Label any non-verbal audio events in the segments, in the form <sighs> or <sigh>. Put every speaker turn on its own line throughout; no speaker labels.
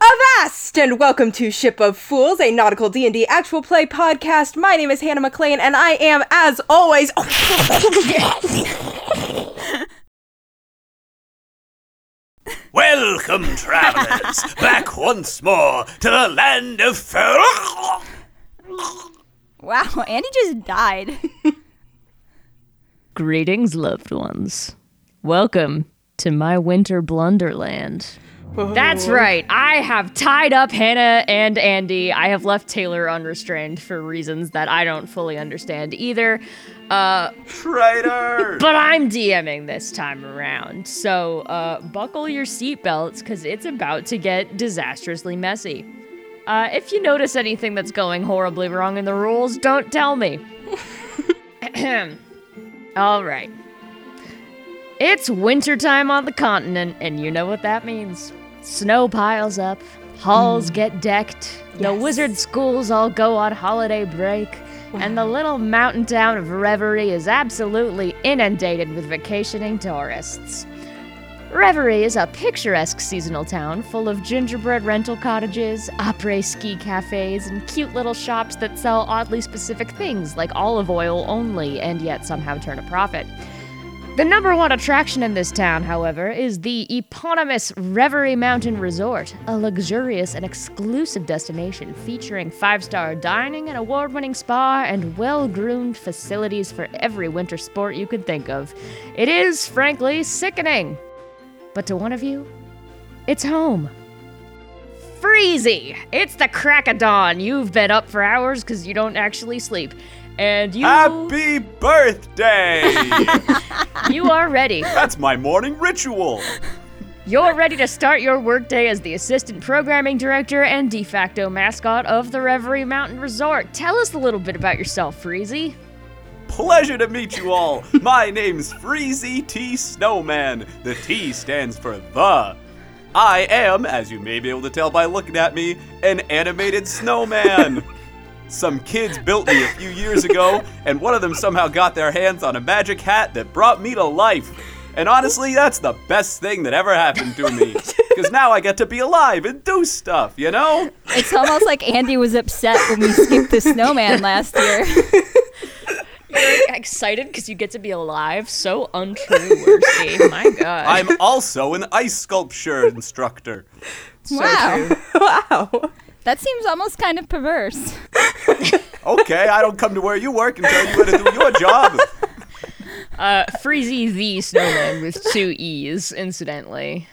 Cast and welcome to Ship of Fools, a nautical D and D actual play podcast. My name is Hannah McLean, and I am, as always, <laughs>
Welcome, travelers, back once more to the land of fur.
Wow, Andy just died. <laughs>
Greetings, loved ones. Welcome to my winter blunderland. That's right. I have tied up Hannah and Andy. I have left Taylor unrestrained for reasons that I don't fully understand either. Uh,
Traitor!
<laughs> but I'm DMing this time around. So uh, buckle your seatbelts because it's about to get disastrously messy. Uh, if you notice anything that's going horribly wrong in the rules, don't tell me. Ahem. All right. It's wintertime on the continent, and you know what that means. Snow piles up, halls get decked, the wizard schools all go on holiday break, and the little mountain town of Reverie is absolutely inundated with vacationing tourists. Reverie is a picturesque seasonal town full of gingerbread rental cottages, après ski cafes, and cute little shops that sell oddly specific things like olive oil only and yet somehow turn a profit. The number one attraction in this town, however, is the eponymous Reverie Mountain Resort, a luxurious and exclusive destination featuring five star dining, an award winning spa, and well groomed facilities for every winter sport you could think of. It is, frankly, sickening. But to one of you, it's home. Freezy! It's the crack of dawn. You've been up for hours because you don't actually sleep. And you,
Happy birthday!
you are ready.
That's my morning ritual.
You're ready to start your workday as the assistant programming director and de facto mascot of the Reverie Mountain Resort. Tell us a little bit about yourself, Freezy.
Pleasure to meet you all. My name's Freezy T Snowman. The T stands for the. I am, as you may be able to tell by looking at me, an animated snowman. Some kids built me a few years ago, and one of them somehow got their hands on a magic hat that brought me to life. And honestly, that's the best thing that ever happened to me. Because now I get to be alive and do stuff, you know?
It's almost like Andy was upset when we skipped the snowman <laughs> last year.
You're <laughs> excited because you get to be alive. So untrue, <laughs> Worsty. My God.
I'm also an ice sculpture instructor.
<laughs> wow.
wow.
That seems almost kind of perverse.
Okay, I don't come to where you work and tell you how to do your job.
Uh, Freezy the Snowman with two E's, incidentally.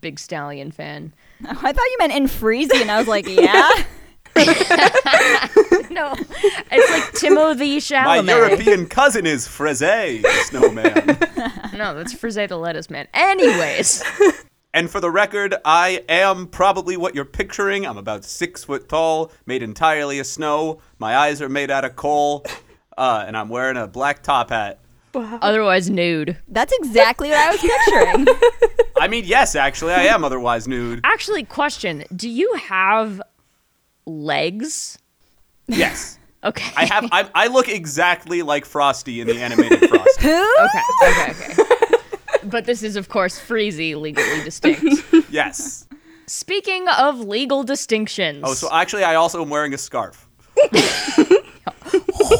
Big Stallion fan.
I thought you meant in Freezy, and I was like, <laughs> yeah.
No, it's like Timo <laughs> the
My
Chalamet.
European cousin is Freze, the snowman.
No, that's Frise the Lettuce Man. <laughs> Anyways,
And for the record, I am probably what you're picturing. I'm about six foot tall, made entirely of snow. My eyes are made out of coal, uh, and I'm wearing a black top hat.
otherwise nude.
That's exactly what I was picturing.
I mean, yes, actually, I am otherwise nude.
Actually, question: Do you have legs?
Yes,
Okay.
I have. I, I look exactly like Frosty in the animated Frosty.
<laughs> <laughs> Who?
okay. Okay. Okay. but this is, of course, Freezy legally distinct.
Yes.
Speaking of legal distinctions,
Oh, so
<laughs>
actually, I also am wearing a scarf,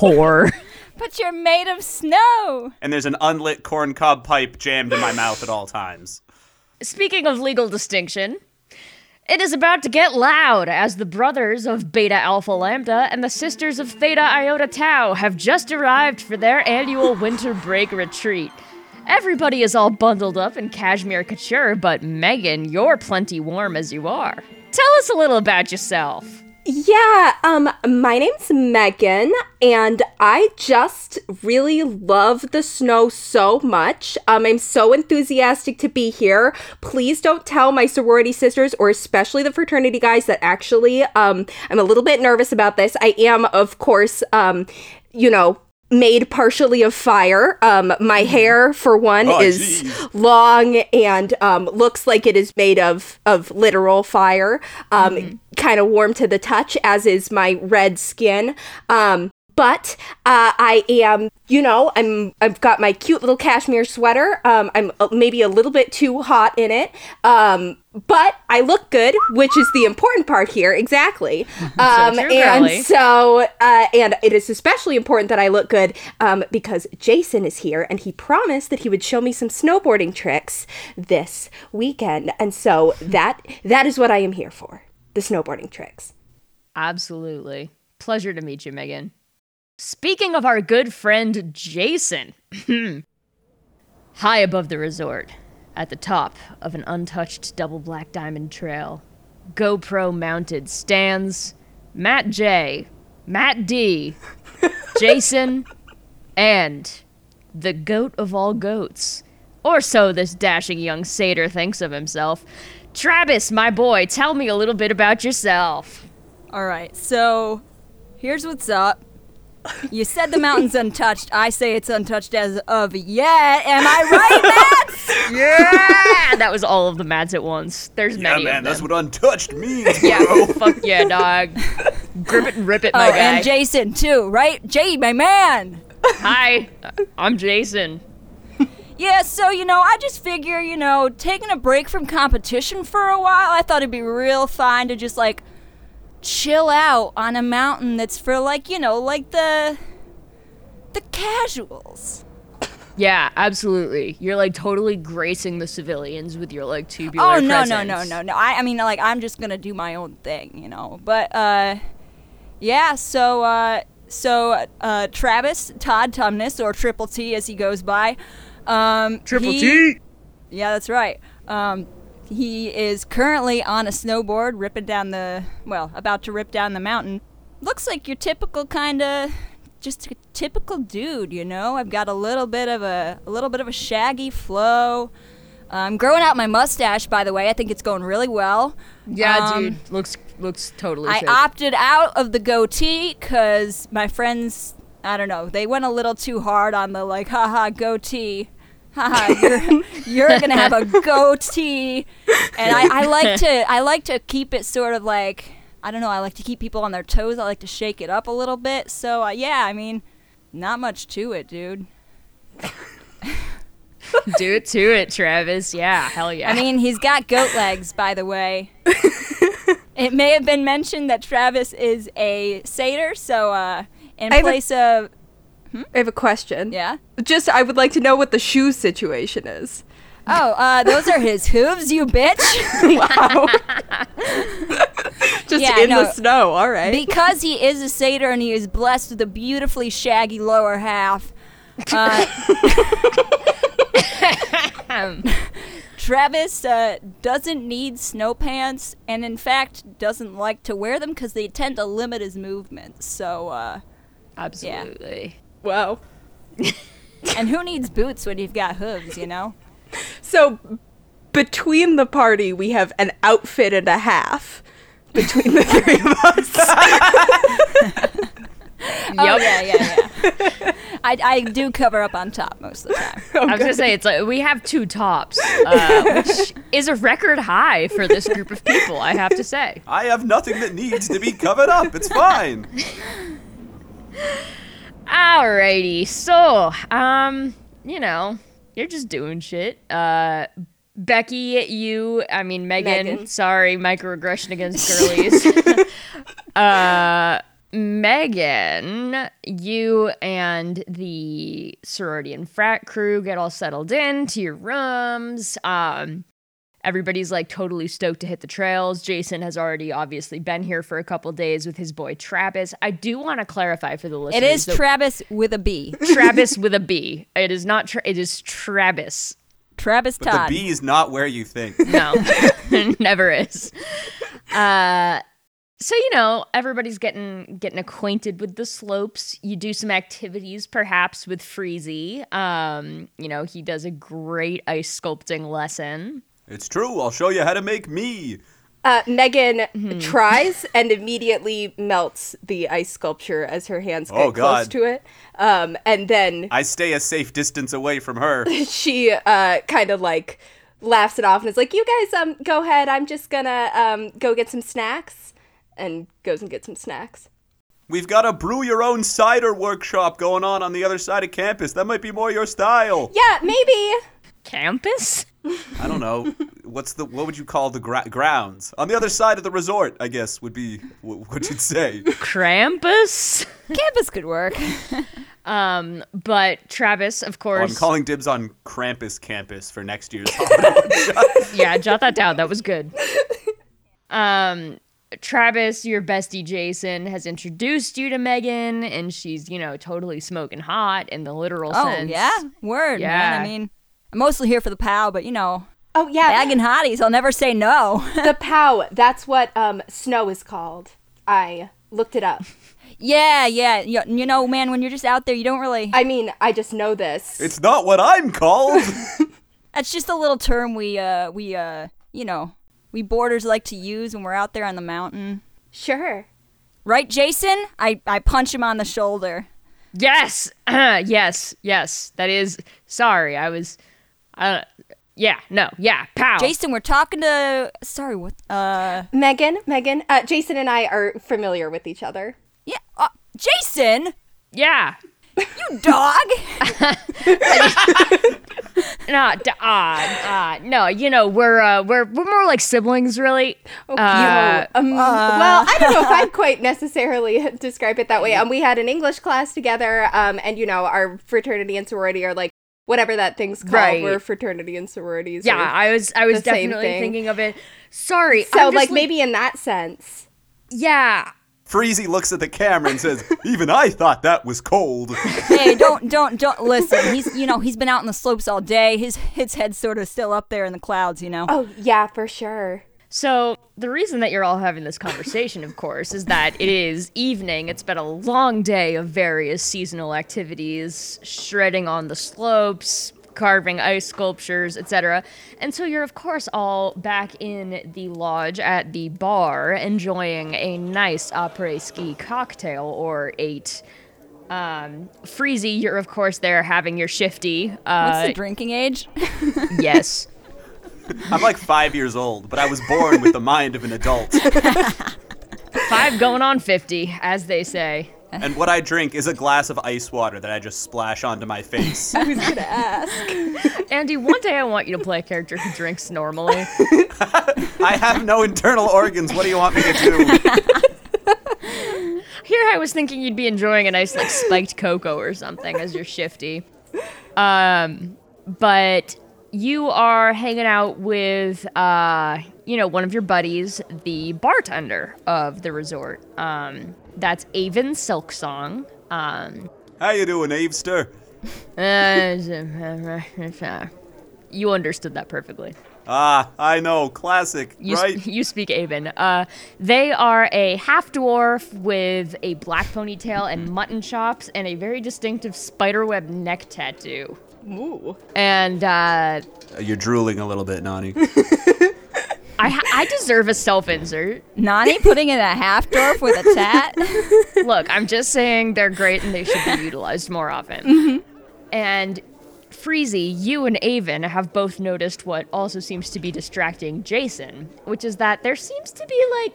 whore.
But you're made of snow.
and there's an unlit corncob pipe jammed in my mouth at all times.
Speaking of legal distinction, it is about to get loud as the brothers of Beta Alpha Lambda and the sisters of Theta Iota Tau have just arrived for their annual winter break retreat. Everybody is all bundled up in cashmere couture, but Megan, you're plenty warm as you are. Tell us a little about yourself.
Yeah, um, my name's Megan, and I just really love the snow so much. Um, I'm so enthusiastic to be here. Please don't tell my sorority sisters, or especially the fraternity guys, that actually, um, I'm a little bit nervous about this. I am, of course, um, you know, made partially of fire. Um, my hair, for one,
Oh,
is
geez.
long and um, looks like it is made of of literal fire. Um, Kind of warm to the touch, as is my red skin. Um, But uh, I am, you know, I'm I've got my cute little cashmere sweater. Um, I'm uh, maybe a little bit too hot in it. Um, but I look good, which is the important part here. Exactly. Um,
true, girly.
and so, uh, and it is especially important that I look good um, because Jason is here and he promised that he would show me some snowboarding tricks this weekend. And so that that is what I am here for the snowboarding tricks.
Absolutely. Pleasure to meet you, Megan. Speaking of our good friend Jason, <clears throat> high above the resort, at the top of an untouched double black diamond trail, GoPro mounted stands Matt J, Matt D, Jason, and the goat of all goats. Or so this dashing young satyr thinks of himself. Travis, my boy, tell me a little bit about yourself.
All right, so here's what's up. You said the <laughs> mountain's untouched. I say it's untouched as of yet. Am I right, <laughs> Matt?
Yeah, <laughs> that was all of the Mads at once. There's
Yeah,
many
man,
of
that's
them.
what untouched means, bro. <laughs>
yeah, fuck yeah, dog. Grip it and rip it, my
Oh,
guy.
and Jason too, right? Jay, my man.
Hi, I'm Jason.
Yeah, so you know, I just figure, you know, taking a break from competition for a while, I thought it'd be real fine to just like chill out on a mountain that's for like, you know, like the the casuals.
Yeah, absolutely. You're like totally gracing the civilians with your like tubular.
Oh no,
presence.
no, no, no, no. I I mean like I'm just gonna do my own thing, you know. But uh yeah, so uh so uh Travis Todd Tumnus or Triple T as he goes by. Um he- Yeah, that's right. Um, he is currently on a snowboard, ripping down the well, about to rip down the mountain. Looks like your typical kind of, just a typical dude, you know. I've got a little bit of a, a little bit of a shaggy flow. I'm Um, growing out my mustache, by the way. I think it's going really well.
Yeah,
Um,
dude, looks looks totally.
I
sick.
opted out of the goatee because my friends, I don't know, they went a little too hard on the like, haha, goatee. Haha, you're, you're gonna have a goatee, and I, I like to I like to keep it sort of like I don't know I like to keep people on their toes. I like to shake it up a little bit. So uh, yeah, I mean, not much to it, dude.
do it to it, Travis. Yeah, hell yeah.
I mean, he's got goat legs, by the way.
<laughs>
it may have been mentioned that Travis is a satyr, so uh, in
I have a-
place of
I have a question.
yeah.
Just, I would like to know what the shoe situation is.
Oh, uh, those are his hooves, you bitch.
Just
Yeah,
in
no.
the snow, all right.
Because he is a satyr and he is blessed with a beautifully shaggy lower half.
<laughs>
Uh, Travis uh, doesn't need snow pants, and in fact doesn't like to wear them because they tend to limit his movements. So, uh,
absolutely.
wow.
and who needs boots when you've got hooves, you know? <laughs>
So, between the party, we have an outfit and a half. Between the <laughs> three of us.
Oh
Yup.
yeah, yeah, yeah. I, I do cover up on top most of the time.
I was gonna say it's like we have two tops,
<laughs>
uh, which is a record high for this group of people. I have to say.
I have nothing that needs to be covered up. It's
<laughs>
fine.
Alrighty, so um, you know, you're just doing shit. Uh, Becky, you, I mean Megan.
Megan.
Sorry, microaggression
<laughs>
against girlies. uh, Megan, you and the sorority and frat crew get all settled in to your rooms. Um. Everybody's like totally stoked to hit the trails. Jason has already obviously been here for a couple days with his boy Travis. I do want to clarify for the listeners.
It is
that-
Travis with a B.
Travis with a B. It is not. Tra- it is Travis.
Travis
But
Todd.
the B is not where you think.
No, <laughs> never is. Uh, so you know, everybody's getting getting acquainted with the slopes. You do some activities, perhaps with Freezy. Um, you know, he does a great ice sculpting lesson.
It's true. I'll show you how to make me.
Uh, Megan tries and immediately melts the ice sculpture as her hands get
Oh,
close
God.
to it. Um, and then
I stay a safe distance away from
<laughs>
her.
<laughs> she uh, kind of like laughs it off and is like, "You guys, um, go ahead. I'm just gonna um, go get some snacks," and goes and gets some snacks.
We've got a brew your own cider workshop going on on the other side of campus. That might be more your style.
Yeah, maybe.
Campus?
I don't know. What's the what would you call the gra- grounds on the other side of the resort? I guess would be wh- what you'd say.
Krampus?
Campus could work.
Um, but Travis, of
Oh, I'm
course.
calling dibs on Krampus campus for next year's. <laughs>
yeah, jot that down. That was good. Um, Travis, your bestie Jason, has introduced you to Megan, and she's, you know, totally smoking hot in the literal
<laughs> Oh
sense.
yeah, word man.
Yeah.
I mean, I'm mostly here for the pow, but you know,
Oh yeah,
bagging hotties, I'll never say no. <laughs>
the pow. That's what um snow is called. I looked it up.
yeah, yeah. You, you know, man, when you're just out there, you don't really.
I mean, I just know this.
it's not what I'm called.
That's just a little term we uh we uh you know we boarders like to use when we're out there on the mountain,
sure.
right, Jason? I I punch him on the shoulder.
Yes. <clears throat> yes. Yes. That is. Sorry, I was. Uh, yeah. No. Yeah. Pow.
Jason, we're talking to. Sorry, what? Uh,
Megan, Megan, uh, Jason and I are familiar with each other.
yeah, uh, Jason,
Yeah.
dog.
No. D- ah. ah, no. You know, we're uh, we're we're more like siblings, really. Uh,
You know, um, well, I don't know
<laughs>
if I'd quite necessarily <laughs> describe it that way. Um, we had an English class together, um, and you know, our fraternity and sorority are like whatever that thing's called.
Right.
We're fraternity and sororities.
yeah.
or-
I was I was
The same
definitely
thing.
thinking of it. Sorry.
so
I'm just
like maybe in that sense.
Yeah.
Freezy looks at the camera and says, "Even I thought that was cold."
hey, don't don't don't listen. He's you know he's been out on the slopes all day. His his head's sort of still up there in the clouds. You know.
Oh yeah, for sure.
So, the reason that you're all having this conversation, of course, is that it is evening. It's been a long day of various seasonal activities, shredding on the slopes, carving ice sculptures, etc. And so, you're, of course, all back in the lodge at the bar, enjoying a nice après ski cocktail or eight. Um, Freezy, you're, of course, there having your shifty.
<laughs> What's
Uh,
the drinking age?
yes.
I'm like five years old, but I was born with the mind of an adult.
Five going on 50, as they say.
And what I drink is a glass of ice water that I just splash onto my face.
Andy, one day I want you to play a character who drinks normally.
I have no internal organs. What do you want me to do?
Here I was thinking you'd be enjoying a nice like spiked cocoa or something as you're shifty. Um, but you are hanging out with uh, you know, one of your buddies, the bartender of the resort. Um, that's Avon Silksong. Um, <laughs>
How you doing, Avester?
uh, you understood that perfectly.
Ah, I know, classic,
You, s-
right?
<laughs> you speak Avon. Uh, they are a half dwarf with a black ponytail and mutton chops and a very distinctive spiderweb neck tattoo.
Ooh.
And uh,
Uh, You're drooling a little bit, Nani.
I, ha- I deserve a self insert.
Nani putting in a half dwarf with a tat.
Look, I'm just saying they're great and they should be utilized more often. And Freezy, you and Avon have both noticed what also seems to be distracting Jason, which is that there seems to be like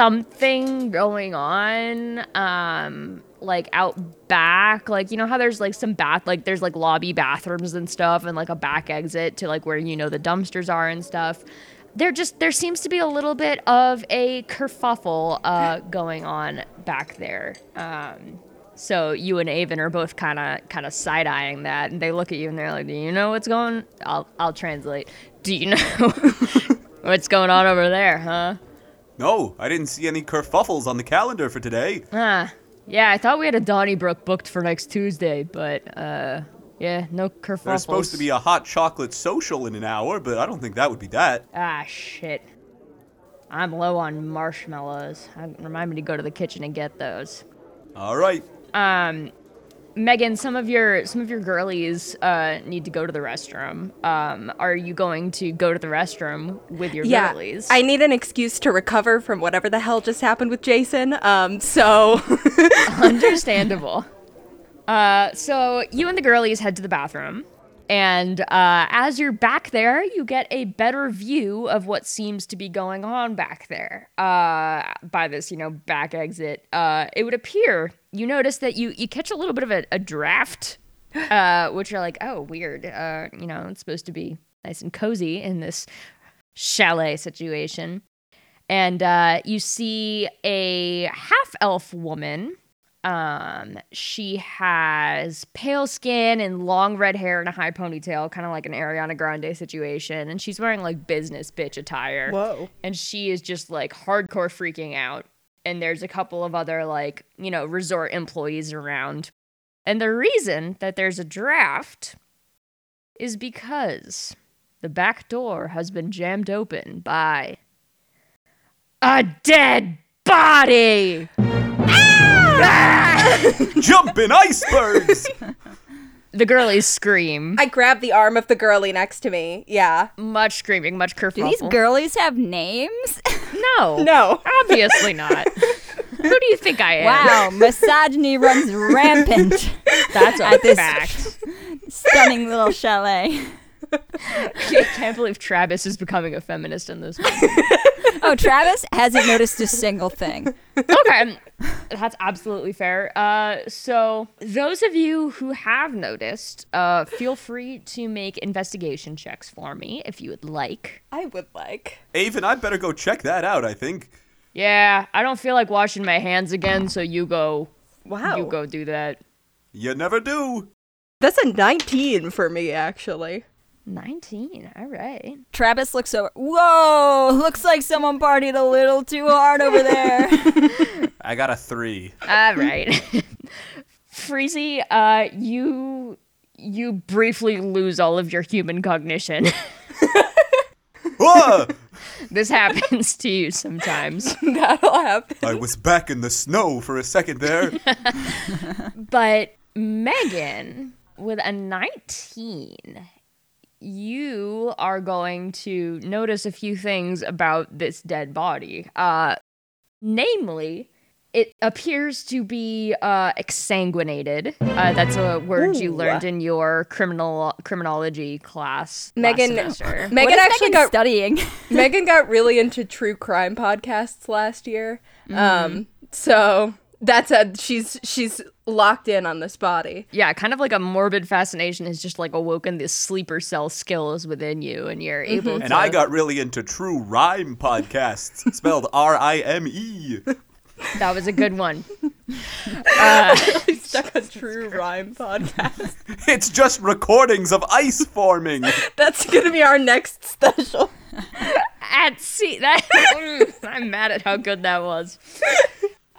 something going on, um, like out back. Like, you know how there's like some bath, like there's like lobby bathrooms and stuff, and like a back exit to like where you know the dumpsters are and stuff. There just there seems to be a little bit of a kerfuffle uh, going on back there. Um, so you and Avon are both kind of kind of side eyeing that, and they look at you and they're like, "Do you know what's going?" I'll I'll translate. Do you know <laughs> what's going on over there, huh?
no, I didn't see any kerfuffles on the calendar for today.
Ah, yeah. I thought we had a Donnybrook booked for next Tuesday, but uh, yeah, no kerfuffles.
There's supposed to be a hot chocolate social in an hour, but I don't think that would be that.
ah shit. I'm low on marshmallows. I, remind me to go to the kitchen and get those.
All right.
Um, Megan, some of your some of your girlies uh, need to go to the restroom. Um, are you going to go to the restroom with your
Yeah.
girlies?
I need an excuse to recover from whatever the hell just happened with Jason. Um,
<laughs>
so
Understandable. Uh, so you and the girlies head to the bathroom. And uh, as you're back there, you get a better view of what seems to be going on back there. Uh, by this, you know, back exit, uh, it would appear you notice that you you catch a little bit of a, a draft, uh, which are like, oh, weird. Uh, you know, it's supposed to be nice and cozy in this chalet situation. And uh, you see a half elf woman. Um, she has pale skin and long red hair and a high ponytail, kind of like an Ariana Grande situation. And she's wearing like business bitch attire.
Whoa.
And she is just like hardcore freaking out. And there's a couple of other like, you know, resort employees around. And the reason that there's a draft is because the back door has been jammed open by a dead body.
Jumping icebergs!
The girlies scream.
I grab the arm of the girly next to me. Yeah.
much screaming, much
Do
kerfuffle.
these girlies have names?
no,
No.
obviously not. Who do you think I am?
wow, misogyny runs rampant.
that's
At
a
this-
fact.
Stunning little chalet.
I can't believe Travis is becoming a feminist in this. One.
Oh, Travis hasn't noticed a single thing.
okay, that's absolutely fair. Uh, so those of you who have noticed, uh, feel free to make investigation checks for me if you would like.
I would like.
Avon, I better go check that out, I think.
Yeah, I don't feel like washing my hands again, so you go.
Wow.
You go do that.
You never do.
That's a 19 for me, actually.
19. All right.
Travis looks over. Whoa, looks like someone partied a little too hard over <laughs> there.
I got
<laughs>
a three.
All right. <laughs> Freezy, uh, you you briefly lose all of your human cognition. <laughs>
Ah!
this happens to you sometimes.
<laughs> That'll happen.
I was back in the snow for a
<laughs>
second there.
But Megan, with a 19, you are going to notice a few things about this dead body. Uh, namely, it appears to be uh, exsanguinated. Uh, that's a word you learned in your criminal criminology class.
Megan-
last
<laughs>
semester.
What
Megan
is
actually
Megan
got
studying.
Megan <laughs> got really into true crime podcasts last year. Um so that's a she's she's locked in on this <laughs> body.
yeah, kind of like a morbid fascination has just like awoken these sleeper cell skills within you, and you're able.
And
to-
I got really into true rhyme
<laughs>
podcasts, spelled R I M E.
that was a good one. Uh,
Stuck on true rhyme podcast.
It's just recordings of ice forming.
<laughs> That's gonna be our next special.
at sea. <laughs> That I'm mad at how good that was.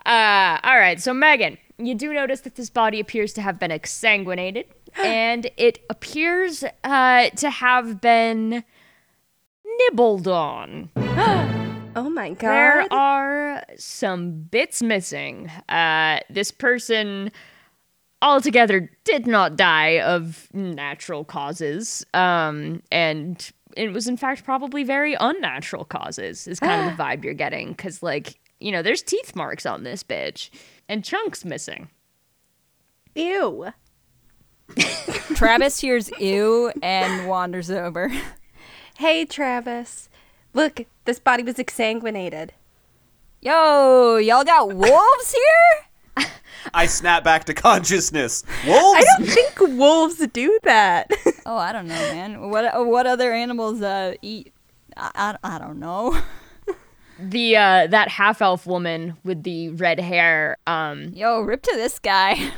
Uh, all right, so Megan, you do notice that this body appears to have been exsanguinated, and it appears uh, to have been nibbled on.
<laughs> Oh my god.
There are some bits missing. Uh, this person altogether did not die of natural causes, um, and it was in fact probably very unnatural causes. Is kind of the vibe you're getting because, like, you know, there's teeth marks on this bitch and chunks missing.
Ew.
<laughs> Travis hears ew and wanders over.
Hey Travis. Look, this body was <laughs> exsanguinated.
Yo, y'all got wolves here?
I snap back to consciousness. Wolves?
I don't think wolves do
<laughs>
that.
Oh, I don't know, man. What uh, what other animals uh, eat? I, I, I don't know.
The uh, that half elf woman with the red hair. Um,
Yo, rip to this guy.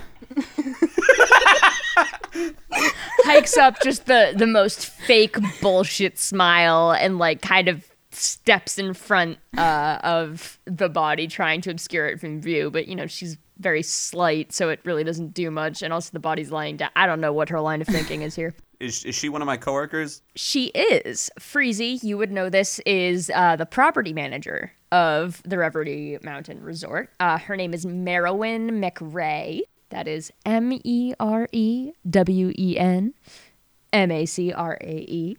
hikes up just the the most fake bullshit smile and like kind of steps in front uh, of the body trying to obscure it from view but you know she's very slight so it really doesn't do much and also the body's lying down i don't know what her line of thinking is here
Is, is she one of my coworkers?
she is freezy you would know this is uh, the property manager of the reverdy mountain resort uh, her name is merowyn mcrae that is E m-e-r-e-w-e-n m-a-c-r-a-e E.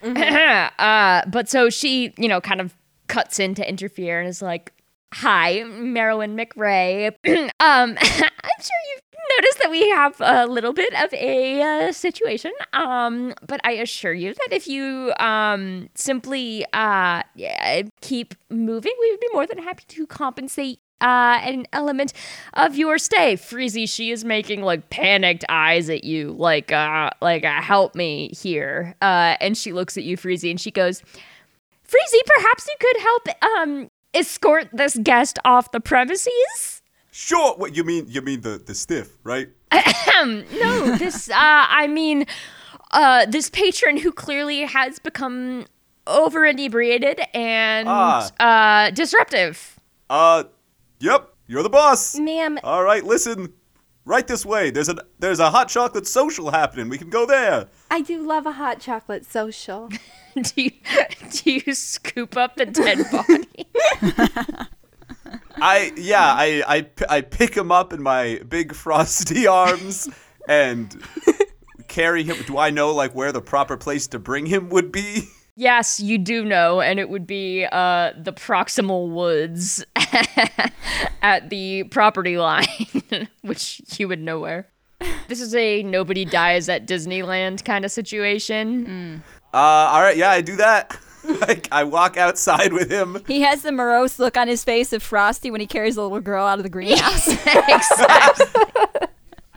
<clears throat> uh, but so she you know kind of cuts in to interfere <clears throat> <laughs> and is like hi merowyn mcrae um i'm sure you've notice that we have a little bit of a uh, situation, um, but I assure you that if you um, simply uh, yeah, keep moving, we would be more than happy to compensate uh, an element of your stay. Freezy, she is making like panicked eyes at you, like uh, like uh, help me here, uh, and she looks at you, Freezy, and she goes. Freezy, perhaps you could help um escort this guest off the premises.
Sure. What you mean? You mean the the stiff, right?
Um, <laughs> no, this uh, I mean, uh, this patron who clearly has become over inebriated and
Ah.
uh disruptive. <laughs>
Uh, yep. You're the boss.
Ma'am,
All right, listen. Right this way. There's a there's a hot chocolate social happening. We can go there.
I do love a hot chocolate social. <laughs>
Do you, do you scoop up the <laughs> dead body?
I yeah. I I p- I pick him up in my big <laughs> frosty arms and carry him. Do I know like where the proper place to bring him would be?
yes, you do know, and it would be uh the proximal woods <laughs> at the property line, <laughs> which you would know where. This is a nobody dies at Disneyland kind of situation.
Uh, all right. Yeah, I do that. <laughs> like I walk outside with him.
He has the morose look on his face of Frosty when he carries the little girl out of the <laughs> greenhouse.
Exactly.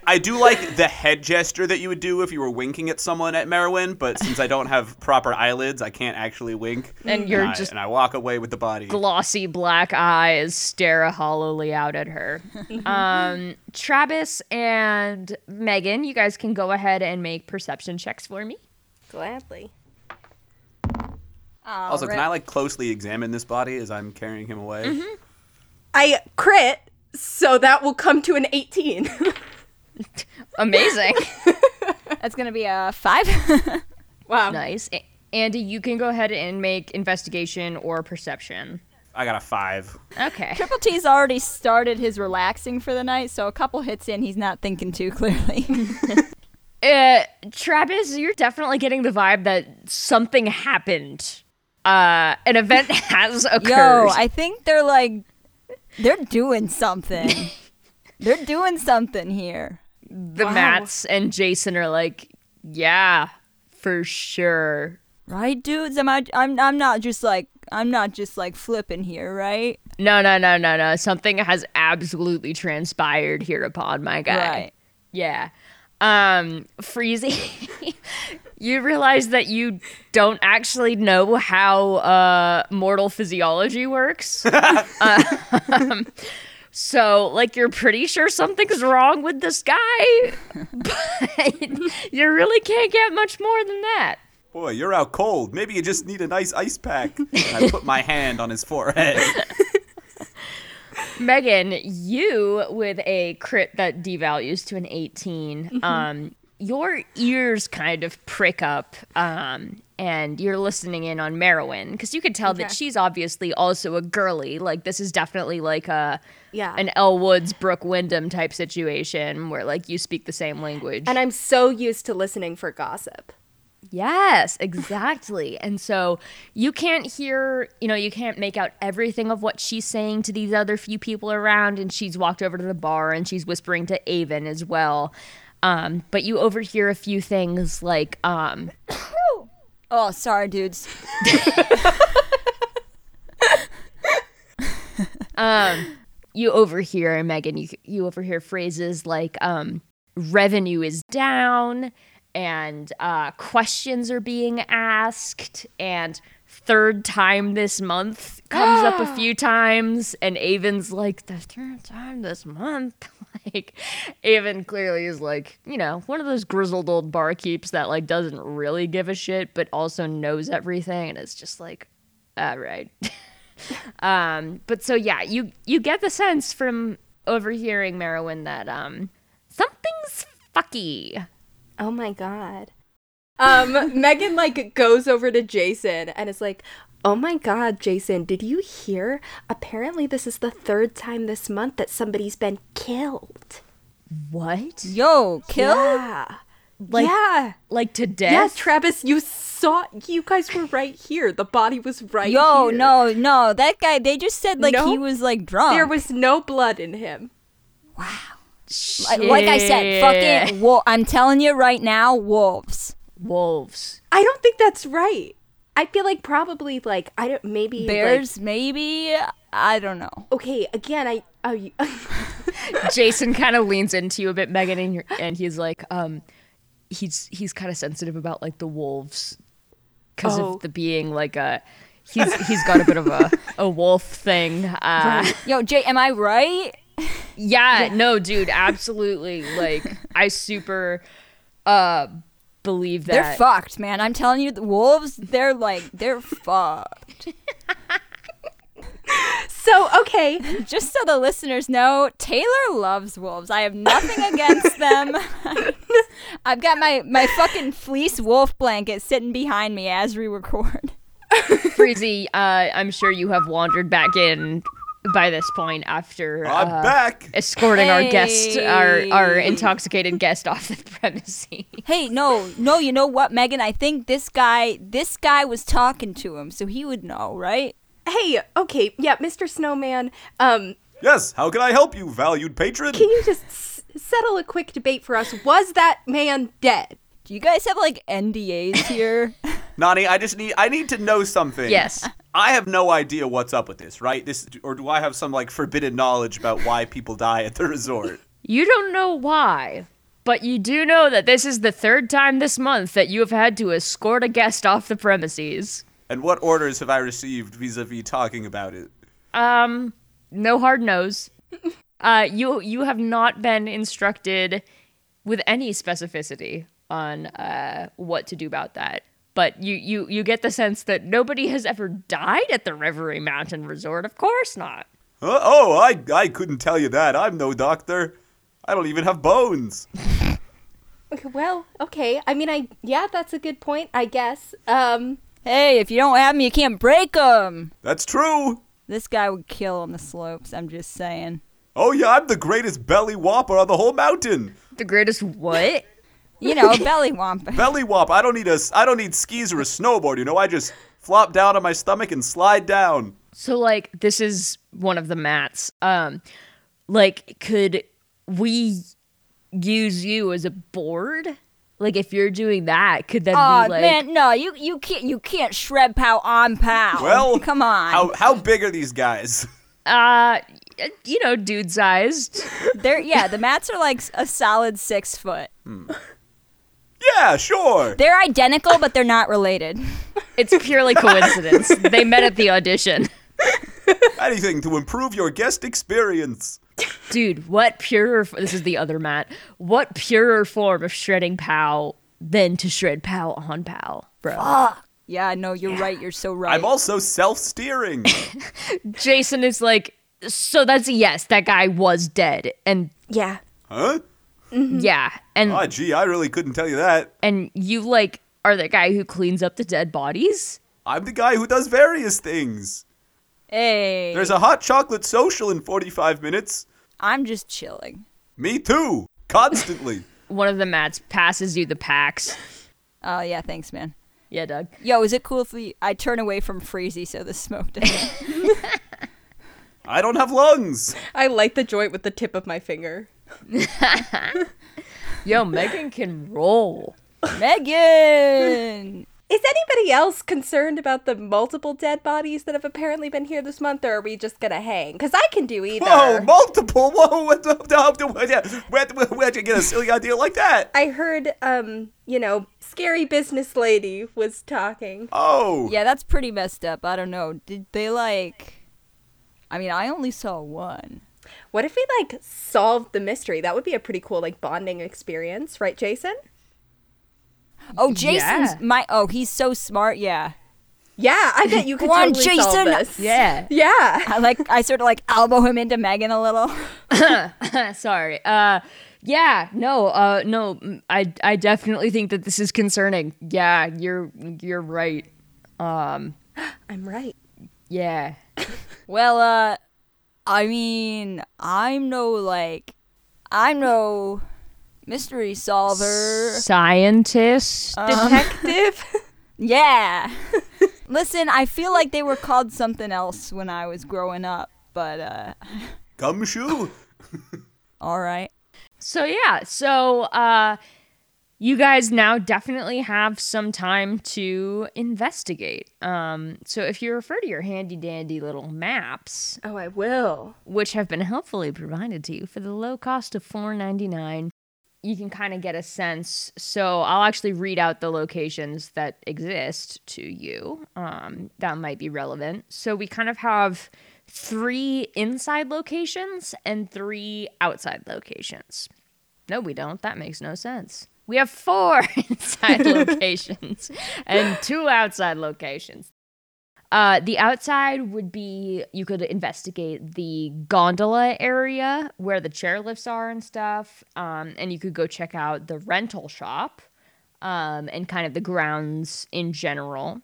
I do like the head gesture that you would do if you were winking at someone at Merwin, but since I don't have proper eyelids, I can't actually wink.
and you're
I-
just
and I walk away with the body.
glossy black eyes stare hollowly out at her. um, Travis and Megan, you guys can go ahead and make perception checks for me.
Gladly.
Also, can I like closely examine this body as I'm carrying him away?
Mm-hmm.
I crit, so that will come to an
<laughs>
18.
Amazing.
That's gonna be a five. <laughs>
wow.
nice. A- Andy, you can go ahead and make investigation or perception.
I got a five.
Okay.
Triple T's already started his relaxing for the night, so a couple hits in, he's not thinking too clearly.
Uh, Travis, you're definitely getting the vibe that something happened. Uh, an
<laughs>
event has occurred.
Yo, I think they're like, they're doing something. they're doing something here.
the Mats and Jason are like, yeah, for sure.
Right, dudes? Am I? I'm. I'm not just like. I'm not just like flipping here, right?
No, no, no, no, no. Something has absolutely transpired here upon my guy.
Right.
Yeah. Um, Freezy, <laughs> you realize that you don't actually know how uh, mortal physiology works. Um, so, like, you're pretty sure something's wrong with this guy, <laughs> but you really can't get much more than that.
Boy, you're out cold. Maybe you just need a nice ice
<laughs>
pack. And I put my hand on his forehead.
Megan, you with a crit that devalues to an 18, um, your ears kind of prick up um, and you're listening in on Merowyn because you could tell that she's obviously also a girly. Like, this is definitely like a.
Yeah.
An Elle Woods, Brooke Wyndham type situation where like you speak the same language.
And I'm so used to listening for gossip.
Yes, exactly. and so you can't hear, you know, you can't make out everything of what she's saying to these other few people around. And she's walked over to the bar and she's whispering to Avon as well. Um, but you overhear a few things like, um,
Oh, sorry, dudes.
you overhear Megan, you you overhear phrases like um, revenue is down, and uh, questions are being asked, and third time this month comes up a few times, and Avon's like the third time this month, <laughs> like Avon clearly is like you know one of those grizzled old barkeeps that like doesn't really give a shit, but also knows everything, and it's just like, all right. <laughs> Um, but so yeah, you you get the sense from overhearing Merowyn that um something's fucky.
Oh my god. <laughs>
Um, Megan, like, goes over to
Jason and it's like, "Oh my god, Jason, did you hear? Apparently this is the third time this month that somebody's been killed."
What?
Yo, kill.
Yeah.
Like
yeah.
like to
Yeah,
death?
Travis, you saw, you guys were right here. The body was right
Yo,
here.
no, no, that guy. They just said like he
Nope.
was like drunk.
There was no blood in him.
Like, like I said, fucking wolf. I'm telling you right now, wolves.
wolves.
I don't think that's right. I feel like probably like I don't maybe like-
Bears, maybe. I don't know.
okay, again, I <laughs> are you,
Jason kind of leans into you a bit, Megan, and, you're, and he's like, um, he's he's kind of sensitive about like the wolves because
Oh.
of the being like a. He's, he's got a bit of a, a wolf thing. Uh,
Yo, Jay, am I right?
Yeah, no, dude,
<laughs>
absolutely. Like, I super uh believe that.
They're fucked, man. I'm telling you, the wolves. They're like they're fucked.
so okay.
Just so the listeners know, Taylor loves wolves. I have nothing against them. <laughs> I've got my my fucking fleece wolf blanket sitting behind me as we record.
Freezy, uh, I'm sure you have wandered back in by this point after
I'm
uh,
back.
escorting our guest, our our
Hey. <laughs>
intoxicated guest off the premises.
Hey, no, no, you know what, Megan? I think this guy, this guy was talking to him, so he would know, right?
Hey, okay. Yeah, Mr. Snowman, um
Yes, how can I help you, valued patron?
can you just s- settle a quick debate for us? Was that man dead?
Do you guys have like NDAs here?
Nani, I just need I need to know something.
Yes.
I have no idea what's up with this, right? This or do I have some like forbidden knowledge about why people die at the resort?
You don't know why, but you do know that this is the third time this month that you have had to escort a guest off the premises.
And what orders have I received vis-a-vis talking about it?
Um, no hard nos. <laughs> Uh, you you have not been instructed with any specificity on uh, what to do about that. But you, you you get the sense that nobody has ever died at the Reverie Mountain Resort. Of course not.
Huh? Oh, I I couldn't tell you that. I'm no doctor. I don't even have bones.
Okay, well, okay. I mean, I yeah, that's a good point, I guess. Um
hey, if you don't have them, you can't break them.
That's true.
This guy would kill on the slopes. I'm just saying.
Oh yeah, I'm the greatest belly whopper on the whole mountain.
The greatest what?
<laughs>
You know, belly whomping.
Belly whop. I don't need a s- I don't need skis or a snowboard. You know, I just flop down on my stomach and slide down.
So like this is one of the mats. Um like could we use you as a board? Like if you're doing that, could that
Oh
be like
man, no, you you can't you can't shred pow on pow.
Well,
come on,
How how big are these guys? <laughs>
uh you know, dude sized.
they're yeah, the mats are like a solid six foot.
yeah, sure.
They're identical, but they're not related.
It's purely coincidence. they met at the audition.
Anything to improve your guest experience.
Dude, what purer f- this is the other mat. What purer form of shredding pow than to shred pow on pow, bro.
Yeah, no, you're right. You're so right.
I'm also self-steering. <laughs>
Jason is like so that's a yes, that guy was dead. And
yeah.
huh?
yeah, and
Ah, gee, I really couldn't tell you that.
and you like are the guy who cleans up the dead bodies.
I'm the guy who does various things.
hey,
There's a hot chocolate social in 45 minutes.
I'm just chilling.
Me too. Constantly.
One of the mats passes you the packs.
Oh yeah, thanks, man.
Yeah, Doug.
Yo, is it cool if we, I turn away from Freezy so the
<laughs>
smoke doesn't?
I don't have lungs.
I light the joint with the tip of my finger.
Yo, Megan can roll.
Megan,
Is anybody else concerned about the multiple dead bodies that have apparently been here this month, or are we just gonna hang? Because I can do either.
Whoa, multiple. <laughs> Whoa, what the, the, the, yeah. where, where, where'd you get a silly idea like that?
I heard, um, you know, scary business lady was talking.
Oh.
yeah, that's pretty messed up. I don't know. Did they like? I mean, I only saw one.
What if we like solved the mystery? That would be a pretty cool like bonding experience, right, Jason?
Oh, Jason's
Yeah.
my. Oh, he's so smart. Yeah.
Yeah, I bet you could <laughs>
Come on,
totally solve
Jason!
this.
Yeah.
yeah.
I like I sort of like <laughs> elbow him into Megan a little. <laughs>
Sorry. Uh yeah, no, uh no, mm, I I definitely think that this is concerning. Yeah, you're you're right.
I'm right.
Yeah.
Well, uh I mean, I'm no like I'm no mystery solver.
Scientist.
Detective.
Yeah. <laughs> Listen, I feel like they were called something else when I was growing up, but uh
Gumshoe?
all right.
So yeah, so uh you guys now definitely have some time to investigate. Um so if you refer to your handy dandy little maps,
<laughs> Oh, I will.
which have been helpfully provided to you for the low cost of $4.99. You can kind of get a sense. So I'll actually read out the locations that exist to you. Um, that might be relevant. So we kind of have three inside locations and three outside locations. No, we don't. That makes no sense. We have four <laughs> inside locations and two outside locations. Uh, the outside would be you could investigate the gondola area where the chairlifts are and stuff, um, and you could go check out the rental shop um, and kind of the grounds in general.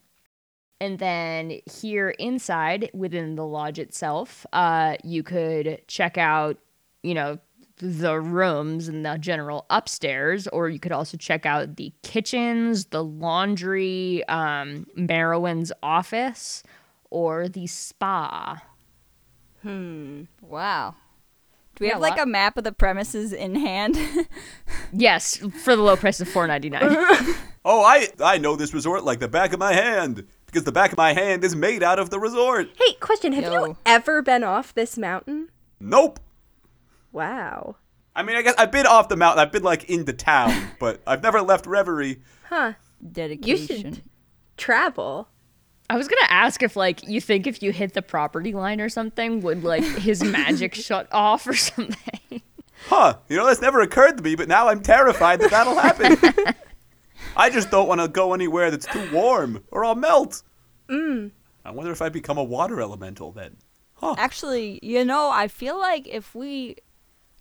And then here inside, within the lodge itself, uh, you could check out, you know, the rooms and the general upstairs, or you could also check out the kitchens, the laundry, um, Merowin's office, or the spa.
Wow. Do we
Hmm. Yeah,
have like
lot-
a map of the premises in hand? <laughs>
Yes, for the low price of four ninety nine.
Oh, I I know this resort like the back of my hand because the back of my hand is made out of the resort.
Hey, question. Have
Yo.
you ever been off this mountain?
Nope.
Wow.
I mean, I guess I've been off the mountain. I've been like into town, <laughs> but I've never left Reverie.
Dedication.
You should travel.
I was gonna ask if like you think if you hit the property line or something, would like his magic shut off or something?
Huh? You know, that's never occurred to me, but now I'm terrified that that'll happen. I just don't want to go anywhere that's too warm, or I'll melt. I wonder if I become a water elemental then.
Actually, you know, I feel like if we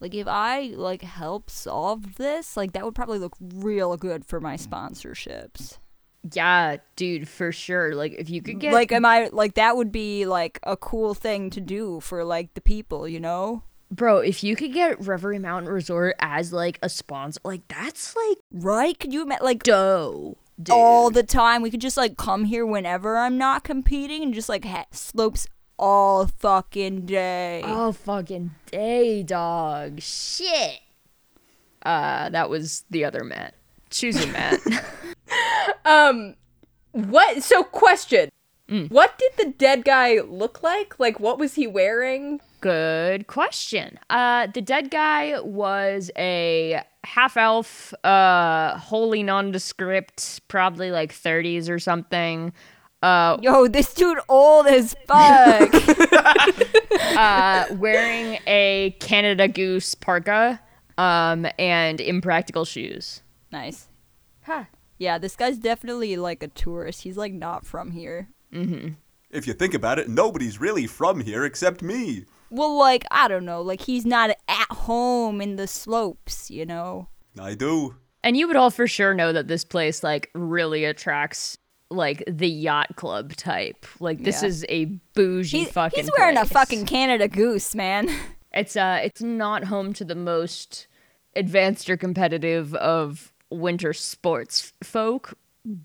like if I like help solve this, like that would probably look real good for my sponsorships.
yeah, dude, for sure. Like if you could get
Like am I like that would be like a cool thing to do for like the people, you know?
bro, if you could get Reverie Mountain Resort as like a sponsor, like that's like
Right? Could you imagine like
dough. Dude.
all the time? We could just like come here whenever I'm not competing and just like ha- slopes all fucking day.
Oh fucking day, dog. Shit. Uh, that was the other Matt. Choose your Matt.
What? So, question. What did the dead guy look like? Like, what was he wearing?
Good question. Uh, the dead guy was a half elf, uh, wholly nondescript, probably like 30s or something. Uh,
Yo, this dude old as fuck.
uh, wearing a Canada Goose parka, um, and impractical shoes.
<laughs> nice.
Huh.
Yeah, this guy's definitely like a tourist. He's like not from here.
If you think about it, nobody's really from here except me.
Well, like I don't know, like he's not at home in the slopes, you know.
I do.
And you would all for sure know that this place like really attracts like the yacht club type. Like this
Yeah.
is a bougie
He's,
fucking.
he's wearing a
place.
fucking Canada goose, man.
It's uh it's not home to the most advanced or competitive of winter sports folk,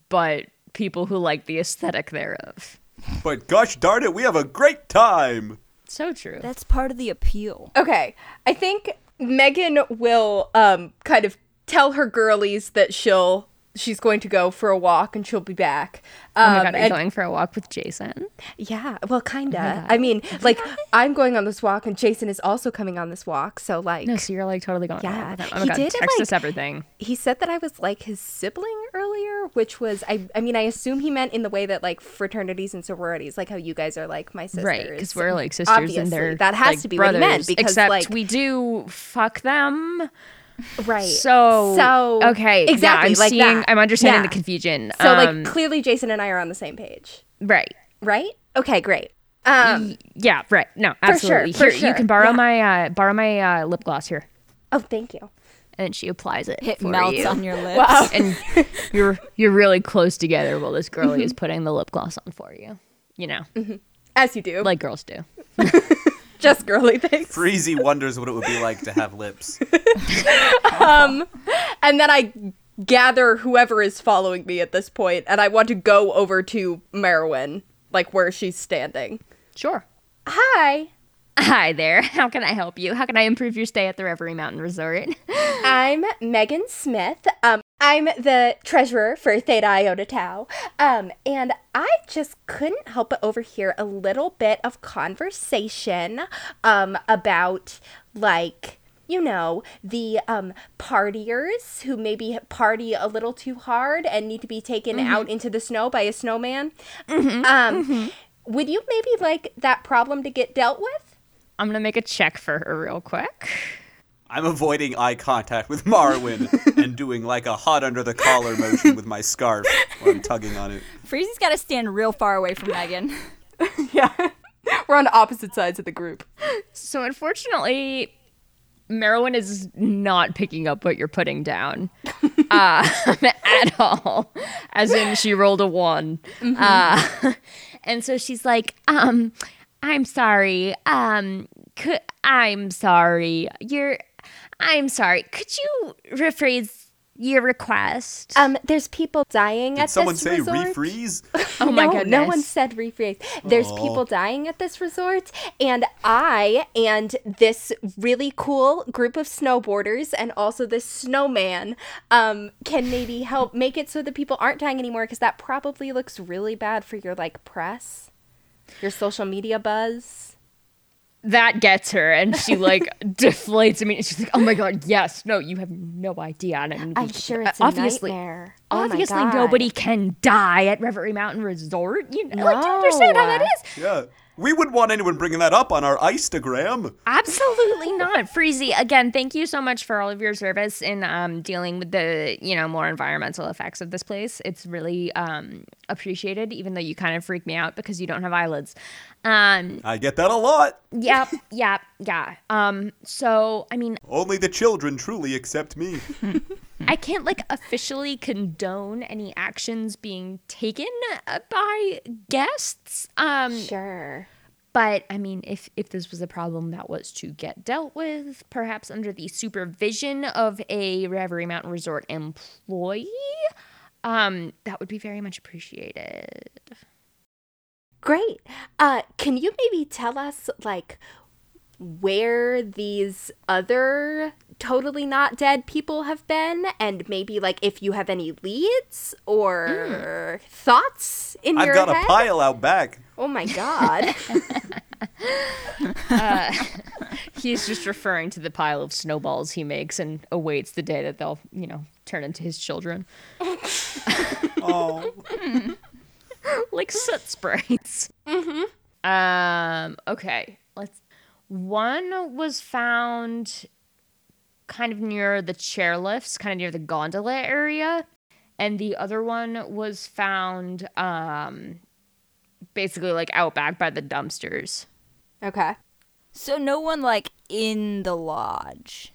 but people who like the aesthetic thereof.
But gosh darn it, we have a great time.
So true.
<laughs> That's part of the appeal.
Okay. I think Megan will um kind of tell her girlies that she'll she's going to go for a walk and she'll be back. Um,
oh my god, are you
and-
going for a walk with Jason?
yeah, well kinda. I mean, like I'm going on this walk and Jason is also coming on this walk, so like
No, so you're like totally going. along
Yeah,
with him. Oh my
he
god,
did it,
text us
like-
everything.
he said that I was like his sibling earlier, which was I I mean, I assume he meant in the way that like fraternities and sororities, like how you guys are like my sisters.
Right, because we're like sisters
Obviously,
and they're
that has
like,
to be
brothers,
what he meant because
except
like
we do fuck them.
right.
So
so
okay, yeah,
exactly
I'm
like
seeing,
that.
I'm understanding
Yeah.
the confusion.
So
Um,
like clearly Jason and I are on the same page,
right.
right? Okay, great. Um
Yeah, right. No,
sure,
absolutely.
for
here,
sure.
you can borrow
Yeah.
my uh, borrow my uh, lip gloss here,
oh thank you.
and she applies it.
It
for
melts
you.
<laughs> on your lips.
<laughs>
and you're you're really close together while this
Mm-hmm.
girlie is putting the lip gloss on for you. You know,
As you do.
like girls do.
just girly things.
Freezy wonders what it would be like to have lips.
And then I gather whoever is following me at this point and I want to go over to Merwin, like where she's standing.
Sure.
Hi.
Hi there. <laughs> How can I help you? How can I improve your stay at the Reverie Mountain Resort?
I'm Megan Smith. Um, I'm the treasurer for Theta Iota Tau. Um, and I just couldn't help but overhear a little bit of conversation um, about, like, you know, the um, partiers who maybe party a little too hard and need to be taken
Mm-hmm.
out into the snow by a snowman. Um,
Mm-hmm.
Would you maybe like that problem to get dealt with?
I'm gonna make a check for her real quick.
I'm avoiding eye contact with Marwin and doing like a hot under the collar motion with my scarf while I'm tugging on it.
Freezy's got to stand real far away from Megan. <laughs>
Yeah. <laughs> We're on opposite sides of the group.
So unfortunately, Merowyn is not picking up what you're putting <laughs> down uh, at all. As in, she rolled a one, uh, <laughs> and so she's like, um, "I'm sorry. Um, could, I'm sorry. You're, I'm sorry. Could you rephrase your request?
Um, there's people dying
Did
at
someone
this
say
resort.
refreeze?
oh my
no,
goodness!
no one said rephrase. There's people dying at this resort, and I and this really cool group of snowboarders, and also this snowman, um, can maybe help make it so that people aren't dying anymore. Because that probably looks really bad for your like press, your social media buzz.
that gets her and
<laughs>
she like deflates I mean she's like oh my god yes no you have no idea and I'm,
I'm sure it's a
obviously
nightmare. Oh my
obviously
God.
nobody can die at Reverie Mountain Resort you know like do you understand how that
No.
is
Yeah. We wouldn't want anyone bringing that up on our Instagram.
absolutely not Freezy again thank you so much for all of your service in um, dealing with the you know more environmental effects of this place it's really um, appreciated even though you kind of freak me out because you don't have eyelids um
I get that a lot.
<laughs>
yep yep yeah um so I mean
Only the children truly accept me.
I can't like officially condone any actions being taken uh, by guests. Um,
Sure.
but I mean, if if this was a problem that was to get dealt with, perhaps under the supervision of a Reverie Mountain Resort employee, um, that would be very much appreciated.
Great. Uh, can you maybe tell us, like, where these other totally not dead people have been? And maybe, like, if you have any leads or thoughts in
Hmm. I've
your
got
head?
a pile out back.
Oh my
<laughs>
God.
He's just referring to the pile of snowballs he makes and awaits the day that they'll, you know, turn into his children,
Oh.
like soot sprites. Mm-hmm. Um. Okay. Let's. One was found kind of near the chairlifts, kind of near the gondola area, and the other one was found um basically like out back by the dumpsters.
Okay.
So no one like in the lodge.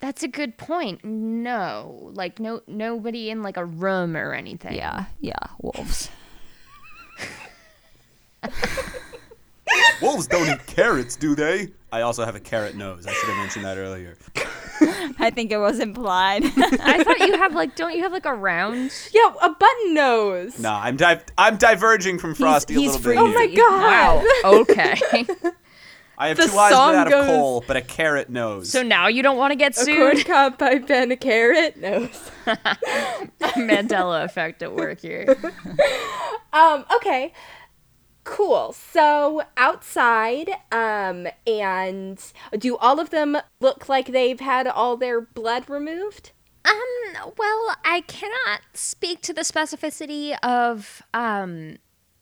That's a good point. No, like no nobody in like a room or anything.
Yeah, yeah, <laughs> wolves.
Wolves don't eat carrots, do they? I also have a carrot nose. I should have mentioned that earlier.
I think it was implied. <laughs>
I thought you have like don't you have like a round?
Yeah, a button nose.
Nah, I'm di- I'm diverging from Frosty
he's
a little
Oh
freezing.
bit. Here.
my God.
<laughs>
<laughs>
Wow. Okay.
I have
The
two eyes
song
made out
goes-
of coal, but a carrot nose.
so now you don't want to get
A
sued.
corn cob pipe and a carrot nose.
Mandela effect at work here.
um, okay. Cool. So outside, um, and do all of them look like they've had all their blood removed?
Um, well, I cannot speak to the specificity of um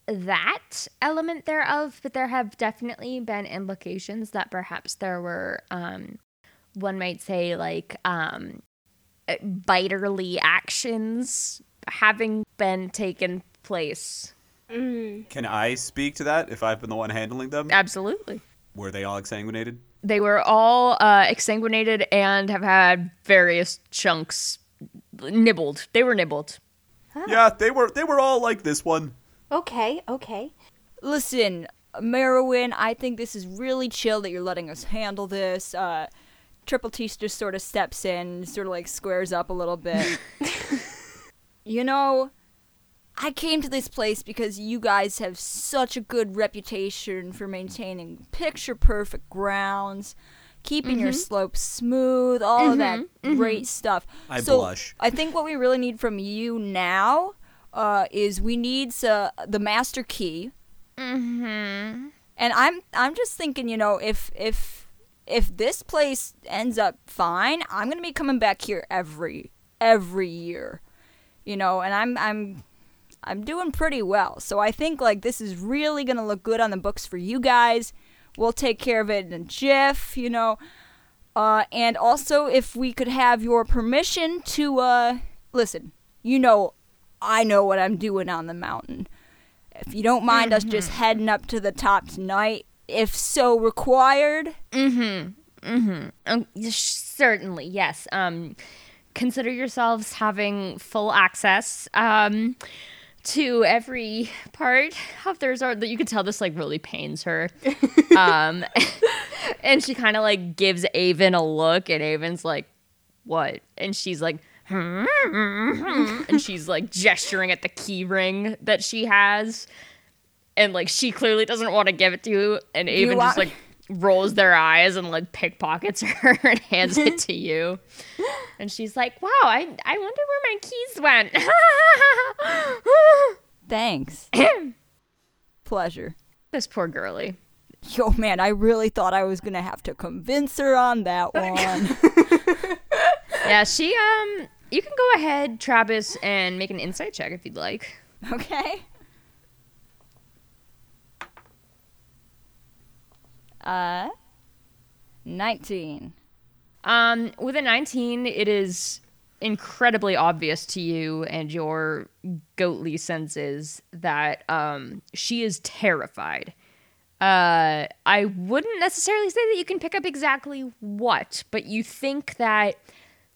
that element thereof, but there have definitely been implications that perhaps there were um one might say like um biterly actions having been taken place.
Can I speak to that if I've been the one handling them?
Absolutely.
Were they all exsanguinated?
They were all uh, exsanguinated and have had various chunks nibbled. They were nibbled.
Yeah, they were. They were all like this one.
Okay, okay.
Listen, Merowyn, I think this is really chill that you're letting us handle this. Uh, Triple T just sort of steps in, sort of like squares up a little bit. you know, I came to this place because you guys have such a good reputation for maintaining picture perfect grounds, keeping your slopes smooth, all of that great stuff.
I
so
blush.
I think what we really need from you now uh, is we need uh, the master key. And I'm I'm just thinking, you know, if if if this place ends up fine, I'm gonna be coming back here every every year, you know. And I'm I'm I'm doing pretty well, so I think like this is really gonna look good on the books for you guys. We'll take care of it in a jiff, you know. Uh, and also, if we could have your permission to uh, listen, you know, I know what I'm doing on the mountain. If you don't mind us just heading up to the top tonight, if so required,
Um, y- sh- certainly, yes. Um, consider yourselves having full access um, to every part of the resort. That you can tell this like really pains her. um, and she kind of like gives Avon a look, and Avon's like, "What?" And she's like. "Hmm." and she's like gesturing at the key ring that she has and like she clearly doesn't want to give it to you and Avon
want-
just like rolls their eyes and like pickpockets <laughs> her and hands it to you and she's like wow i i wonder where my keys went
thanks. Pleasure.
<laughs> this poor girly
Yo, man, I really thought I was gonna have to convince her on that one.
yeah she um you can go ahead travis and make an insight check if you'd like
okay. Uh, nineteen.
Um, with a 19, it is incredibly obvious to you and your goatly senses that um, she is terrified. Uh, I wouldn't necessarily say that you can pick up exactly what, but you think that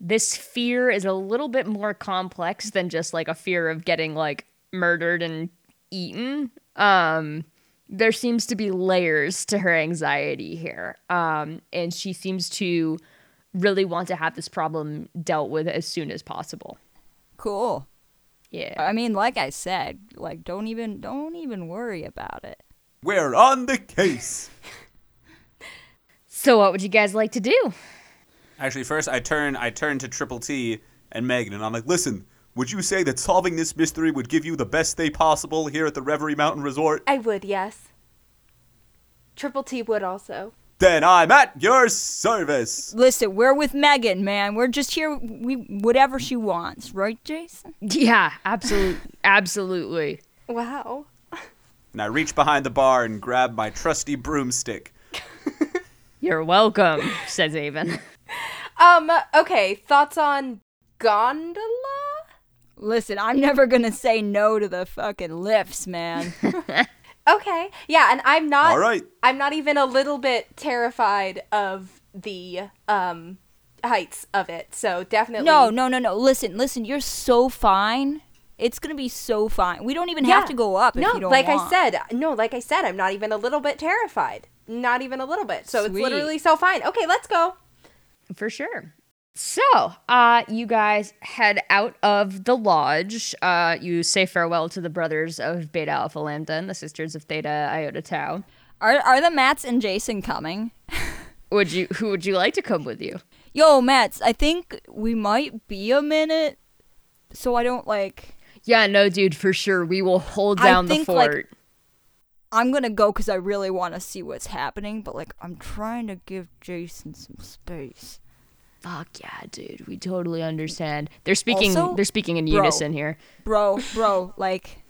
this fear is a little bit more complex than just like a fear of getting like murdered and eaten. Um, there seems to be layers to her anxiety here. Um, and she seems to really want to have this problem dealt with as soon as possible.
Cool.
Yeah.
I mean, like I said, like don't even don't even worry about it.
We're on the case.
So, what would you guys like to do?
<laughs> Actually, first I turn I turn to Triple T and Megan, and I'm like, listen, would you say that solving this mystery would give you the best day possible here at the Reverie Mountain Resort?
I would, yes. Triple T would also.
Then I'm at your service.
Listen, we're with Megan, man. We're just here. We whatever she wants, right, Jason?
<laughs> Yeah, absolutely. absolutely.
Wow.
And I reach behind the bar and grab my trusty broomstick.
You're welcome, says Avon.
Um, okay, thoughts on gondola?
Listen, I'm never gonna say no to the fucking lifts, man.
Okay. Yeah, and I'm not
All right.
I'm not even a little bit terrified of the um heights of it. So definitely
no, no, no, no. Listen, listen. You're so fine. It's gonna be so fine. We don't even have
Yeah.
to go up.
No,
if you don't
like I
want.
said, no, like I said, I'm not even a little bit terrified. Not even a little bit. So
Sweet.
it's literally so fine. Okay, let's go.
<laughs> For sure. So, uh, you guys head out of the lodge. Uh, you say farewell to the brothers of Beta Alpha Lambda and the sisters of Theta Iota Tau.
Are are the Mats and Jason coming?
Would you? Who would you like to come with you?
Yo, Mats. I think we might be a minute, so I don't like.
Yeah, no, dude, for sure. We will hold
I
down the
think, like,
fort.
I'm gonna go because I really want to see what's happening, but like I'm trying to give Jason some space.
Fuck yeah, dude. We totally understand. They're speaking.
Also,
they're speaking in
bro.
unison here.
Bro, bro, like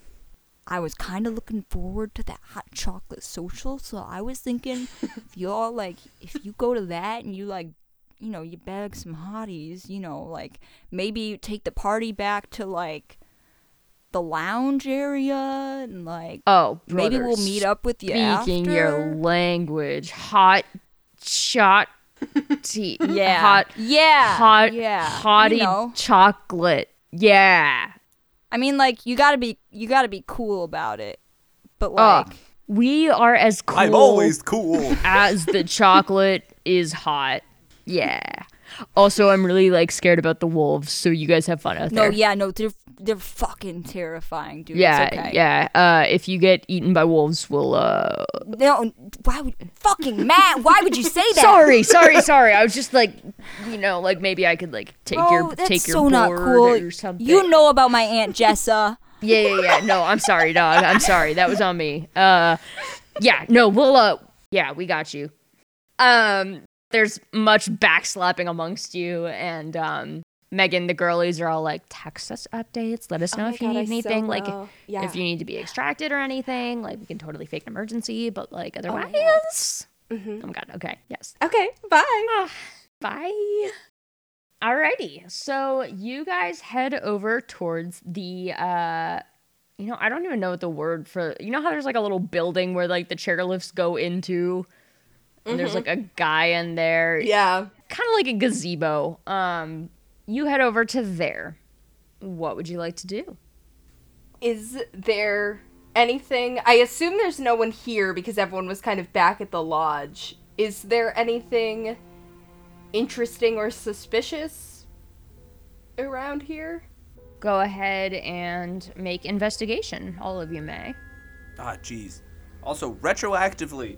I was kind of looking forward to that hot chocolate social, so I was thinking
<laughs>
if y'all like if you go to that and you like you know, you bag some hotties, you know, like maybe you take the party back to like the lounge area and like
Oh,
maybe we'll meet up with you
Speaking
after.
your language, hot shot.
<laughs>
Tea,
yeah.
hot,
yeah.
hot,
yeah.
hotty
You know.
chocolate. Yeah.
I mean, like you gotta be you gotta be cool about it, but
Oh,
like
we are as cool
I'm always cool.
as the chocolate is hot. Yeah. Also, I'm really like scared about the wolves, so you guys have fun out
No,
there.
yeah, no, they're they're fucking terrifying, dude. It's
yeah,
okay.
yeah. Uh, if you get eaten by wolves, we'll. Uh...
No, why would fucking Matt? Why would
<laughs>
you say that? <laughs>
Sorry, sorry, sorry. I was just like, you know, like maybe I could like take
Oh,
your
that's
take your
so
board
not cool.
or something.
You know about my aunt Jessa.
Yeah, yeah, yeah. No, I'm sorry, dog. I'm sorry. That was on me. Uh, yeah. No, we'll. Uh, yeah, we got you. Um, there's much backslapping amongst you, and um, Megan, the girlies are all like, text us updates. Let us know if you need anything. like,
yeah.
if you need to be extracted or anything, like we can totally fake an emergency, but like otherwise.
Mm-hmm.
Oh my god. Okay. Yes.
okay, bye.
<sighs> Bye. Alrighty. So you guys head over towards the uh you know, I don't even know what the word for you know how there's like a little building where like the chairlifts go into and there's like a guy in there.
Yeah.
Kind of like a gazebo. Um you head over to there. What would you like to do?
Is there anything? I assume there's no one here because everyone was kind of back at the lodge. Is there anything interesting or suspicious around here?
Go ahead and make investigation, all of you may.
Ah, jeez. Also, retroactively,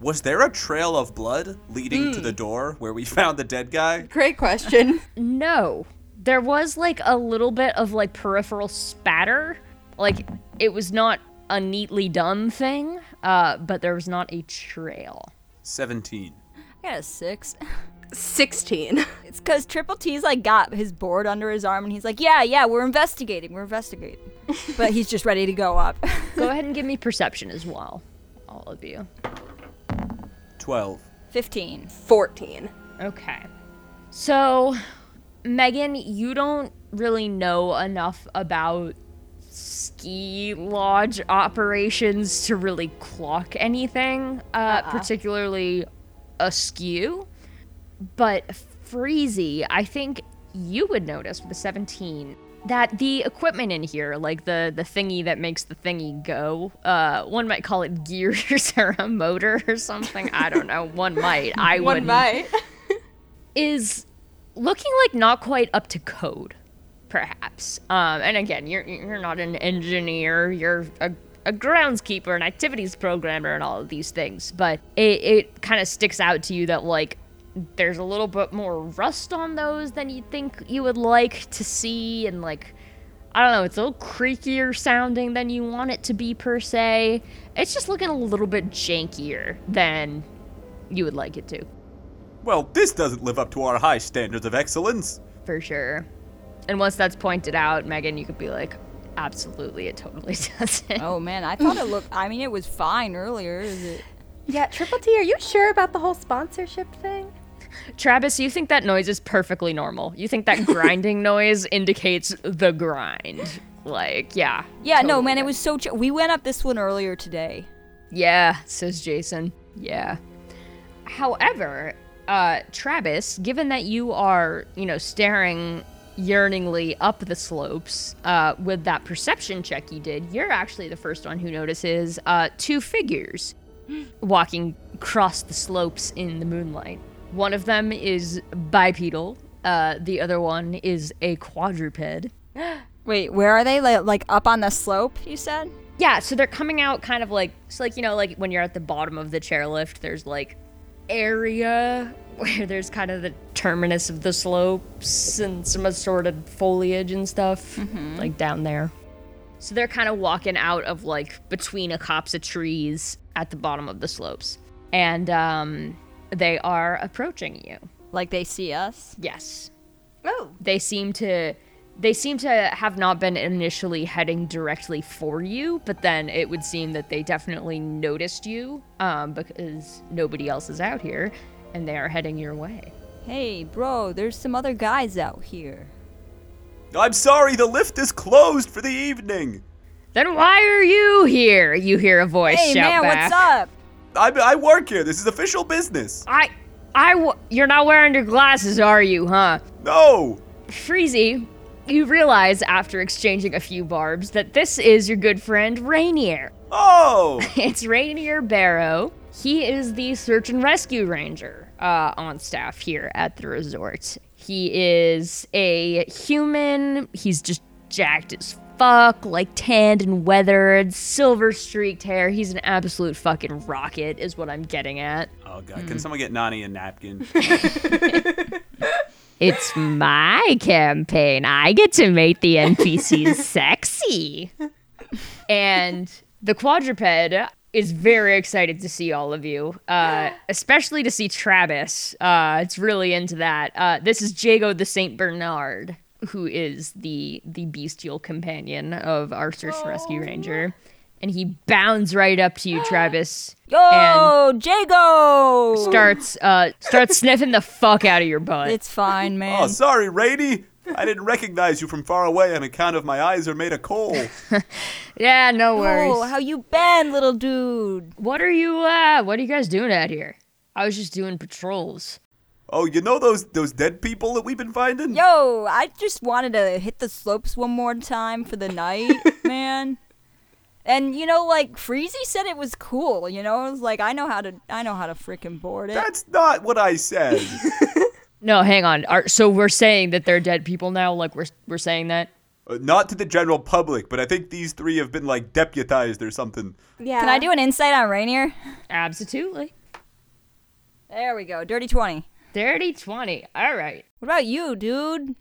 was there a trail of blood leading to the door where we <laughs> found the dead guy?
Great
<laughs>
question.
No. There was like a little bit of like peripheral spatter. Like it was not a neatly done thing, uh, but there was not a trail.
17.
I got a six. <laughs>
16.
It's because Triple T's like got his board under his arm and he's like, yeah, yeah, we're investigating,
<laughs>
we're investigating. but he's just ready to go up. <laughs>
Go ahead and give me perception as well, all of you.
12.
15.
14.
Okay. So, Megan, you don't really know enough about ski lodge operations to really clock anything, uh, particularly askew. But Freezy, I think you would notice with the 17 that the equipment in here, like the the thingy that makes the thingy go, uh, one might call it gears <laughs> or a motor or something. I don't know. One might. I wouldn't
Bye.
is looking like not quite up to code, perhaps. Um, and again, you're you're not an engineer. You're a a groundskeeper, an activities programmer, and all of these things. But it, it kind of sticks out to you that like there's a little bit more rust on those than you think you would like to see, and like I don't know, it's a little creakier sounding than you want it to be per se. It's just looking a little bit jankier than you would like it to.
Well, this doesn't live up to our high standards of excellence.
for sure. And once that's pointed out, Megan, you could be like, absolutely, it totally <laughs> doesn't.
Oh man, I thought it looked, I mean, it was fine earlier. Is it?
Yeah, Triple T, are you sure about the whole sponsorship thing?
Travis, you think that noise is perfectly normal. You think that grinding noise indicates the grind. Like, yeah.
Yeah, no,
totally
man, it
good.
was so, ch- we went up this one earlier today.
Yeah, says Jason. Yeah. However, uh, Travis, given that you are, you know, staring yearningly up the slopes uh, with that perception check you did, you're actually the first one who notices uh, two figures <gasps> walking across the slopes in the moonlight. One of them is bipedal. Uh, the other one is a quadruped.
Wait, where are they? Like, like up on the slope, you said?
Yeah, so they're coming out kind of like it's like you know like when you're at the bottom of the chairlift, there's like area <laughs> where there's kind of the terminus of the slopes and some assorted foliage and stuff like down there. So they're kind of walking out of like between a copse of trees at the bottom of the slopes, and um, they are approaching you.
Like they see us?
Yes,
Oh,
they seem to they seem to have not been initially heading directly for you but then it would seem that they definitely noticed you um, because nobody else is out here and they are heading your way
Hey, bro, there's some other guys out here.
I'm sorry, the lift is closed for the evening.
then why are you here you hear a voice
Hey,
shout
man,
back
what's up?
I, I work here. This is official business.
i i w- you're not wearing your glasses are you huh
No.
Freezy, you realize after exchanging a few barbs that this is your good friend Rainier <laughs>
Oh.
It's Rainier Barrow. He is the search and rescue ranger uh, on staff here at the resort. He is a human. He's just jacked as fuck, like tanned and weathered, silver streaked hair. He's an absolute fucking rocket, is what I'm getting at.
Oh god, can someone get Nani a napkin?
It's my campaign. I get to make the NPCs
<laughs>
sexy. And the quadruped is very excited to see all of you, uh, especially to see Travis. Uh, it's really into that. Uh, this is Jago the Saint Bernard, who is the the bestial companion of our search and rescue ranger, and he bounds right up
<gasps>
to you, Travis. and
Yo, Jago!
starts uh starts sniffing the fuck out of your butt.
<laughs>
<laughs>
It's fine, man.
oh, sorry, Rainy. I didn't recognize you from far away on account of my eyes are made of coal.
yeah, no worries.
Oh, how you been, little dude?
What are you uh what are you guys doing out here? I was just doing patrols.
Oh, you know those those dead people that we've been finding?
Yo, I just wanted to hit the slopes one more time for the night,
<laughs>
man. And you know, like Freezy said, it was cool. You know, it was like I know how to, I know how to freaking board
<laughs>
it.
That's not what
<laughs>
I said.
No, hang on. Are, so we're saying that they're dead people now? Like we're we're saying that?
Uh, not to the general public, but I think these three have been like deputized or something.
Yeah.
Can I do an insight on Rainier?
Absolutely.
There we go, dirty twenty.
Dirty 20. All right.
What about you, dude?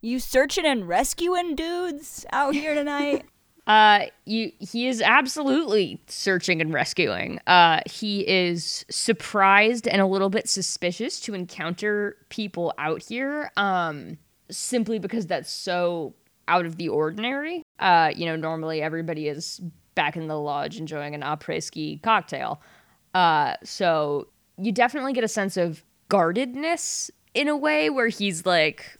You searching and rescuing dudes out here tonight?
Uh you he is absolutely searching and rescuing. Uh he is surprised and a little bit suspicious to encounter people out here um simply because that's so out of the ordinary. Uh you know normally everybody is back in the lodge enjoying an après ski cocktail. Uh so you definitely get a sense of guardedness in a way where he's like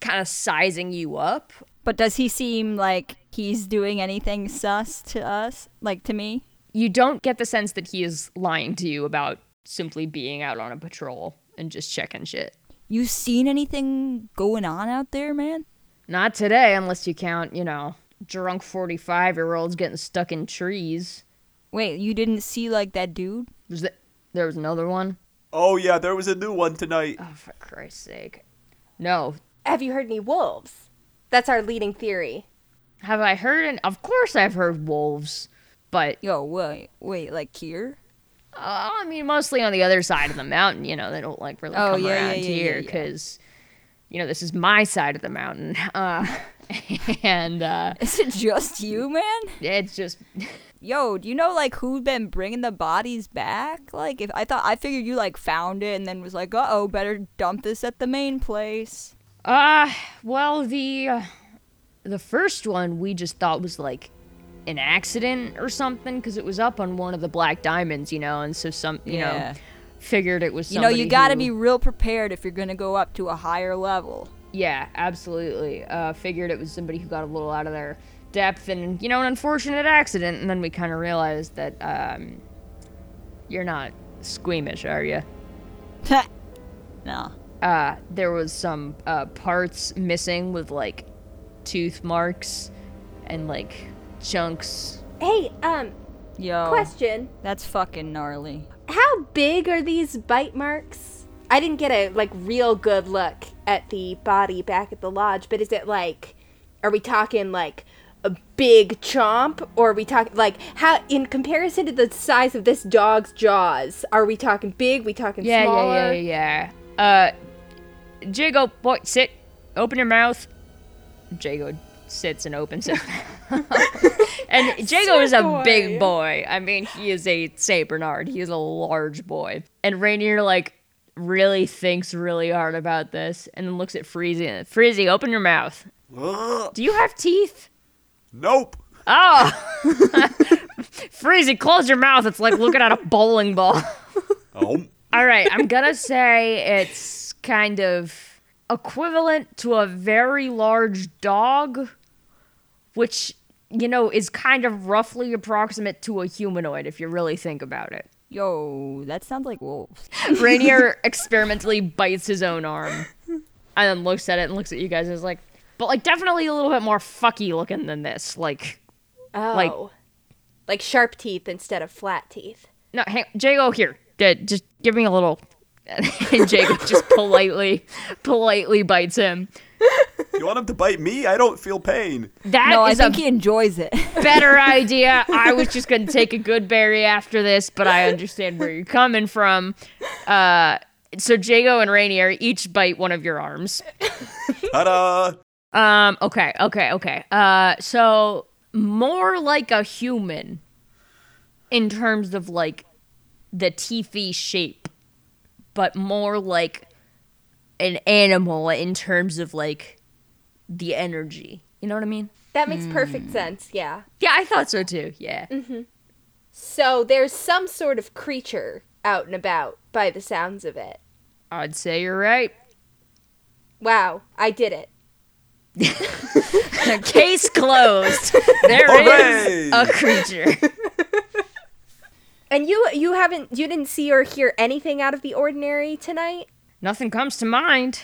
kind of sizing you up
but does he seem like he's doing anything sus to us? Like to me?
you don't get the sense that he is lying to you about simply being out on a patrol and just checking shit.
You seen anything going on out there, man?
Not today, unless you count, you know, drunk 45 year olds getting stuck in trees.
Wait, you didn't see like that dude?
Was that, there was another one?
Oh yeah, there was a new one tonight.
Uh.
Oh, for Christ's sake. No.
Have you heard any wolves? That's our leading theory.
Have I heard an. Of course I've heard wolves, but,
Yo, wait, wait, like here? <laughs>
uh, I mean, mostly on the other side of the mountain, you know, they don't, like, really
Oh,
come
yeah, yeah,
around
yeah,
here
yeah, yeah.
because, you know, this is my side of the mountain. <laughs> Uh, and uh,
Is it just you, man?
it's just.
Yo, do you know like who's been bringing the bodies back? Like, if I thought I figured you like found it and then was like, uh oh, better dump this at the main place.
Uh, well, the uh, the first one we just thought was like an accident or something because it was up on one of the black diamonds, you know, and so some, you
Yeah.
know, figured it was.
You know, you gotta be
who-
real prepared if you're gonna go up to a
<laughs>
higher level.
Yeah, absolutely. Uh, figured it was somebody who got a little out of their depth and you know an unfortunate accident, and then we kind of realized that um, you're not squeamish, are you?
no.
uh, there was some uh, parts missing with like tooth marks and like chunks.
Hey, um,
Yo,
question.
that's fucking gnarly.
How big are these bite marks? I didn't get a like real good look at the body back at the lodge, but is it like are we talking like a big chomp or are we talking like how in comparison to the size of this dog's jaws, are we talking big, we talking
Yeah,
smaller?
yeah, yeah, yeah, yeah. Uh, Jago, boy, sit. Open your mouth. Jago sits and opens <laughs> it. and Jago is a big boy. I mean, he is a Saint Bernard. He is a large boy. And Rainier like really thinks really hard about this, and then looks at Freezy. Freezy, open your mouth.
Ugh.
Do you have teeth?
Nope.
Oh! <laughs> Freezy, close your mouth. It's like looking at a bowling ball. <laughs>
Oh.
All right, I'm gonna say it's kind of equivalent to a very large dog, which, you know, is kind of roughly approximate to a humanoid if you really think about it.
Yo, that sounds like wolves.
Rainier experimentally bites his own arm and then looks at it and looks at you guys and is like, but like definitely a little bit more fucky looking than this. Like,
Oh. Like,
Like-
sharp teeth instead of flat teeth.
No, hang Jago here. D- Just give me a little. <laughs> and Jago just politely, politely bites him.
You want him to bite me? I don't feel pain.
That is
no, I think
a
he enjoys
<laughs>
it. <laughs>
better idea. I was just going to take a good berry after this, but I understand where you're coming from. Uh, so Jago and Rainier each bite one of your arms.
Ta-da!
Um, okay, okay, okay. Uh, so more like a human in terms of like the teethy shape, but more like an animal in terms of like the energy. You know what I mean?
That makes
Hmm.
perfect sense, yeah.
Yeah, I thought so too. Yeah.
So there's some sort of creature out and about by the sounds of it.
I'd say you're right.
Wow, I did it.
<laughs> Case closed. There
Hooray!
is a creature.
And you you haven't you didn't see or hear anything out of the ordinary tonight?
Nothing comes to mind.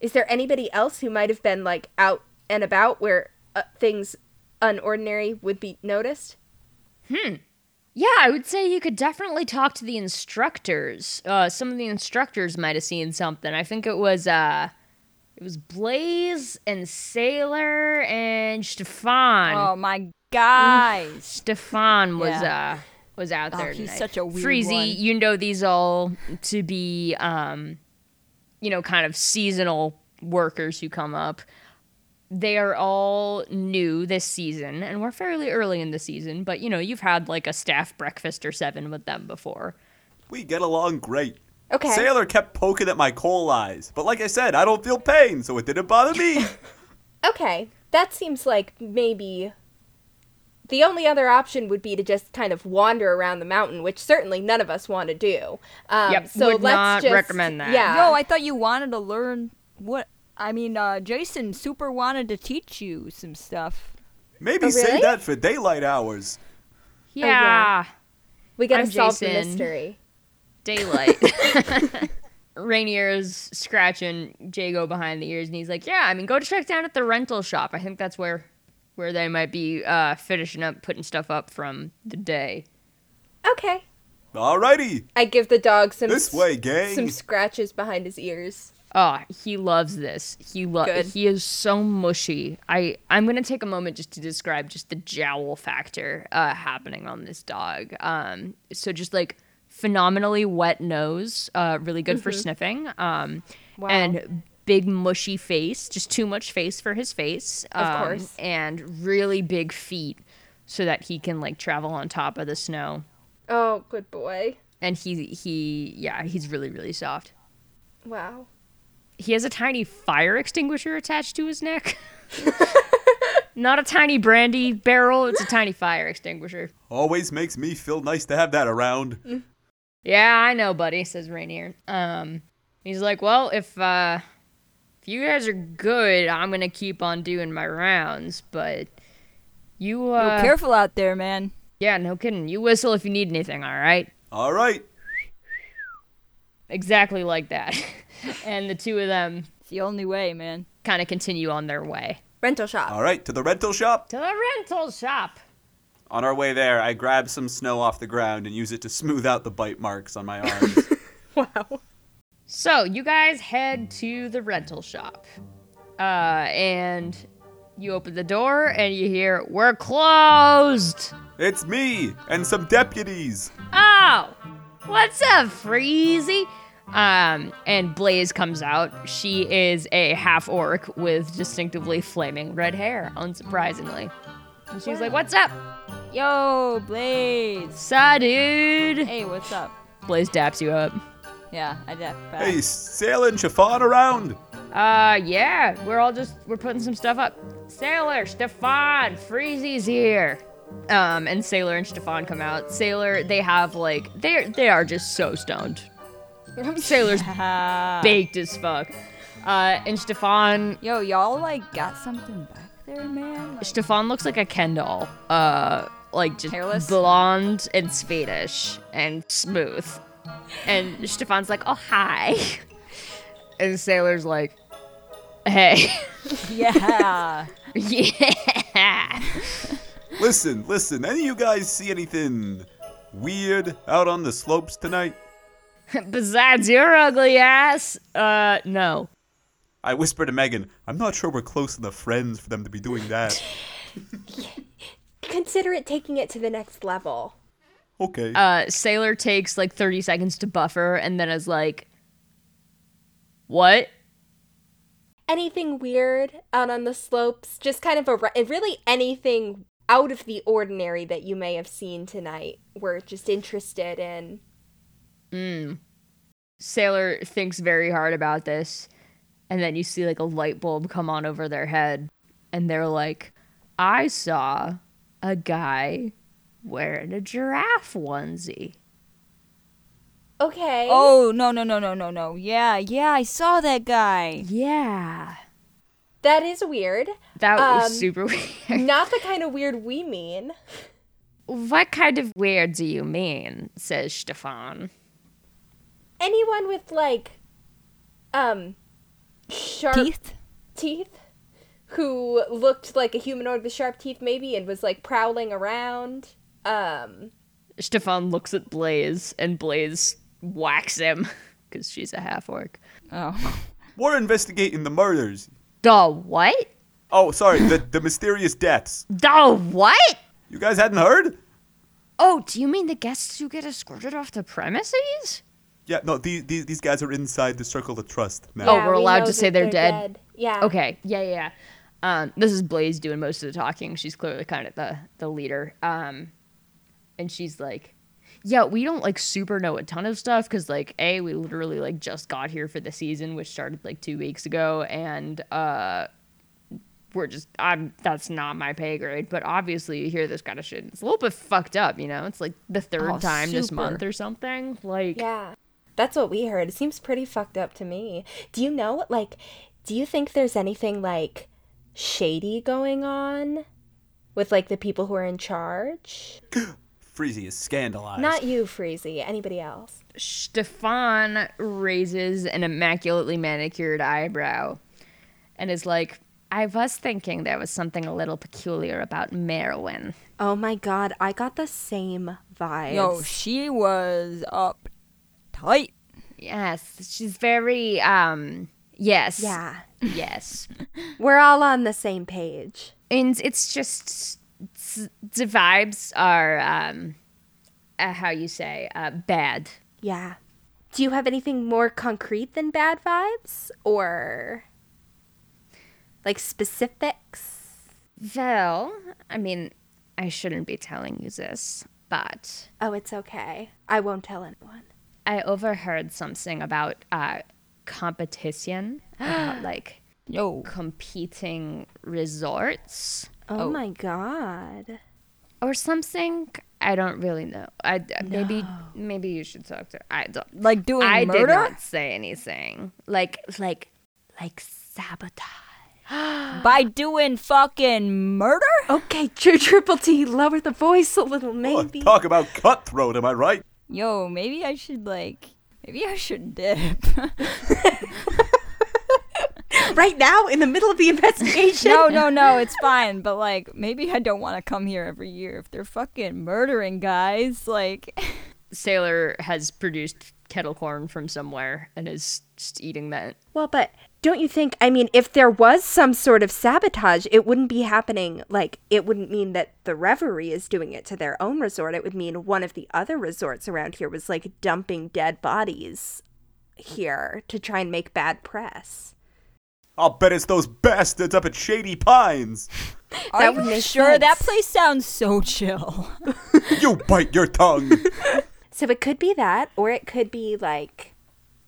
Is there anybody else who might have been like out and about where uh, things unordinary would be noticed?
Yeah, I would say you could definitely talk to the instructors. Uh, some of the instructors might have seen something. I think it was uh, it was Blaze and Sailor and Stefan.
oh my guys.
Stefan was uh was out
Oh,
there.
he's
tonight.
such a weird
Freezy.
one.
You know these all to be um, you know, kind of seasonal workers who come up. They are all new this season, and we're fairly early in the season. But you know, you've had like a staff breakfast or seven with them before.
Oh,
We get along great.
Okay.
Sailor kept poking at my coal eyes, but like I said, I don't feel pain, so it didn't bother
<laughs>
me.
Okay, that seems like maybe the only other option would be to just kind of wander around the mountain, which certainly none of us want to do. Um,
Yep,
so
would
let's
not
just,
recommend that.
Yeah,
No, I thought you wanted to learn what. I mean, uh, Jason super wanted to teach you some stuff.
Oh,
Maybe
really?
save that for daylight hours.
yeah.
we gotta
I'm
solve the
Jason.
mystery.
daylight. <laughs> Rainier's scratching Jago behind the ears, and he's like, "Yeah, I mean, go check down at the rental shop. I think that's where, where they might be uh, finishing up, putting stuff up from the day."
Okay,
Alrighty,
I give the dog some
this way,
some
gang.
scratches behind his ears.
Oh, he loves this. He lo-
Good.
He is so mushy. I I'm gonna take a moment just to describe just the jowl factor uh, happening on this dog. Um, so just like phenomenally wet nose, uh, really good
Mm-hmm.
for sniffing. Um, and big mushy face, just too much face for his face. Of
course.
and really big feet, so that he can like travel on top of the snow.
Oh, good boy.
And he he yeah, he's really really soft.
Wow.
he has a tiny fire extinguisher attached to his neck. Not a tiny brandy barrel, it's a tiny fire extinguisher.
Always makes me feel nice to have that around.
Mm.
Yeah, I know, buddy, says Rainier. Um he's like, "Well, if uh if you guys are good, I'm going to keep on doing my rounds, but you
Be
uh
careful out there, man.
yeah, no kidding. You whistle if you need anything, all right?"
Alright,
Exactly like that. <laughs> and the two of them
It's the only way, man.
kind of continue on their way
Rental shop.
alright, to the rental shop.
to the rental shop.
On our way there, I grab some snow off the ground and use it to smooth out the bite marks on my arms.
So you guys head to the rental shop, uh, and you open the door and you hear, "We're closed."
it's me and some deputies.
Oh, what's up, Freezy? Um, and Blaze comes out. She is a half orc with distinctively flaming red hair, unsurprisingly. And she's like, "What's up,
Yo, Blaze.
sa dude?"
Hey, what's up?
Blaze daps you up.
Yeah, I did.
Hey, sailing chiffon around.
Uh, yeah, we're all just we're putting some stuff up. Sailor, Stefan, Freezy's here. Um, and Sailor and Stefan come out. Sailor, they have like they they are just so <laughs> stoned. Sailor's
<laughs>
baked as fuck. Uh, and Stefan
Yo, y'all like got something back there, <laughs> man? Like,
Stefan looks like a Ken doll. Uh, like just
Hairless?
blonde and Swedish and smooth. And Stefan's like, oh hi. And Sailor's like, hey.
yeah.
<laughs> Yeah.
Listen, listen, any of you guys see anything weird out on the slopes tonight?
Besides your ugly ass, uh, no.
I whisper to Megan, I'm not sure we're close enough friends for them to be doing that.
Consider it taking it to the next level.
Okay.
Uh, Sailor takes like 30 seconds to buffer and then is like, What?
Anything weird out on the slopes? Just kind of a ra- really anything out of the ordinary that you may have seen tonight. We're just interested in.
Mm. Sailor thinks very hard about this, and then you see like a light bulb come on over their head, and they're like, I saw a guy wearing a giraffe onesie.
Okay.
Oh no no no no no no. Yeah yeah, I saw that guy.
Yeah.
That is weird.
That was
Um,
super <laughs> weird.
Not the kind of weird we mean.
What kind of weird do you mean? says Stefan.
Anyone with like um sharp
Teeth.
teeth who looked like a humanoid with sharp teeth maybe and was like prowling around. Um
Stefan looks at Blaze, and Blaze whacks him <laughs> because she's a half orc.
Oh. <laughs>
we're investigating the murders.
The what?
Oh, sorry, the, the mysterious deaths.
The what?
You guys hadn't heard?
Oh, do you mean the guests who get escorted off the premises?
Yeah, no, these, these, these guys are inside the circle of trust now.
Oh, we're
we
allowed
know
to say
that
they're dead.
Yeah.
Okay, yeah, yeah. yeah. Um, this is Blaze doing most of the talking. She's clearly kind of the the leader. Um, and she's like, "Yeah, we don't like super know a ton of stuff because like a we literally like just got here for the season, which started like two weeks ago, and uh, we're just I'm that's not my pay grade. But obviously, you hear this kind of shit, and it's a little bit fucked up, you know. It's like the third
Oh,
time this
super.
month or something. Like,
Yeah. That's what we heard. It seems pretty fucked up to me. Do you know like do you think there's anything like shady going on with like the people who are in charge?
Freezy is scandalized.
Not you, Freezy. Anybody else?
Stefan raises an immaculately manicured eyebrow and is like, I was thinking there was something a little peculiar about Merwin.
Oh my god, I got the same vibe.
Yo, she was up tight.
Yes, she's very, um, yes.
yeah,
Yes.
we're all on the same page.
and it's just, it's- the vibes are, um, uh, how you say, uh, bad.
Yeah. Do you have anything more concrete than bad vibes or like specifics?
Well, I mean, I shouldn't be telling you this, but
Oh, it's okay. I won't tell anyone.
I overheard something about uh, competition,
<gasps>
about like
Yo.
competing resorts
Oh, my god.
or something. I don't really know. I uh, maybe maybe you should talk to. I don't.
Like doing
I
murder?
did not say anything. Like like like sabotage.
By doing fucking murder?
Okay, true triple T, lower the voice a little,
Oh,
maybe.
talk about cutthroat, am I right?
Yo, maybe I should like maybe I should dip. <laughs>
Right now, in the middle of the investigation.
no, no, no, it's fine, but like maybe I don't want to come here every year if they're fucking murdering guys like <laughs>
Sailor has produced kettle corn from somewhere and is just eating that.
Well, but don't you think? I mean, if there was some sort of sabotage, it wouldn't be happening. Like, it wouldn't mean that the Reverie is doing it to their own resort. It would mean one of the other resorts around here was like dumping dead bodies here to try and make bad press.
I'll bet it's those bastards up at Shady Pines.
Are
That
you
would make
sure that
sense.
place sounds so chill?
You bite
<laughs>
your tongue.
So it could be that, or it could be like.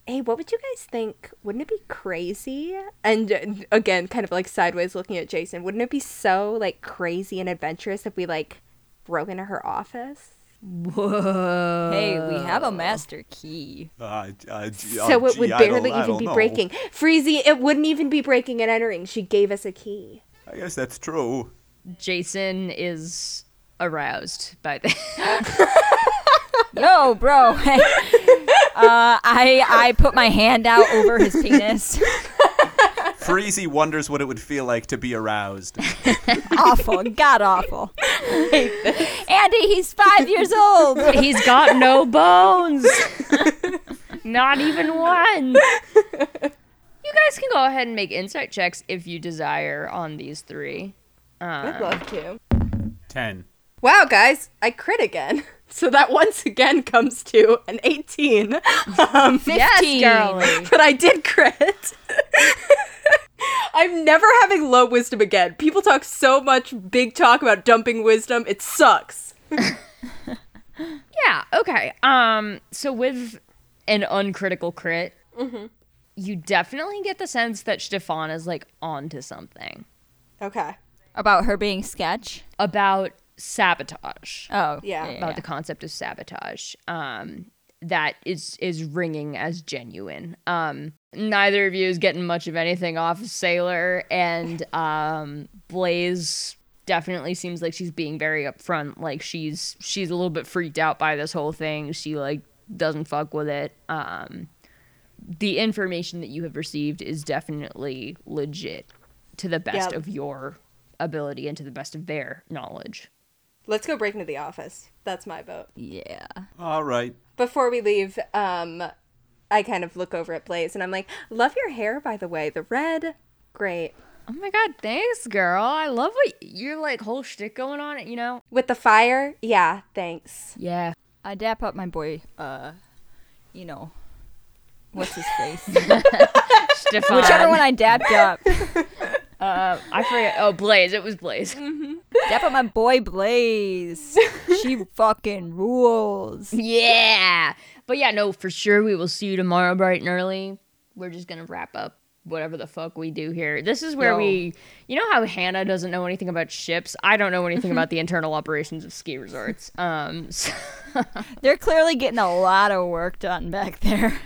Hey, what would you guys think? Wouldn't it be crazy?
And uh, again, kind of like sideways looking at Jason.
Wouldn't it be so like crazy and adventurous if we like broke into her office?
Whoa.
hey, we have
Uh.
a master key.
Uh, uh, gee,
So
uh,
it would
gee, I don't-
barely
I
even
don't
be
know.
breaking. Freezy, it wouldn't even be breaking and entering. She gave us a key.
I guess that's true.
<laughs> Jason is aroused by this.
Yo, bro. <laughs> Hey.
<laughs>
Uh, I I put my hand out over his penis.
Freezy wonders what it would feel like to be aroused.
awful, god awful. Andy, he's five years old.
He's got no bones. Not even one. You guys can go ahead and make insight checks if you desire on these three.
Ah.
I'd love to.
Ten.
Wow, guys, I crit again. <laughs> So that once again comes to an 18. <laughs> Um,
Fifteen.
<laughs> Yes, girly.
but I did crit. <laughs> I'm never having low wisdom again. People talk so much big talk about dumping wisdom. It sucks.
Yeah, okay. Um so with an uncritical crit, Mm-hmm. you definitely get the sense that Stefan is like onto something
Okay.
About her being sketch.
about sabotage.
Oh,
Yeah.
about the concept of sabotage um, that is is ringing as genuine. Um, neither of you is getting much of anything off of Sailor, and um, Blaze definitely seems like she's being very upfront. Like she's she's a little bit freaked out by this whole thing. She like doesn't fuck with it. Um, the information that you have received is definitely legit to the best
Yep.
of your ability and to the best of their knowledge.
Let's go break into the office. That's my vote.
Yeah.
All right.
Before we leave, um, I kind of look over at Blaze and I'm like, love your hair, by the way. The red, great.
Oh my god, thanks, girl. I love what your like whole shtick going on. You know.
With the fire, yeah, thanks.
<laughs> Yeah.
I dap up my boy, uh, you know, what's his
<laughs>
face?
Stefan.
Whichever one I
<laughs>
dapped up.
Uh, I forget. Oh, Blaze. It was Blaze.
Dap up my boy Blaze.
<laughs>
She fucking
<laughs>
rules.
yeah. But yeah, no, for sure. We will see you tomorrow, bright and early. We're just gonna wrap up whatever the fuck we do here. This is where
Yo.
we. You know how Hannah doesn't know anything about ships. I don't know anything <laughs> about the internal operations of ski resorts. Um. <laughs> so-
They're clearly getting a lot of work done back there.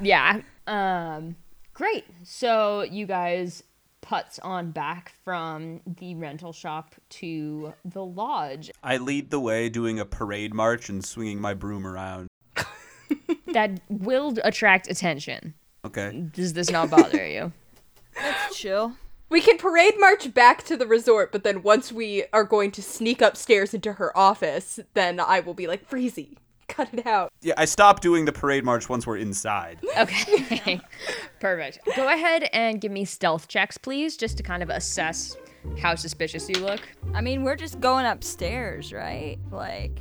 Yeah. Um great. So you guys putz on back from the rental shop to the lodge.
I lead the way doing a parade march and swinging my broom around.
That will attract attention.
Okay.
Does this not bother you?
<laughs> Chill.
We can parade march back to the resort, but then once we are going to sneak upstairs into her office, then I will be like, Freezy, cut it out.
Yeah, I stop doing the parade march once we're inside.
Okay. Perfect. Go ahead and give me stealth checks, please, just to kind of assess how suspicious you look.
I mean, we're just going upstairs, right? Like,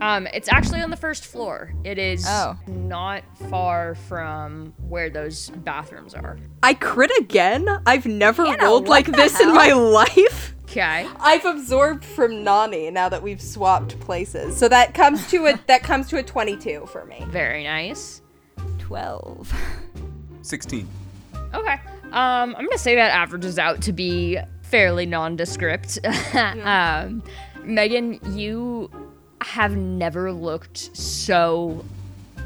Um, it's actually on the first floor. It is
Oh.
not far from where those bathrooms are.
I crit again? I've never
Hannah,
rolled
what
like
the
this in
hell?
my life.
Okay.
I've absorbed from Nani now that we've swapped places. So that comes to a that comes to a 22 for me.
Very nice.
12.
16.
Okay. Um, I'm gonna say that averages out to be fairly nondescript. <laughs> um, Megan, you have never looked so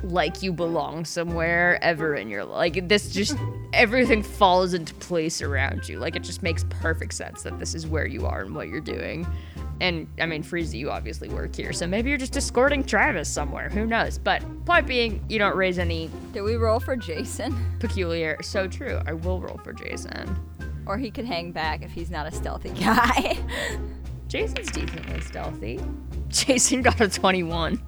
like you belong somewhere ever in your life. Like this, just everything falls into place around you. Like it just makes perfect sense that this is where you are and what you're doing. And I mean, Freezy, you obviously work here, so maybe you're just escorting Travis somewhere. Who knows? But point being, you don't raise any
<laughs> Did we roll for Jason?
peculiar. So true. I will roll for Jason.
Or he could hang back if he's not a stealthy <laughs> guy.
Jason's decently stealthy. <laughs> Jason got a 21.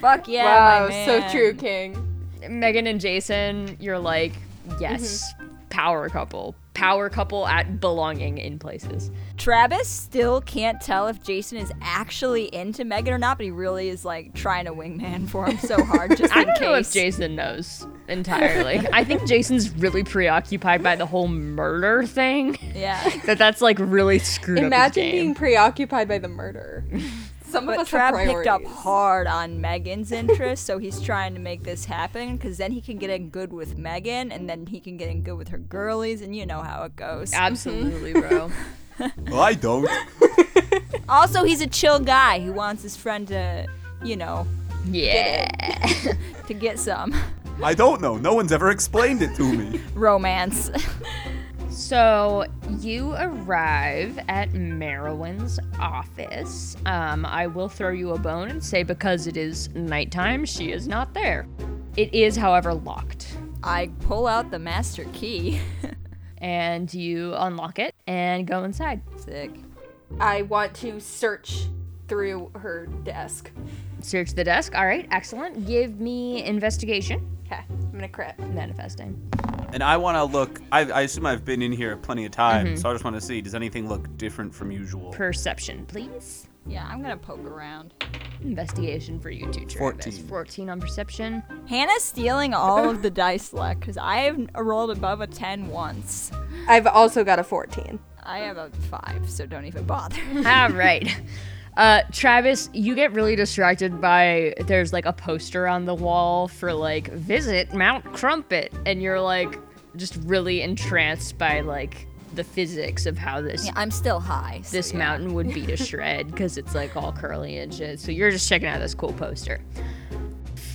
Fuck yeah. my
wow, so
man.
true, King.
Megan and Jason, you're like, yes, power couple. Power couple at belonging in places.
Travis still can't tell if Jason is actually into Megan or not, but he really is like trying to wingman for him so hard just
<laughs> I
in
don't
case.
know if Jason knows <laughs> entirely. I think Jason's really preoccupied by the whole murder thing.
yeah.
That that's like really screwed up. his
Imagine
game.
being preoccupied by the murder. Some of
But
us
Trav
are
picked up
priorities.
hard on Megan's interest, so he's trying to make this happen because then he can get in good with Megan, and then he can get in good with her girlies, and you know how it goes.
Mm-hmm. Absolutely, <laughs> bro.
Well, I don't.
Also, he's a chill guy who wants his friend to, you know,
yeah.
to get some <laughs>
I don't know. No one's ever explained it to me.
romance.
So you arrive at Merowyn's office. Um, I will throw you a bone and say because it is nighttime, she is not there. It is, however, locked.
I pull out the master key. <laughs>
and you unlock it and go inside.
Sick.
I want to search through her desk.
Search the desk. All right, excellent. Give me investigation.
Okay, I'm gonna crit.
Manifesting.
And I want to look. I, I assume I've been in here plenty of times,
Mm-hmm.
so I just want to see does anything look different from usual?
Perception, please.
Yeah, I'm gonna poke around.
Investigation for you two, Travis.
14.
14 on perception.
Hannah's stealing all of the dice luck because I have rolled above a 10 once.
I've also got a 14.
I have a 5, so don't even bother. <laughs>
All right. Uh, Travis, you get really distracted by there's like a poster on the wall for like visit Mount Crumpet, and you're like just really entranced by like the physics of how this
I'm still high. so
this
yeah.
mountain would be to shred because it's like all curly and shit. So you're just checking out this cool poster.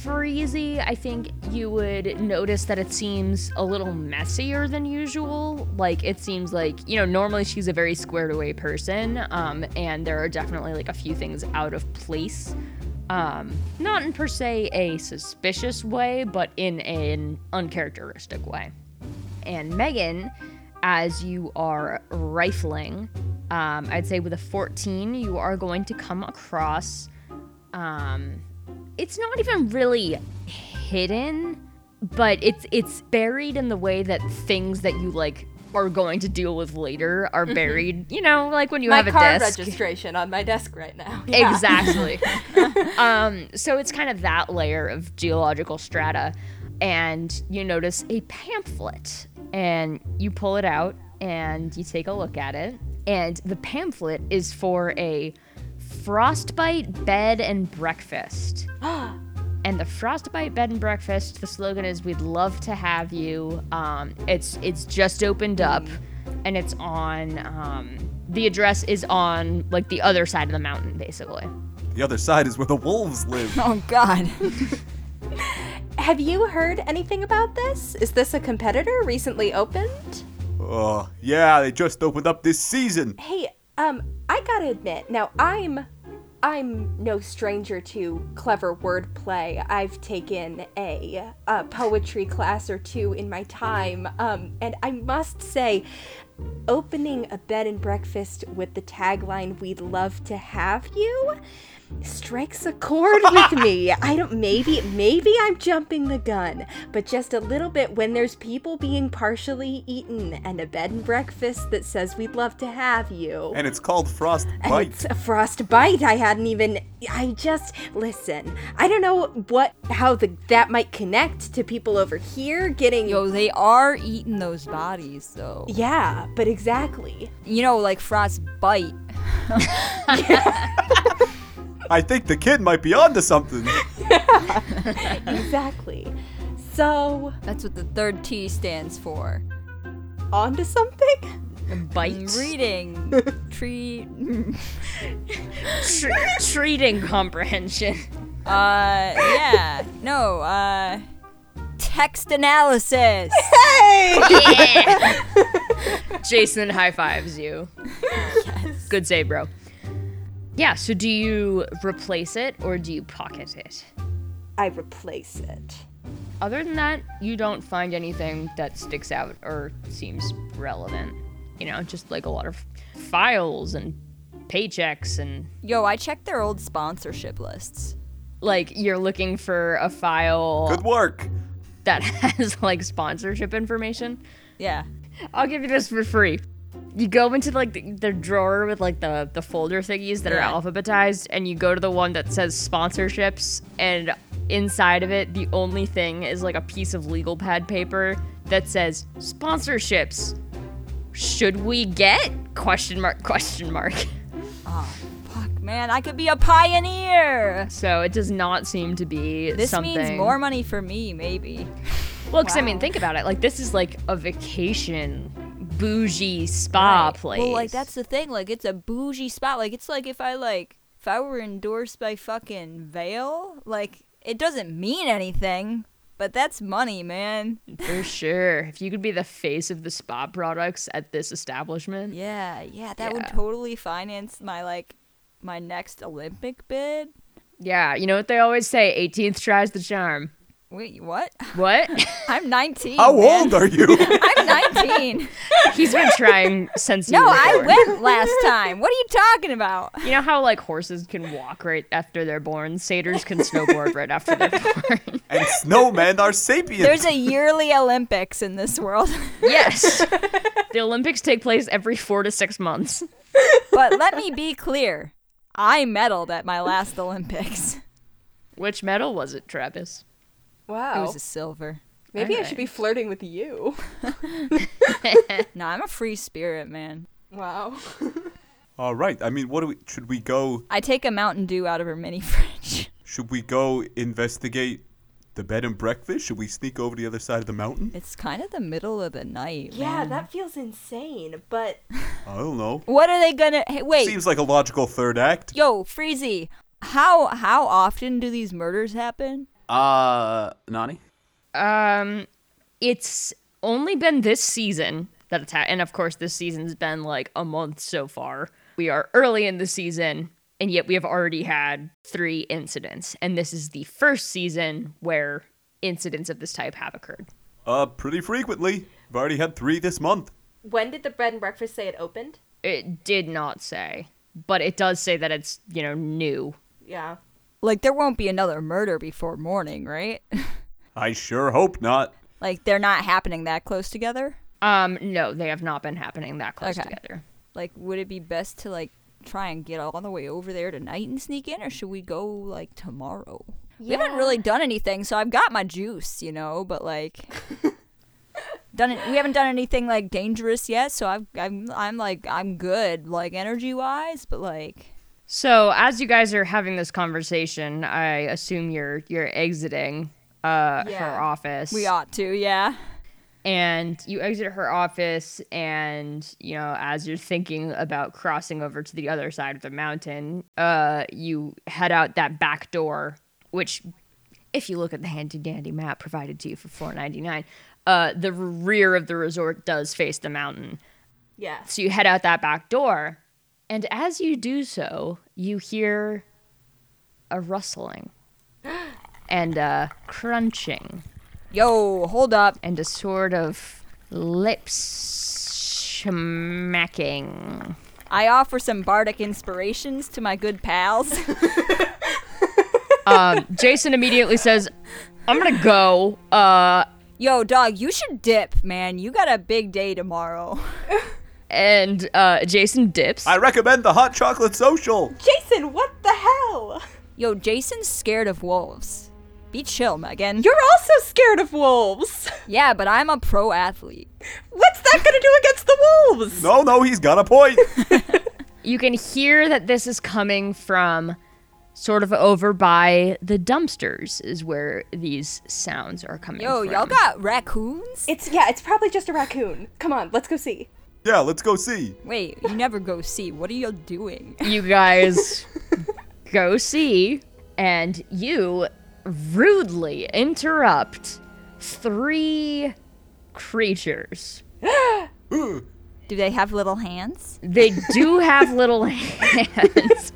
Freezy, I think you would notice that it seems a little messier than usual. Like it seems like you know normally she's a very squared away person, um, and there are definitely like a few things out of place. Um, not in per se a suspicious way, but in an uncharacteristic way and Megan, as you are rifling, um, I'd say with a 14, you are going to come across. Um, it's not even really hidden, but it's it's buried in the way that things that you like are going to deal with later are buried. You know, like when you
Mm-hmm. My
have
car
a desk.
registration on my desk right now.
Exactly. um, so it's kind of that layer of geological strata. And you notice a pamphlet, and you pull it out and you take a look at it. And the pamphlet is for a frostbite bed and breakfast. And the Frostbite Bed and Breakfast, the slogan is "We'd love to have you." Um, it's it's just opened up, and it's on. Um, the address is on like the other side of the mountain, basically.
The other side is where the wolves live.
<laughs> Oh, God.
Have you heard anything about this? Is this a competitor recently opened?
oh, yeah, they just opened up this season.
Hey, um, I gotta admit, now I'm I'm no stranger to clever wordplay. I've taken a, a poetry class or two in my time, um, and I must say, opening a bed and breakfast with the tagline "We'd love to have you" strikes a chord with
<laughs>
me. I don't maybe maybe I'm jumping the gun, but just a little bit when there's people being partially eaten and a bed and breakfast that says "We'd love to have you."
And it's called
And
Frostbite.
It's a frostbite. I hadn't even. I just listen. I don't know what how the that might connect to people over here getting.
Yo, they are eating those bodies, though.
Yeah, but exactly.
You know, like frostbite.
I think the kid might be onto something.
Exactly. So
That's what the third T stands for.
on to something.
Bite
Mm, Reading. Tree.
Tre- treating comprehension.
Uh, yeah. No, uh, text analysis.
Yeah. Jason high fives you. Good save, bro. Yeah. So do you replace it or do you pocket it?
I replace it.
Other than that, you don't find anything that sticks out or seems relevant. You know, just like a lot of files and paychecks and
Yo, I checked their old sponsorship lists.
like you're looking for a file
Good
<laughs>
work.
that <laughs> has like sponsorship information.
Yeah.
I'll give you this for free. You go into like the, the drawer with like the the folder thingies that
Yeah.
are alphabetized, and you go to the one that says sponsorships, and inside of it, the only thing is like a piece of legal pad paper that says sponsorships. Should we get question mark question mark? <laughs>
Fuck, man, I could be a pioneer.
So it does not seem to be
This
something.
means more money for me, maybe.
Well, 'cause I mean, think about it. Like this is like a vacation, bougie
Ah,
spa place.
Well, like that's the thing. Like it's a bougie spot. Like it's like if I like if I were endorsed by fucking Vale, like it doesn't mean anything, but that's money, man.
For sure. If you could be the face of the spa products at this establishment.
Yeah, yeah, that would
Yeah.
totally finance my like my next Olympic bid.
Yeah, you know what they always say 18th tries the charm.
Wait, what? <laughs>
What?
I'm 19.
How
man.
old are
<laughs>
you?
I'm
<laughs>
19.
He's been
<laughs>
trying since you
no,
were
I
born.
went last time. What are you
<laughs>
talking about?
You know how like horses can walk right after they're born, satyrs can snowboard right after they're
<laughs>
born.
and snowmen are sapiens.
There's a yearly Olympics in this world. <laughs>
yes. <laughs> The Olympics take place every 4 to 6 months.
but let me be clear. I medaled at my last Olympics.
Which medal was it, Travis?
It
Wow.
Oh.
was a silver.
Maybe I
Alright.
should be flirting with you.
No, I'm a free spirit, man.
Wow.
<laughs>
All right. I mean, what do we? Should we go?
I take a Mountain Dew out of her mini <laughs> fridge.
Should we go investigate the bed and breakfast? Should we sneak over to the other side of the mountain?
It's kind of the middle of the night.
Yeah,
man.
that feels insane, but
I don't know.
What are they gonna? Hey, wait,
Seems like a logical third act.
yo, Freezy. How how often do these murders happen?
Uh, Nani.
Um, it's only been this season that it's ha- and of course this season's been like a month so far. We are early in the season, and yet we have already had three incidents, and this is the first season where incidents of this type have occurred.
Uh, pretty frequently. I've already had three this month.
when did the bed and breakfast say it opened?
It did not say, but it does say that it's you know new.
Yeah.
Like there won't be another murder before morning, right? <laughs>
I sure hope not.
like they're not happening that close together.
Um, no, they have not been happening that close
Okay.
together.
Like, would it be best to like try and get all the way over there tonight and sneak in, or should we go like tomorrow? We haven't really done anything, so I've got my juice, you know. But like, done it. We haven't done anything like dangerous yet, so I've, I'm I'm like I'm good, like energy wise. But like,
So as you guys are having this conversation, I assume you're you're exiting uh her office.
we ought to, yeah.
and you exit her office and you know as you're thinking about crossing over to the other side of the mountain uh you head out that back door which if you look at the handy dandy map provided to you for 4.99 uh the rear of the resort does face the mountain
Yes.
so you head out that back door and as you do so you hear a rustling <gasps> and uh crunching
Yo, hold up.
and a sort of lip smacking.
I offer some bardic inspirations to my good pals.
Um, Jason immediately says, "I'm gonna go." Uh,
Yo, dog, you should dip, man. You got a big day tomorrow.
and uh, Jason dips.
I recommend the hot chocolate social.
Jason, what the hell?
Yo, Jason's scared of wolves. Be chill, Megan.
You're also scared of
<laughs>
wolves.
yeah, but I'm a pro athlete.
What's that gonna do against the wolves?
No, no, he's got a point. <laughs>
you can hear that this is coming from sort of over by the dumpsters is where these sounds are coming
Yo,
from.
y'all got raccoons?
It's yeah, it's probably just a raccoon. Come on, let's go see.
yeah, let's go see.
Wait, you never go see. What are y'all doing?
you guys
<laughs>
go see, and you rudely interrupt three creatures.
Do they have little hands?
They do have
<laughs>
little hands,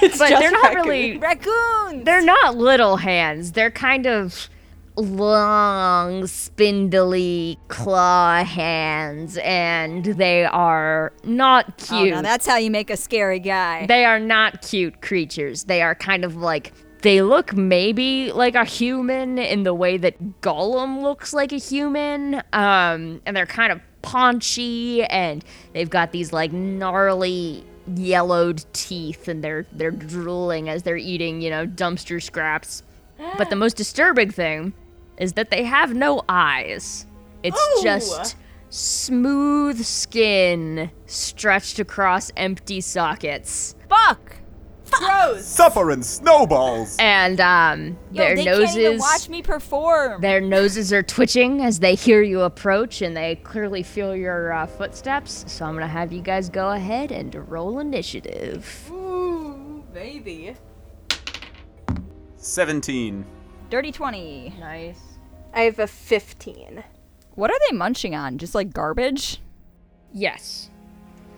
but they're not really.
Raccoons!
They're not little hands. They're kind of long, spindly claw hands, and they are not
Oh,
cute.
now that's how you make a scary guy.
They are not cute creatures. They are kind of like they look maybe like a human in the way that Gollum looks like a human. Um, and they're kind of paunchy and they've got these like gnarly yellowed teeth and they're they're drooling as they're eating, you know, dumpster scraps. But the most disturbing thing is that they have no eyes. It's just smooth skin stretched across empty sockets.
Fuck!
Suffering snowballs.
And um
Yo,
their
they
noses
can't even watch me perform.
their noses are twitching as they hear you approach and they clearly feel your uh, footsteps. So I'm going to have you guys go ahead and roll initiative.
Ooh, baby.
17.
Dirty 20.
Nice.
I have a 15.
What are they munching on? Just like garbage?
Yes.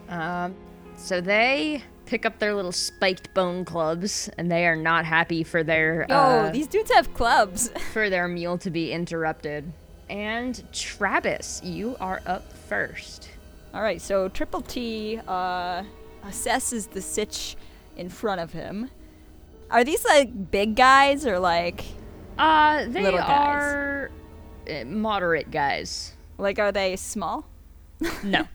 Um so they pick up their little spiked bone clubs, and they are not happy for their
Oh,
uh,
these dudes have clubs.
for their meal to be interrupted. And Travis, you are up first.
All right, so Triple T uh, assesses the sitch in front of him. Are these like big guys or like
Uh, they
Little guys.
are uh, moderate guys.
like are they small?
No,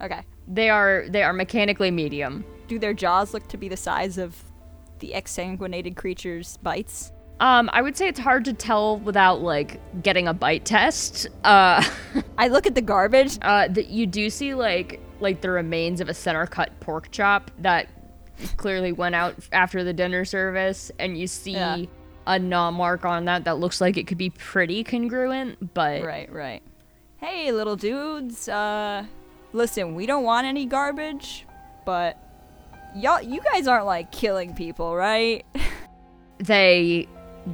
Okay.
they are they are mechanically medium.
Do their jaws look to be the size of the exsanguinated creature's bites?
Um, I would say it's hard to tell without like getting a bite test. Uh, <laughs>
I look at the garbage.
uh, that you do see like like the remains of a center cut pork chop that clearly went out after the dinner service, and you see
Yeah.
a gnaw mark on that that looks like it could be pretty congruent, but
Right, right. Hey, little dudes. Uh, listen, we don't want any garbage, but y'all, you guys aren't like killing people, right? <laughs>
they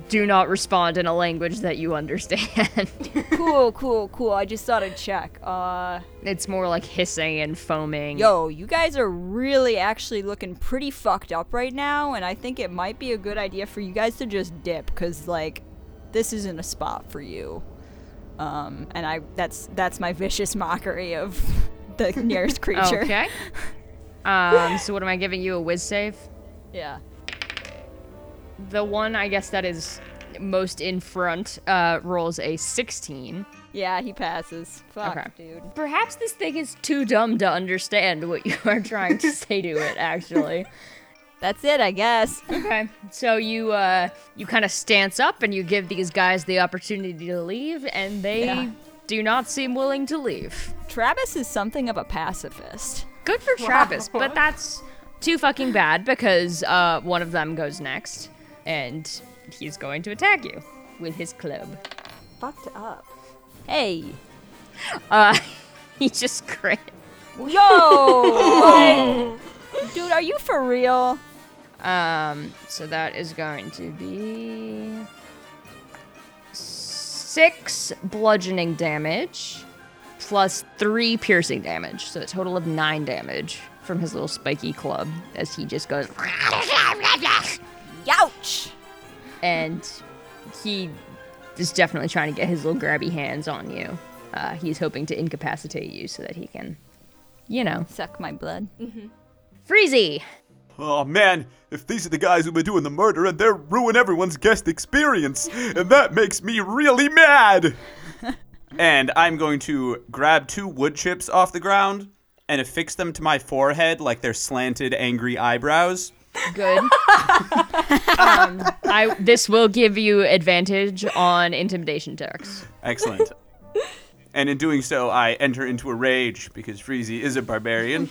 do not respond in a language that you understand. <laughs>
cool, cool, cool. I just thought I'd check. Uh,
It's more like hissing and foaming.
yo, you guys are really actually looking pretty fucked up right now, and I think it might be a good idea for you guys to just dip, cause like, this isn't a spot for you. Um, and I that's that's my vicious mockery of <laughs> the
<laughs>
nearest creature.
Okay. um, so what am I giving you? A whiz save?
<laughs> Yeah.
The one I guess that is most in front uh, rolls a 16.
Yeah, he passes. Fuck,
Okay.
dude.
Perhaps this thing is too dumb to understand what you are trying to say to it, actually.
That's it, I guess.
<laughs> Okay. So you uh, you kind of stance up and you give these guys the opportunity to leave, and they
Yeah.
do not seem willing to leave.
Travis is something of a pacifist.
Good for Travis, but that's too fucking bad because uh, one of them goes next, and he's going to attack you with his club. <laughs>
Fucked up.
Hey.
Uh, he just crit.
Yo! What? Dude, are you for real?
Um, so that is going to be six bludgeoning damage plus three piercing damage, so a total of nine damage from his little spiky club as he just goes. <laughs>
Youch!
and he is definitely trying to get his little grabby hands on you. Uh, he's hoping to incapacitate you so that he can, you know,
Suck my blood.
freezy.
Oh man, if these are the guys who've been doing the murder and they're ruining everyone's guest experience, and that makes me really mad. and I'm going to grab two wood chips off the ground and affix them to my forehead like they're slanted, angry eyebrows.
Good. um, I this will give you advantage on intimidation checks.
Excellent. and in doing so, I enter into a rage because Freezy is a barbarian.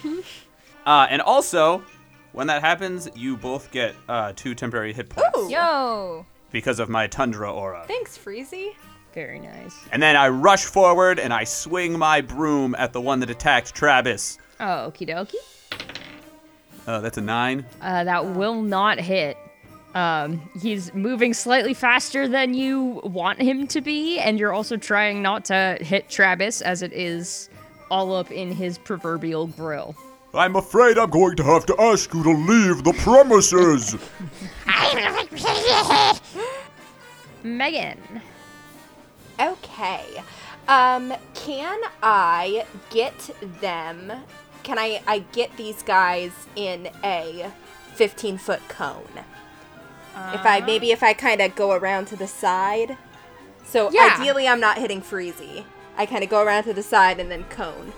uh, and also, when that happens, you both get uh, two temporary hit points
Yo!
because of my tundra aura.
Thanks, Freezy.
Very nice.
And then I rush forward and I swing my broom at the one that attacked Travis.
Oh, okie dokie.
Uh, that's a nine.
Uh, that will not hit. Um, he's moving slightly faster than you want him to be, and you're also trying not to hit Travis as it is all up in his proverbial grill.
I'm afraid I'm going to have to ask you to leave the premises.
Megan.
Okay. Um, can I get them? Can I I get these guys in a 15 foot cone? if I maybe if I kind of go around to the side. So
Yeah.
ideally, I'm not hitting Freezy. I kind of go around to the side and then cone.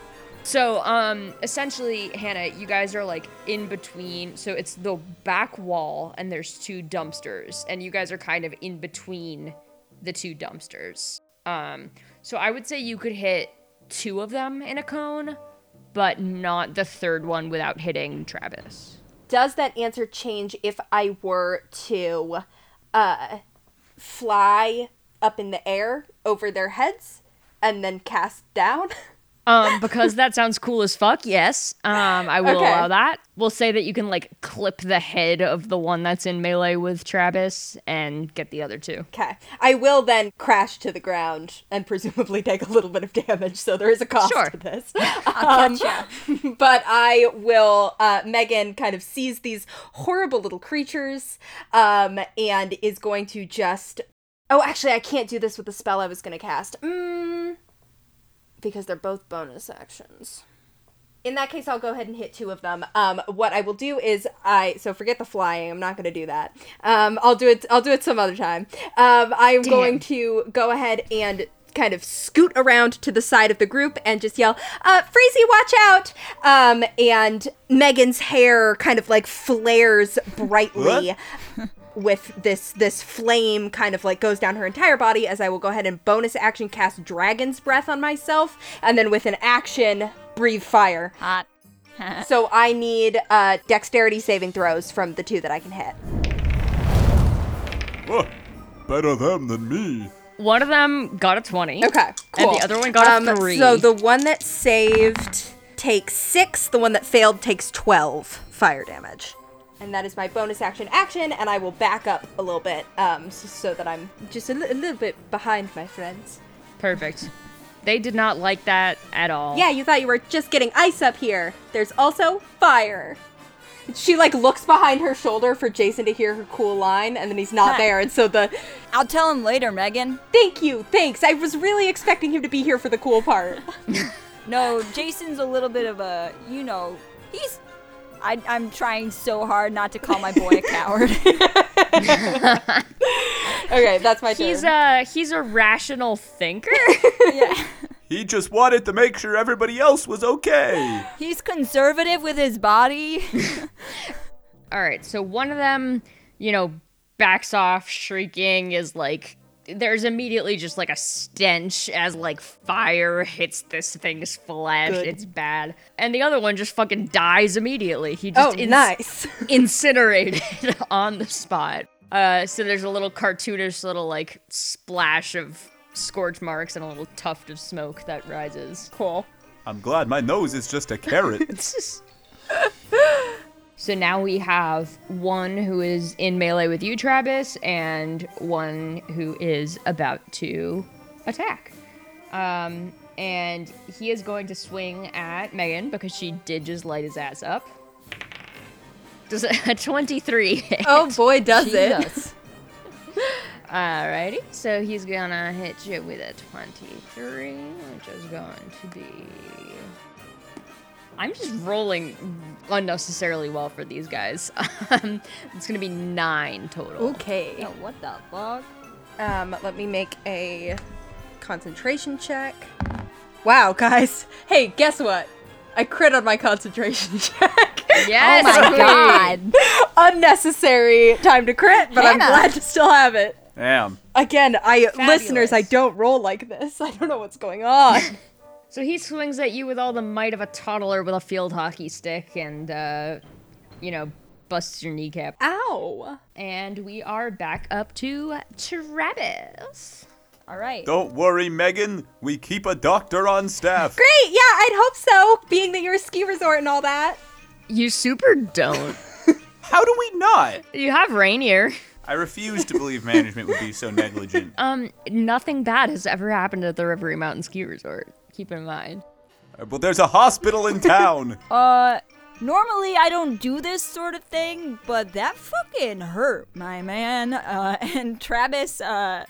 So, um, essentially, Hannah, you guys are like in between. So it's the back wall, and there's two dumpsters, and you guys are kind of in between the two dumpsters. Um, so I would say you could hit two of them in a cone, but not the third one without hitting Travis.
Does that answer change if I were to uh, fly up in the air over their heads and then cast down? <laughs>
Um, because that sounds cool as fuck. Yes, um, I will
Okay.
allow that. We'll say that you can like clip the head of the one that's in melee with Travis and get the other two.
Okay. I will then crash to the ground and presumably take a little bit of damage, so there is a cost
Sure.
to this. Um, <laughs> but I will, uh, Megan kind of sees these horrible little creatures um, and is going to just. Oh, actually, I can't do this with the spell I was going to cast. Mm, because they're both bonus actions. In that case, I'll go ahead and hit two of them. Um, what I will do is I so forget the flying. I'm not going to do that. Um, I'll do it. I'll do it some other time. Um, I'm going to go ahead and kind of scoot around to the side of the group and just yell, uh, "Freezy, watch out!" Um, and Megan's hair kind of like flares brightly with this this flame kind of like goes down her entire body as I will go ahead and bonus action cast dragon's breath on myself and then with an action breathe fire.
Hot.
So I need uh dexterity saving throws from the two that I can hit.
Huh, Oh, better them than me.
One of them got a twenty.
Okay, cool. Um,
And the other one got a three.
So the one that saved takes six, the one that failed takes 12 fire damage. And that is my bonus action action, and I will back up a little bit um, s- so, that I'm just a li- a little bit behind my friends.
Perfect. They did not like that at all.
Yeah, you thought you were just getting ice up here. There's also fire. She like looks behind her shoulder for Jason to hear her cool line, and then he's not there. And so the
I'll tell him later, Megan.
thank you, thanks. I was really expecting him to be here for the cool <laughs> part.
No, Jason's a little bit of a, you know, he's. I, I'm trying so hard not to call my boy a coward.
okay, that's my
He's
turn.
a he's a rational
<laughs>
thinker.
yeah.
He just wanted to make sure everybody else was okay.
He's conservative with his body.
All right, so one of them, you know, backs off, shrieking, is like, there's immediately just like a stench as like fire hits this thing's flesh. It's bad. And the other one just fucking dies immediately. He
oh,
just ins-
nice.
incinerated <laughs> on the spot. Uh, so there's a little cartoonish little like splash of scorch marks and a little tuft of smoke that rises.
cool.
I'm glad my nose is just a carrot.
So now we have one who is in melee with you, Travis, and one who is about to attack. Um, and he is going to swing at Megan because she did just light his ass up. Does a <laughs> 23 hit?
Oh boy, does it.
Jesus.
Alrighty. So he's gonna hit you with a 23, which is going to be. I'm just rolling unnecessarily well for these guys. <laughs> Um, it's gonna be nine total.
Okay.
Yo, Oh, what the fuck?
Um, let me make a concentration check. Wow, guys. Hey, guess what? I crit on my concentration <laughs> check.
Yes!
Oh my
queen!
god.
Unnecessary time to crit, but I'm
Hannah.
glad to still have it.
Damn.
Again, I listeners, I
Fabulous.
don't roll like this. <laughs> I don't know what's going on.
So he swings at you with all the might of a toddler with a field hockey stick and, uh, you know, busts your kneecap.
<laughs> Ow.
And we are back up to Travis.
All right.
Don't worry, Megan. We keep a doctor on staff.
Great. Yeah, I'd hope so, being that you're a ski resort and all that.
You super don't.
How do we not?
you have Rainier. <laughs>
I refuse to believe management would be so negligent.
Um, nothing bad has ever happened at the Rivery Mountain Ski Resort. Keep in mind.
Uh, But there's a hospital in
<laughs>
town.
Uh, normally I don't do this sort of thing, but that fucking hurt, my man. Uh, <laughs> and Travis, uh,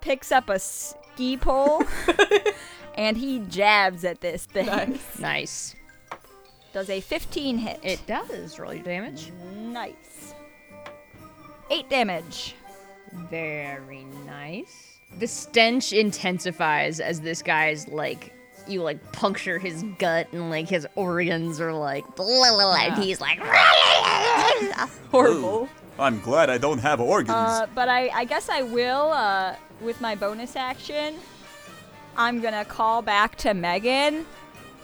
picks up a ski pole and he jabs at this thing.
Nice.
Does a 15 hit.
It does roll your damage.
Nice. 8 damage.
Very nice. The stench intensifies as this guy's like, you like puncture his gut and like his organs are like, blah, blah, blah, and he's like,
Horrible.
I'm glad I don't have organs.
Uh, but I, I guess I will, uh, with my bonus action, I'm gonna call back to Megan.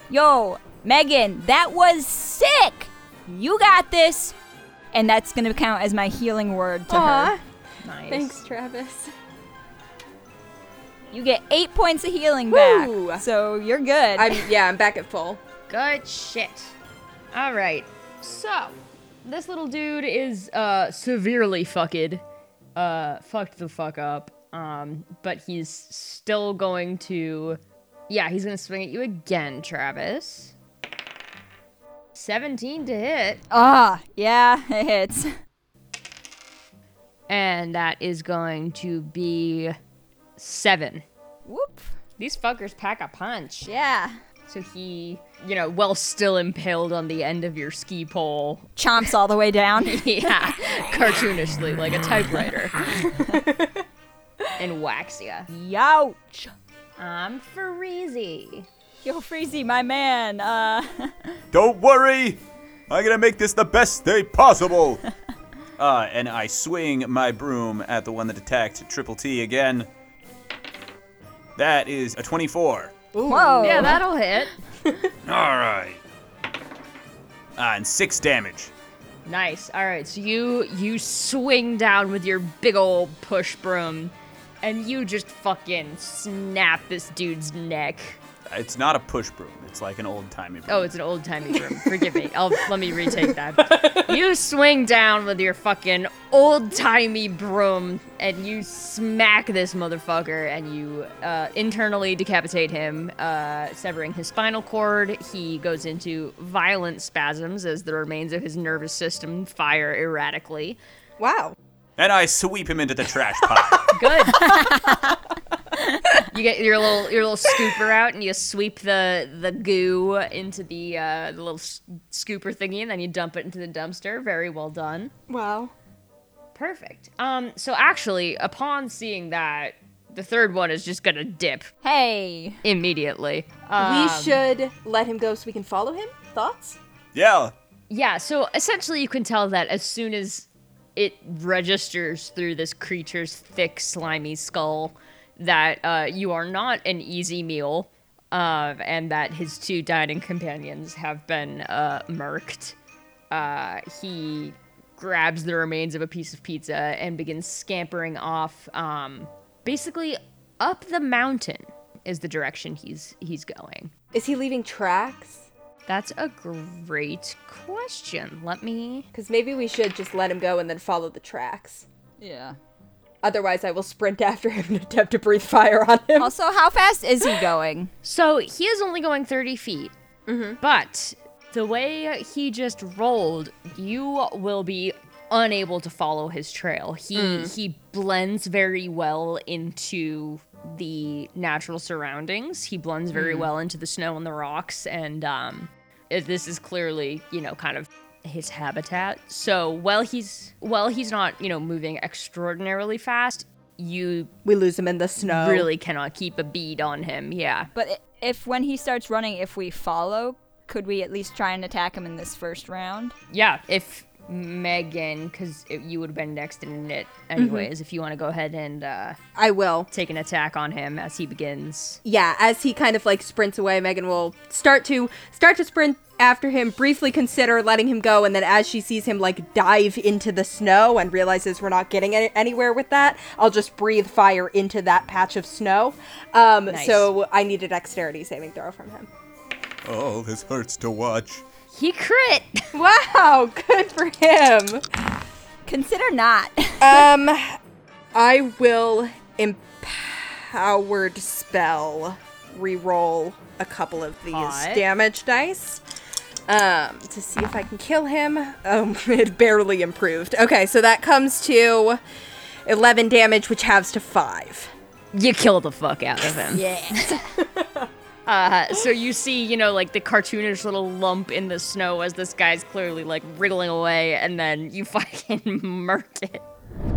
Yo, Megan, that was sick! You got this! And that's gonna count as my healing word to her.
nice.
Thanks, Travis.
You get eight points of healing back.
Woo.
So you're good. <laughs>
I'm yeah, I'm back at full.
Good shit. All right. So, this little dude is uh severely fucked. Uh fucked the fuck up. Um but he's still going to Yeah, he's going to swing at you again, Travis. 17 to hit
ah, yeah, <laughs> it hits.
and that is going to be 7.
Whoop.
These fuckers pack a punch.
Yeah.
So he, you know, well still impaled on the end of your ski pole,
Chomps all the way down.
<laughs> yeah, cartoonishly, like a typewriter. <laughs> and whacks ya.
<laughs> Youch.
I'm Freezy.
Yo, Freezy, my man. Uh,
Don't worry! I'm gonna make this the best day possible!
<laughs>
uh, and I swing my broom at the one that attacked Triple T again. That is a 24.
whoa.
Yeah, that'll hit.
Alright. Ah, and six damage.
Nice. All right, so you you swing down with your big old push broom, and you just fucking snap this dude's neck.
It's not a push broom, it's like an old timey broom.
Oh, it's an old timey broom. Forgive me. I'll let me retake that. You swing down with your fucking old timey broom and you smack this motherfucker and you uh, internally decapitate him, uh, severing his spinal cord. He goes into violent spasms as the remains of his nervous system fire erratically.
Wow.
And I sweep him into the trash
<laughs>
pile.
Good. you get your little your little scooper out and you sweep the the goo into the uh, the little s- scooper thingy and then you dump it into the dumpster. Very well done.
Wow.
Perfect. Um. So actually, upon seeing that, the third one is just gonna dip
Hey.
immediately. Uh,
we should let him go so we can follow him. Thoughts?
yeah.
yeah. So essentially, you can tell that as soon as it registers through this creature's thick, slimy skull that uh, you are not an easy meal, uh, and that his two dining companions have been uh, murked. uh, he grabs the remains of a piece of pizza and begins scampering off um, basically up the mountain is the direction he's he's going
Is he leaving tracks?
that's a great question let me
Because maybe we should just let him go and then follow the tracks.
Yeah.
Otherwise, I will sprint <laughs> after him and attempt to breathe fire on him.
Also, how fast is he going?
so he is only going 30 feet but the way he just rolled you will be unable to follow his trail he he blends very well into the natural surroundings he blends very well into the snow and the rocks and um if this is clearly you know kind of his habitat so while he's while he's not you know moving extraordinarily fast you
We lose him in the snow.
really cannot keep a bead on him yeah
But i- if when he starts running, if we follow, could we at least try and attack him in this first round?
yeah, if Megan, because you would have been next in it anyways, if you want to go ahead and uh,
I will.
take an attack on him as he begins.
Yeah, as he kind of like sprints away, Megan will start to start to sprint after him, briefly consider letting him go, and then as she sees him like dive into the snow and realizes we're not getting any- anywhere with that, I'll just breathe fire into that patch of snow. Um,
Nice.
So I need a dexterity saving throw from him.
Oh, this hurts to watch.
He crit!
Wow, <laughs> good for him.
Consider not. <laughs>
Um, I will empowered spell reroll a couple of these
Hot.
damage dice. Um, to see if I can kill him. Oh, <laughs> it barely improved. Okay, so that comes to 11 damage, which halves to 5.
you kill the fuck out of him. Yeah. <laughs> Uh, so you see, you know, like the cartoonish little lump in the snow as this guy's clearly like wriggling away, and then you <laughs> fucking murk it.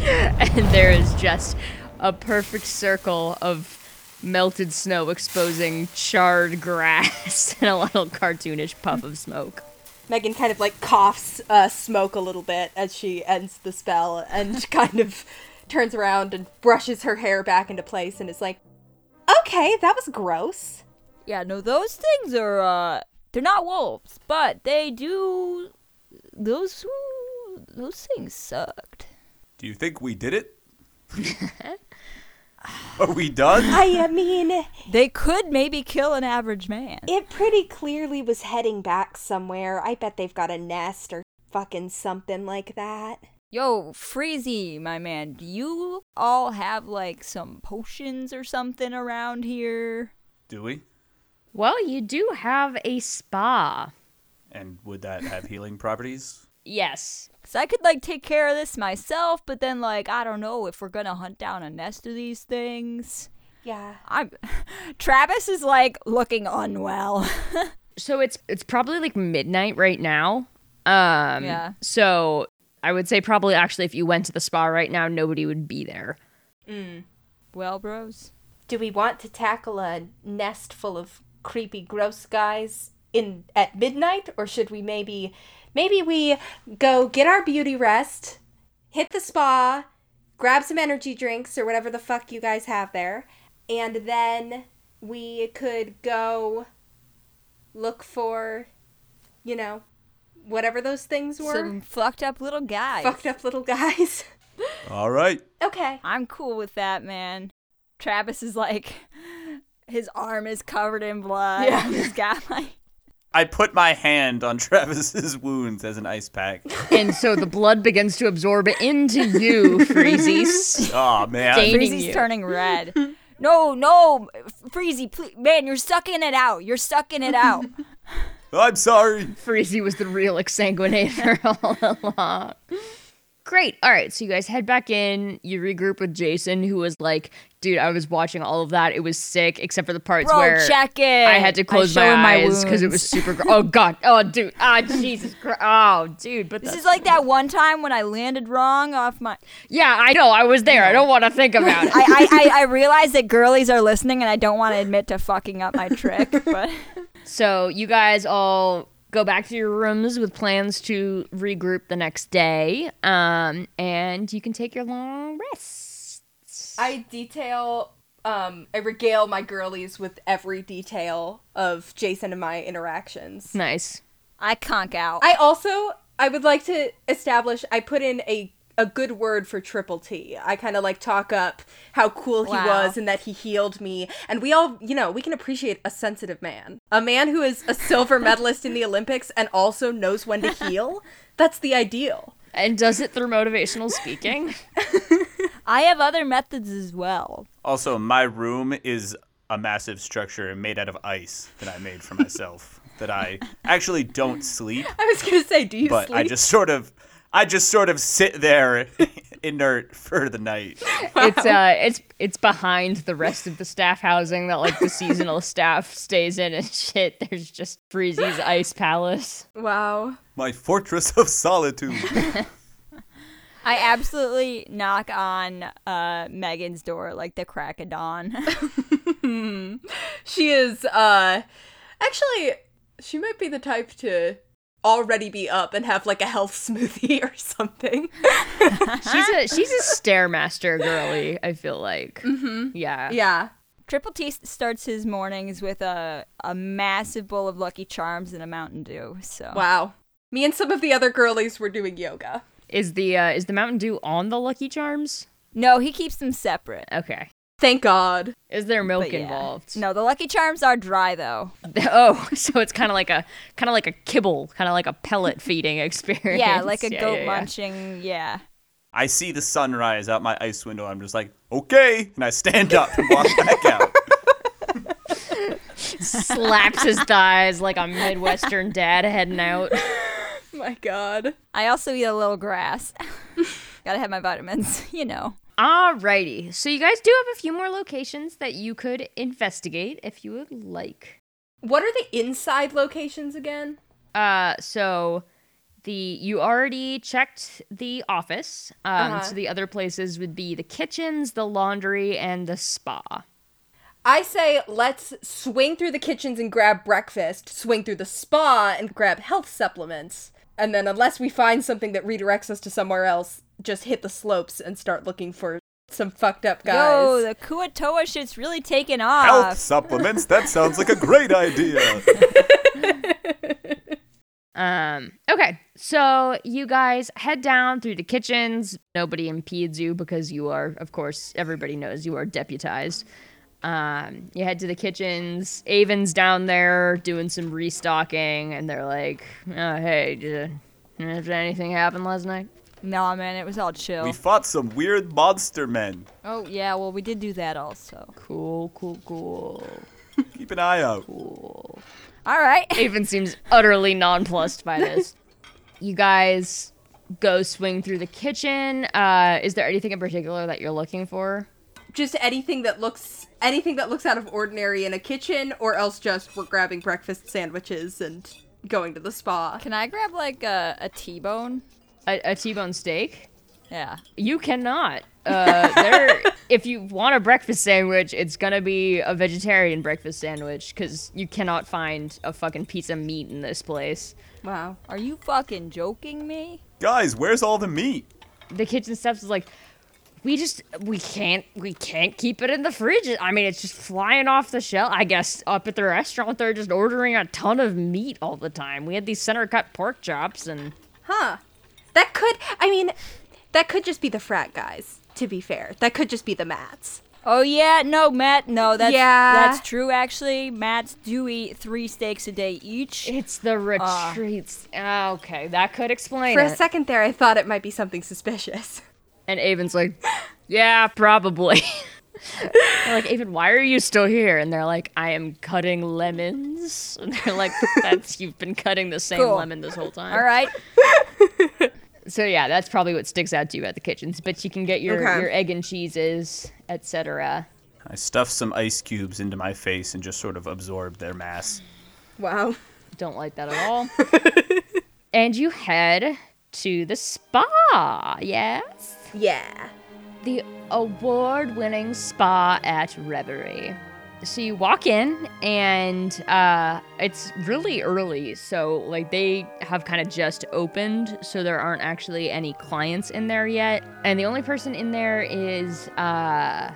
and there is just a perfect circle of melted snow exposing charred grass <laughs> and a little cartoonish puff of smoke.
Megan kind of like coughs uh, smoke a little bit as she ends the spell and <laughs> kind of turns around and brushes her hair back into place and is like, okay, that was gross.
yeah, no, those things are, uh, they're not wolves, but they do. Those. Those things sucked.
<laughs>
Do you think we did it? Are
<laughs>
we done?
I mean,
They could maybe kill an average man.
it pretty clearly was heading back somewhere. I bet they've got a nest or fucking something like that.
Yo, Freezy, my man, do you all have like some potions or something around here?
Do we?
Well, you do have a spa.
And would that have healing properties?
Yes.
Cause I could like take care of this myself, but then like I don't know if we're gonna hunt down a nest of these things.
Yeah.
I'm <laughs> Travis is like looking unwell. <laughs>
So it's it's probably like midnight right now. Um
Yeah.
so I would say probably actually if you went to the spa right now nobody would be there.
well, bros.
Do we want to tackle a nest full of creepy, gross guys in at midnight, or should we maybe, maybe we go get our beauty rest, hit the spa, grab some energy drinks or whatever the fuck you guys have there, and then we could go look for, you know, whatever those things were.
Some fucked up little guys.
Fucked up little guys. <laughs>
All right.
okay.
I'm cool with that, man. Travis is like, <laughs> his arm is covered in blood.
Yeah.
He's got like,
I put my hand on <laughs> Travis's wounds as an ice pack.
And so the blood begins to absorb into you,
<laughs>
Freezy.
Aw, man.
Dang. Eating
Freezy's
you. <laughs>
turning red. no, no, Freezy, please, man, you're sucking it out. You're sucking
<laughs>
it out.
I'm sorry.
Freezy was the real exsanguinator <laughs> all along. Great. All right. So you guys head back in. You regroup with Jason, who was like, dude, I was watching all of that. It was sick, except for the parts
Bro,
where
check it.
I had to close
show
my,
him
eyes because it was
wounds.
super. Gr- oh, God. Oh, dude. Ah, Jesus Christ. Oh, dude. But
This
the-
is like that one time when I landed wrong off my.
yeah, I know. I was there. <laughs> I don't want to think about it.
I, I, I, I realize that girlies are listening and I don't want to admit to fucking up
<laughs>
my trick, but.
So you guys all go back to your rooms with plans to regroup the next day, um, and you can take your long rest.
I detail, um, I regale my girlies with every detail of Jason and my interactions.
Nice.
I conk out.
I also, I would like to establish, I put in a a good word for Triple T. I kind of like talk up how cool he
Wow.
was and that he healed me. And we all, you know, we can appreciate a sensitive man. A man who is a <laughs> silver medalist in the Olympics and also knows when to <laughs> heal. That's the ideal.
And does it through motivational <laughs> speaking?
I have other methods as well.
Also, my room is a massive structure made out of ice that I made for <laughs> myself. that I actually don't sleep,
I was going to say, do you
but
sleep?
I just sort of, I just sort of sit there <laughs> inert for the night.
It's uh, it's it's behind the rest of the staff housing that like the seasonal <laughs> staff stays in and shit. There's just <laughs> Breezy's ice palace.
wow.
My fortress of solitude.
I absolutely knock on uh, Megan's door like the crack of dawn. <laughs>
She is uh actually she might be the type to already be up and have like a health <laughs> smoothie or something.
She's a she's a stairmaster girly. I feel like. Mm-hmm. Yeah.
Yeah.
Triple T s- starts his mornings with a, a massive bowl of Lucky Charms and a Mountain Dew. So
Wow. Me and some of the other girlies were doing yoga.
Is the uh, is the Mountain Dew on the Lucky Charms?
no, he keeps them separate.
Okay.
Thank God.
Is there milk
But yeah.
involved?
No, the Lucky Charms are dry though.
<laughs> Oh, so it's kind of like a kind of like a kibble, kind of like a pellet
<laughs>
feeding experience.
Yeah, like a goat
yeah, yeah.
munching. Yeah.
I see the sunrise out my ice window. I'm just like, okay, and I stand up and walk back out.
<laughs> Slaps
<laughs>
his thighs like a Midwestern dad heading out.
My God.
I also eat a little grass. <laughs> Gotta have my vitamins, <laughs> you know.
Alrighty, so you guys do have a few more locations that you could investigate if you would like.
What are the inside locations again?
Uh, so the you already checked the office. Um,
Uh-huh.
so the other places would be the kitchens, the laundry, and the spa.
I say let's swing through the kitchens and grab breakfast, swing through the spa and grab health supplements, and then unless we find something that redirects us to somewhere else, just hit the slopes and start looking for some fucked up guys.
Yo, the Kuatoa shit's really taken
Health
off.
supplements? That sounds like a great idea.
Um, okay, so you guys head down through the kitchens. Nobody impedes you because you are, of course, everybody knows you are deputized. Um, you head to the kitchens. Avon's down there doing some restocking, and they're like, oh, "Hey, did, did anything happen last night?"
Nah, man, it was all chill.
We fought some weird monster men.
oh yeah, well we did do that also.
Cool, cool, cool,
Keep an eye out.
cool.
All right.
Avon seems utterly nonplussed by this. you guys go swing through the kitchen. Uh, is there anything in particular that you're looking for?
Just anything that looks anything that looks out of ordinary in a kitchen, or else just we're grabbing breakfast sandwiches and going to the spa.
Can I grab like a, a T-bone?
A, a T-bone steak?
Yeah.
You cannot. Uh, there,
<laughs>
if you want a breakfast sandwich, it's gonna be a vegetarian breakfast sandwich because you cannot find a fucking piece of meat in this place.
Wow.
Are you fucking joking me?
Guys, where's all the meat?
The kitchen steps is like, we just we can't we can't keep it in the fridge. I mean, it's just flying off the shelf. I guess up at the restaurant they're just ordering a ton of meat all the time. We had these center cut pork chops and
Huh. That could I mean that could just be the frat guys, to be fair. That could just be the mats.
Oh yeah, no, Matt. No, that's
Yeah.
that's true. Actually, Matt's do eat three steaks a
<laughs>
day each.
it's the retreats. Ah, okay, that could explain
For
it.
a second there I thought it might be something suspicious. <laughs>
And Avon's like, yeah, probably. <laughs> They're like, Avon, why are you still here? And they're like, I am cutting lemons. <laughs> And they're like, that's you've been cutting the same
Cool.
lemon this whole time.
All right.
So yeah, that's probably what sticks out to you at the kitchens. But you can get your,
Okay.
your egg and cheeses, etc.
I stuffed some ice cubes into my face and just sort of absorbed their mass.
Wow.
Don't like that at
<laughs>
all. and you head to the spa. Yes.
Yeah.
the award winning spa at Reverie. So you walk in, and uh, it's really early. So, like, they have kind of just opened. So, there aren't actually any clients in there yet. And the only person in there is uh,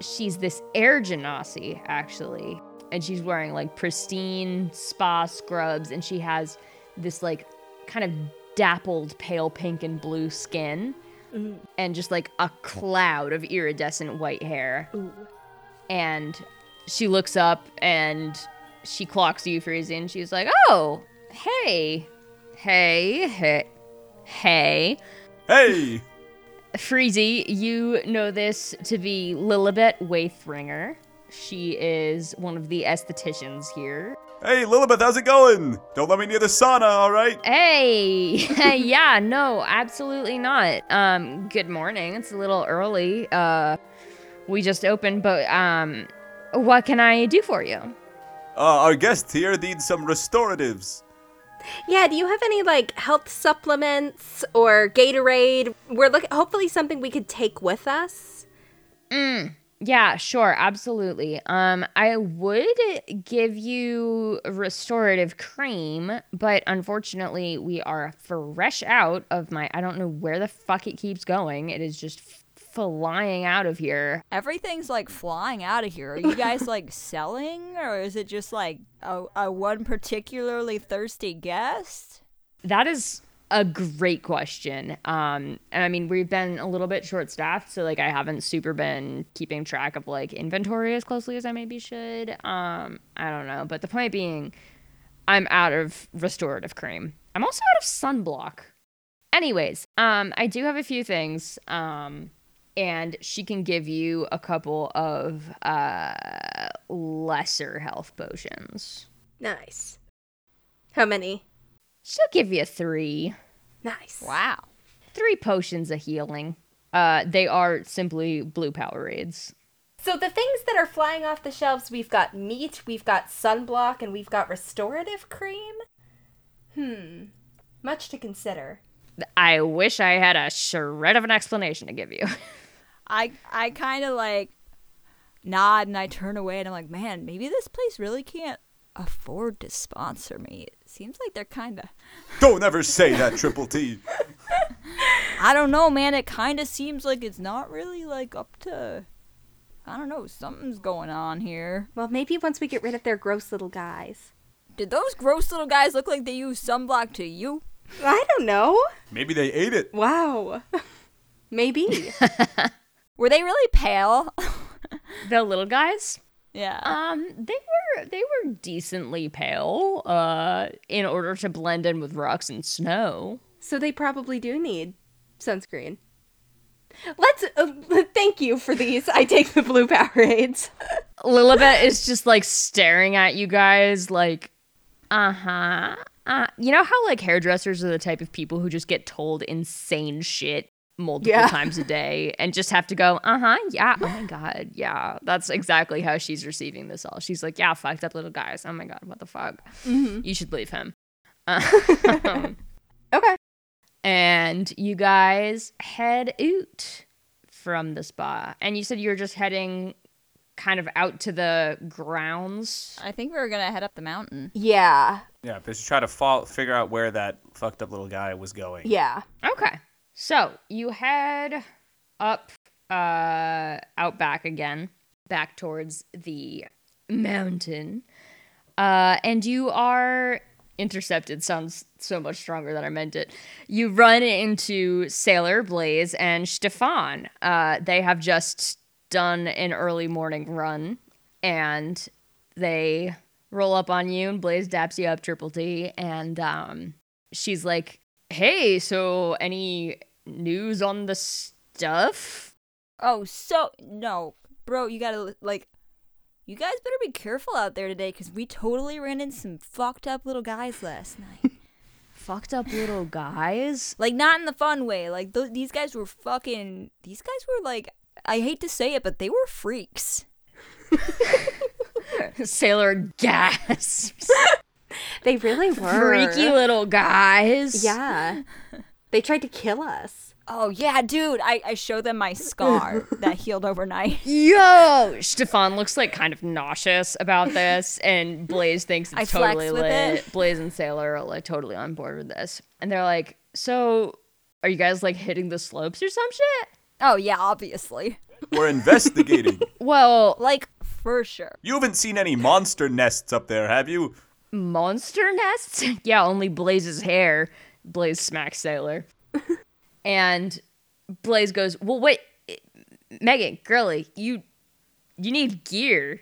she's this air genasi, actually. And she's wearing like pristine spa scrubs, and she has this like kind of dappled pale pink and blue skin and just like a cloud of iridescent white hair. And she looks up and she clocks you, Freezy, and she's like, Oh, hey, hey, hey, hey.
Hey!
Freezy, you know this to be Lilibet Waithringer. She is one of the estheticians here.
Hey, Lilibeth, how's it going? Don't let me near the sauna, alright?
Hey, <laughs> yeah, no, absolutely not. Um, good morning. It's a little early. Uh, we just opened, but um, what can I do for you?
Uh, our guest here needs some restoratives.
Yeah, do you have any like health supplements or Gatorade? We're looking hopefully something we could take with us.
Yeah, sure, absolutely. Um, I would give you restorative cream, but unfortunately, we are fresh out of my. I don't know where the fuck it keeps going. It is just f- flying out of here.
Everything's like flying out of here. Are you guys like <laughs> selling, or is it just like a, a one particularly thirsty guest?
That is a great question. Um, and I mean, we've been a little bit short staffed, so like I haven't super been keeping track of like inventory as closely as I maybe should. Um, I don't know, but the point being, I'm out of restorative cream. I'm also out of sunblock. Anyways, um, I do have a few things. Um, and she can give you a couple of uh lesser health potions.
Nice. How many?
She'll give you three.
Nice.
Wow.
three potions of healing. Uh, they are simply blue Powerades.
So the things that are flying off the shelves, we've got meat, we've got sunblock, and we've got restorative cream. Hmm. Much to consider.
I wish I had a shred of an explanation to give you. <laughs>
I I kind of like nod and I turn away and I'm like, man, maybe this place really can't afford to sponsor me. It seems like they're kind of
Don't ever say that, Triple T.
I don't know, man. It kind of seems like it's not really like up to I don't know, something's going on here.
Well, maybe once we get rid of their gross little guys.
Did those gross little guys look like they used sunblock to you?
I don't know.
Maybe they ate it.
Wow. <laughs> Maybe.
Were they really pale? <laughs> Uh,
The little guys?
yeah.
Um, they were they were decently pale, uh, in order to blend in with rocks and snow.
so they probably do need sunscreen. Let's uh, thank you for these. I take the blue Powerades.
Lilibet is just like staring at you guys, like, uh huh. Uh, you know how like hairdressers are the type of people who just get told insane shit multiple
Yeah.
times a day and just have to go, uh huh, yeah, oh my god, yeah. That's exactly how she's receiving this all. She's like, yeah, fucked up little guys. Oh my god, what the fuck? You should leave him. Uh,
Okay.
and you guys head out from the spa. And you said you were just heading kind of out to the grounds.
I think we were gonna head up the mountain.
Yeah.
Yeah, just try to fall, figure out where that fucked up little guy was going.
Yeah.
Okay. So you head up, uh, out back again, back towards the mountain. Uh, and you are intercepted. Sounds so much stronger than I meant it. You run into Sailor Blaze and Stefan. Uh, they have just done an early morning run, and they roll up on you. And Blaze daps you up, Triple D, and um, she's like, "Hey, so any news on the stuff?"
Oh, so no, bro, you gotta like, you guys better be careful out there today, cause we totally ran into some fucked up little guys last night. <laughs>
Fucked up little guys.
like, not in the fun way. Like, th- these guys were fucking. These guys were like, I hate to say it, but they were freaks.
<laughs> Sailor gasps.
They <laughs> really were.
Freaky little guys.
<laughs> Yeah. They tried to kill us.
Oh yeah, dude, I I showed them
<laughs>
my scar that healed overnight.
Yo, Stefan looks like kind of nauseous about this, and Blaze thinks it's
I flex
totally
with
lit.
it.
Blaze and Sailor are like totally on board with this, and they're like, "So, are you guys like hitting the slopes or some shit?"
Oh yeah, obviously,
We're investigating.
Well,
like for sure.
you haven't seen any monster nests up there, have you?
monster nests? <laughs> yeah, only Blaze's hair. Blaze smacks Sailor. and Blaze goes, Well, wait, Megan, girly, you you need gear.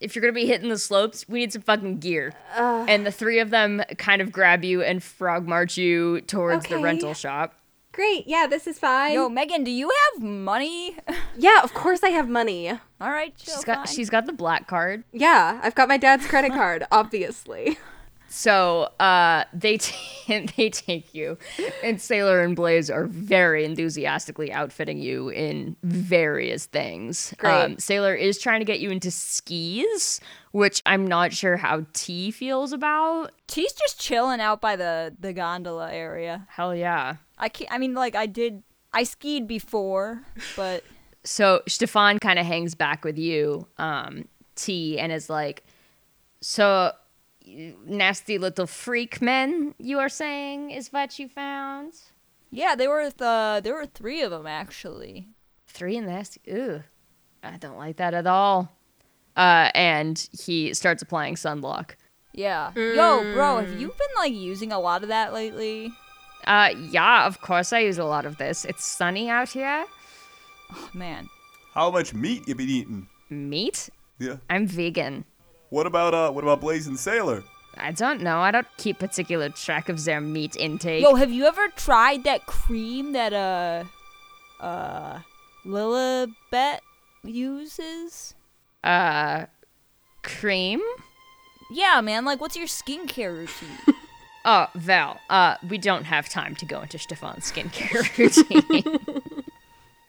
If you're gonna be hitting the slopes, we need some fucking gear. and the three of them kind of grab you and frog march you towards the
Okay.
rental shop.
Great. Yeah, this is fine.
Yo, Megan, do you have money? <laughs>
Yeah, of course I have money.
All right, chill,
She's got
fine.
she's got the black card.
Yeah, I've got my dad's credit card, <laughs> obviously.
So uh, they t- <laughs> they take you, and Sailor and Blaze are very enthusiastically outfitting you in various things. Um,
Great.
Sailor is trying to get you into skis, which I'm not sure how T feels about.
She's just chilling out by the the gondola area.
Hell yeah!
I can't. I mean, like I did. I skied before, but
<laughs> So Stefan kind of hangs back with you, um, T, and is like, "So you nasty little freak men, you are saying is what you found?
yeah, there were the there were three of them actually.
three and nasty. Ooh, I don't like that at all. Uh, and he starts applying sunblock.
Yeah. Yo, bro,
Mm.
have you been like using a lot of that lately?
Uh, yeah, of course I use a lot of this. It's sunny out here.
Oh, man,
How much meat you been eating?
Meat?
Yeah.
I'm vegan.
What about uh? What about Blazing Sailor?
I don't know. I don't keep particular track of their meat intake.
yo, have you ever tried that cream that uh uh Lilibet uses?
Uh, cream?
Yeah, man. Like, what's your skincare routine?
Oh, Val, uh, we don't have time to go into Stefan's skincare <laughs> routine.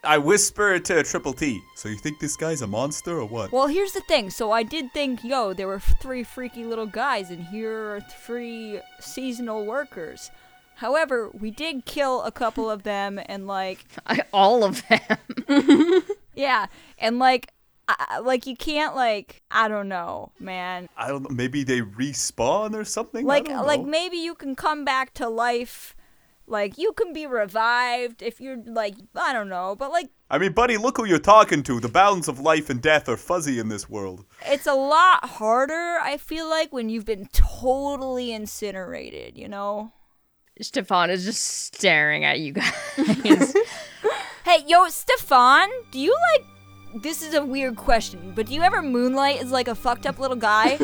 I whisper to Triple T. So you think this guy's a monster or what?
<laughs> well, here's the thing. So I did think, yo, there were three freaky little guys, and here are three seasonal workers. However, we did kill a couple of them, and like, <laughs>
All of them.
yeah, and like, I, I- like you can't like, I don't know, man.
I don't. know. Maybe they respawn or something.
Like,
I don't
like
know.
maybe you can come back to life, like you can be revived if you're like, I don't know, but like
I mean, buddy, look who you're talking to. The bounds of life and death are fuzzy in this world.
It's a lot harder, I feel like, when you've been totally incinerated, you know?
Stefan is just staring at you guys.
Hey, yo, Stefan, do you like. This is a weird question, but do you ever moonlight as like a fucked up
<laughs>
little guy?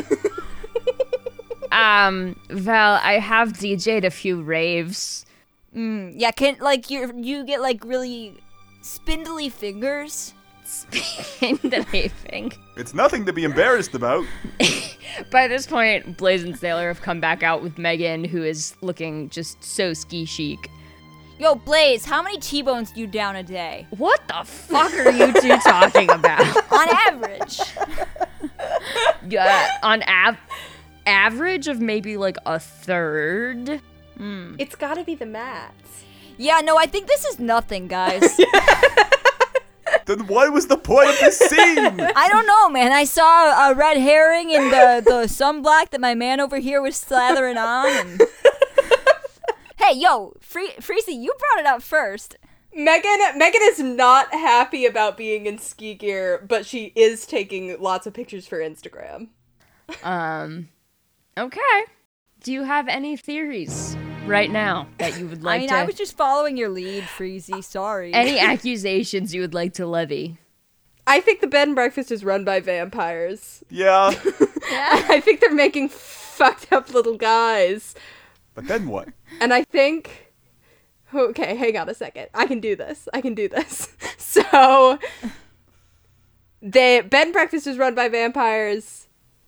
um, well, I have DJ'd a few raves. <laughs>
mm, yeah, can like you you get like really spindly fingers?
Spindly think.
It's nothing to be embarrassed about.
By this point, Blaze and Sailor have come back out with Megan, who is looking just so ski chic.
Yo, Blaze, how many T-bones do you down a day?
What the fuck are you two talking about?
On average.
<laughs> Yeah, on av- average of maybe like a third.
It's got to be the mats.
yeah, no, I think this is nothing, <laughs> guys.
Then what was the point of this scene?
<laughs> I don't know, man. I saw a red herring in the, <laughs> the sunblock that my man over here was slathering on. <laughs> And... hey, yo, Free- Freezy, you brought it up first.
Megan Megan is not happy about being in ski gear, but she is taking lots of pictures for Instagram.
Um, okay. Do you have any theories right now that you would like
I mean,
to?
I was just following your lead, Freezy. Sorry.
Any
<laughs>
accusations you would like to levy?
I think the bed and breakfast is run by vampires. <laughs>
Yeah.
I think they're making fucked up little guys.
But then what?
And I think okay, hang on a second. I can do this. I can do this. <laughs> So the bed and breakfast is run by vampires.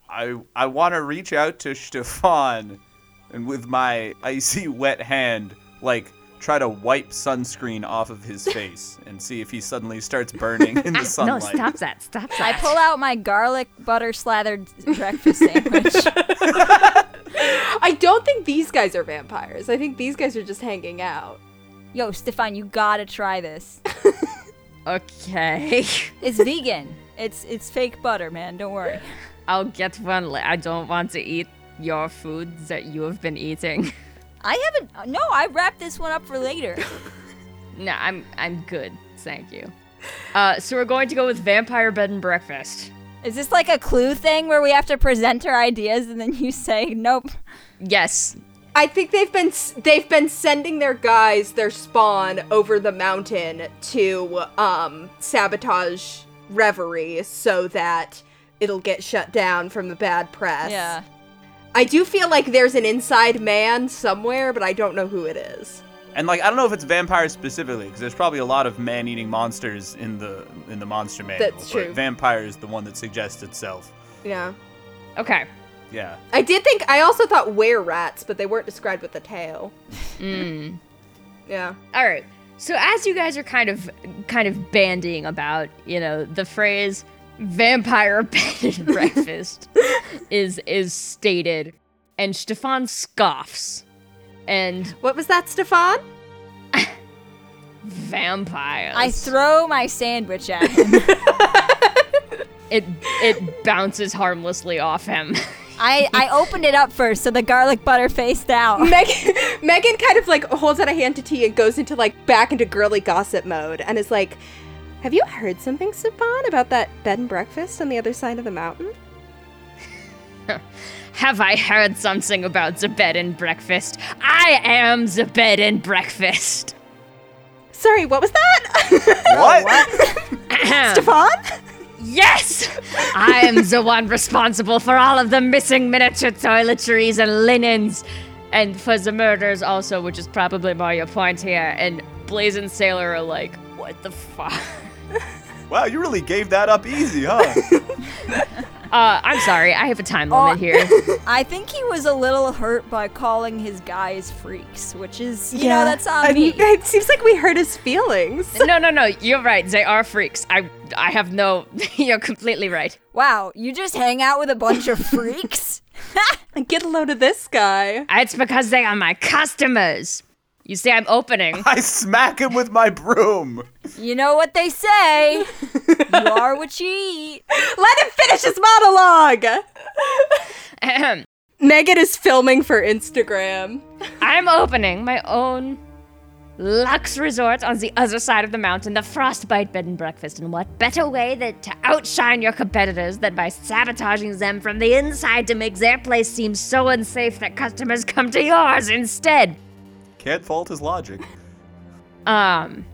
I I want to reach out to Stefan and with my icy wet hand like try to wipe sunscreen off of his face and see if he suddenly starts burning in the
<laughs> No,
sunlight.
stop that. Stop that.
I pull out my garlic butter slathered breakfast sandwich.
I don't think these guys are vampires. I think these guys are just hanging out.
<laughs> yo, Stefan, you gotta try this.
Okay. <laughs>
It's vegan. It's it's fake butter, man. Don't <laughs> worry.
I'll get one. la- I don't want to eat your food that you have been eating. <laughs>
I haven't. No, I wrapped this one up for later.
No, I'm I'm good. Thank you. Uh, so we're going to go with vampire bed and breakfast.
Is this like a clue thing where we have to present our ideas and then you <laughs> say nope?
Yes.
I think they've been s- they've been sending their guys, their spawn, over the mountain to um, sabotage Reverie so that it'll get shut down from the bad press.
Yeah.
I do feel like there's an inside man somewhere, but I don't know who it is.
And like I don't know if it's vampires specifically because there's probably a lot of man-eating monsters in the in the monster manual.
That's
but
true.
Vampire is the one that suggests itself.
Yeah.
Okay.
Yeah.
I did think I also thought were rats, but they weren't described with a tail.
Hmm.
Mm.
Yeah.
All right. So as you guys are kind of kind of bandying about, you know, the phrase vampire <laughs> bed and breakfast is is stated and Stefan scoffs and
What was that, Stefan?
vampires.
I throw my sandwich at him. <laughs>
it it bounces harmlessly off him. <laughs>
I, I opened it up first so the garlic butter faced
<laughs>
out. <laughs>
Megan, Megan kind of like holds out a hand to T and goes into like back into girly gossip mode and is like, "Have you heard something, Siobhan, about that bed and breakfast on the other side of the mountain?"
Have I heard something about the bed and breakfast? I am the bed and breakfast.
Sorry, what was that, <laughs>
What?
Ahem.
Siobhan?
yes! I am the one responsible for all of the missing miniature toiletries and linens. And for the murders also, which is probably more your point here. And Blaze and Sailor are like, what the <laughs> Uh, fuck?
<laughs> Wow, you really gave that up easy, huh?
Uh, I'm sorry, I have a time
Oh.
limit here.
I think he was a little hurt by calling his guys freaks, which is, you know, that's
I-
on me.
It seems like we hurt his feelings.
No, no, no, you're right. They are freaks. I, I have no. <laughs> you're completely right.
Wow, you just hang out with a
<laughs>
bunch of freaks?
Get a load of this guy.
It's because they are my customers. You see, I'm opening.
I smack him with my broom.
You know what they say.
<laughs>
You are what you eat.
Let him finish his monologue.
Ahem.
Megan is filming for Instagram.
I'm opening my own Lux Resort on the other side of the mountain, the Frostbite Bed and Breakfast, and what better way than to outshine your competitors than by sabotaging them from the inside to make their place seem so unsafe that customers come to yours instead?
Can't fault his logic.
um,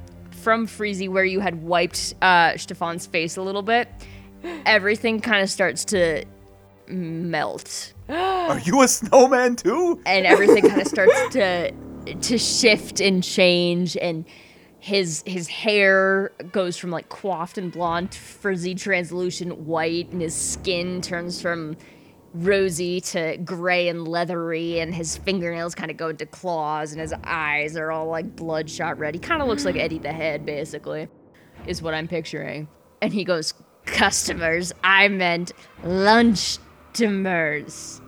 from Freezy, where you had wiped uh, Stefan's face a little bit, everything kind of starts to melt,
Are you a snowman too?
and everything kind of starts to to shift and change, and his his hair goes from like coiffed and blonde to frizzy, translucent white, and his skin turns from rosy to gray and leathery and his fingernails kind of go into claws and his eyes are all like bloodshot red he kind of looks like eddie the head basically is what i'm picturing and he goes customers i meant lunchtimers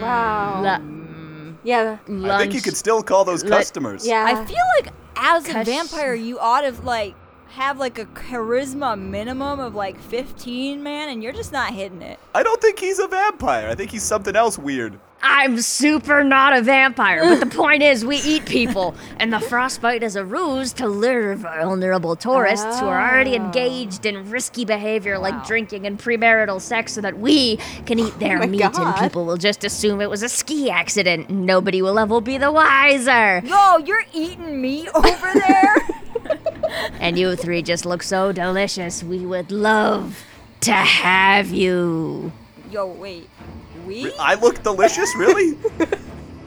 Wow.
Lu-
yeah.
Um,
lunch
I think you could still call those customers.
Yeah.
I feel like as a
Cush-
vampire, you ought to like have like a charisma minimum of like 15, man, and you're just not hitting it.
I don't think he's a vampire. I think he's something else weird.
I'm super not a vampire, but the point is, we eat people, and the frostbite is a ruse to lure vulnerable tourists who are already engaged in risky behavior like drinking and premarital sex so that we can eat their meat, and
God.
people will just assume it was a ski accident. and Nobody will ever be the wiser.
Yo, you're eating meat <laughs> over there?
And you three just look so delicious. We would love to have you.
Yo, wait. We?
I look delicious, really?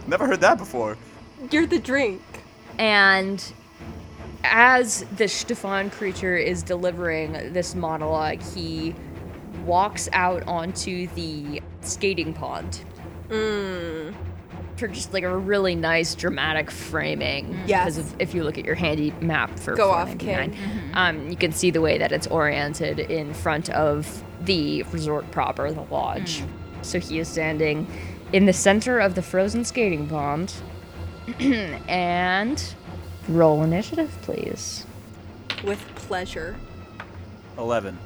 Never heard that before.
You're the drink.
And as the Stefan creature is delivering this monologue, he walks out onto the skating pond. For just like a really nice dramatic framing.
Yes.
Because if, if you look at your handy map for
Go off,
499, um, you can see the way that it's oriented in front of the resort proper, the lodge. So he is standing in the center of the frozen skating pond. <clears throat> and roll initiative, please.
With pleasure.
11.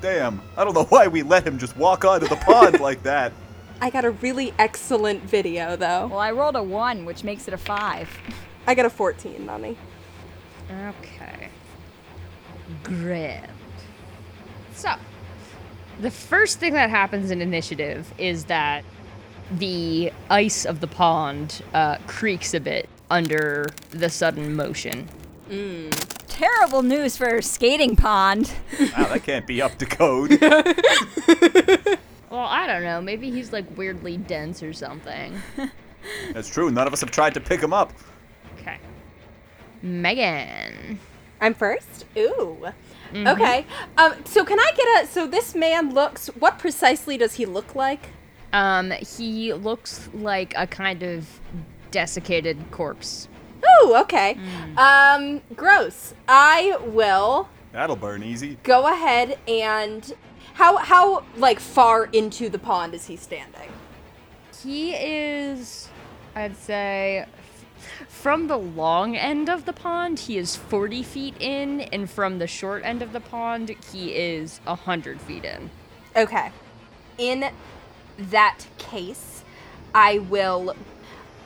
Damn, I don't know why we let him just walk onto the pond like that.
I got a really excellent video though.
Well, I rolled a 1, which makes it a 5.
I got a 14, mommy.
Okay. Grand. So, the first thing that happens in initiative is that the ice of the pond uh, creaks a bit under the sudden motion.
Terrible news for skating pond. <laughs>
Wow, that can't be up to code.
Well, I don't know. Maybe he's like weirdly dense or <laughs> something.
That's true, none of us have tried to pick him up.
Okay. Megan.
I'm first. Ooh. Okay. Um. So can I get a? So this man looks. What precisely does he look like?
Um, he looks like a kind of desiccated corpse.
Ooh. Okay. Um. Gross. I will
That'll burn easy.
go ahead and. How how like far into the pond is he standing?
He is, I'd say, f- from the long end of the pond, he is 40 feet in, and from the short end of the pond, he is 100 feet in.
Okay. In that case, I will.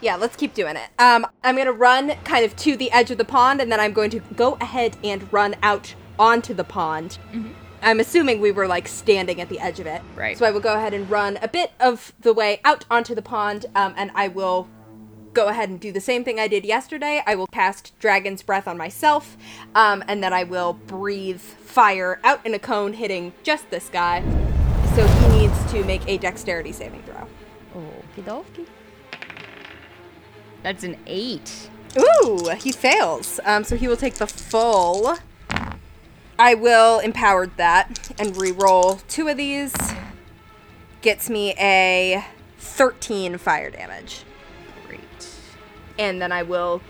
Yeah, let's keep doing it. Um, I'm gonna run kind of to the edge of the pond, and then I'm going to go ahead and run out onto the pond. I'm assuming we were like standing at the edge of it.
Right.
So I will go ahead and run a bit of the way out onto the pond, um, and I will go ahead and do the same thing I did yesterday. I will cast Dragon's Breath on myself, um, and then I will breathe fire out in a cone, hitting just this guy. So he needs to make a dexterity saving throw.
Okie dokie. That's an eight.
Ooh, he fails. Um, so he will take the full. I will empowered that and re-roll two of these. Gets me a 13 fire damage.
Great.
and then I will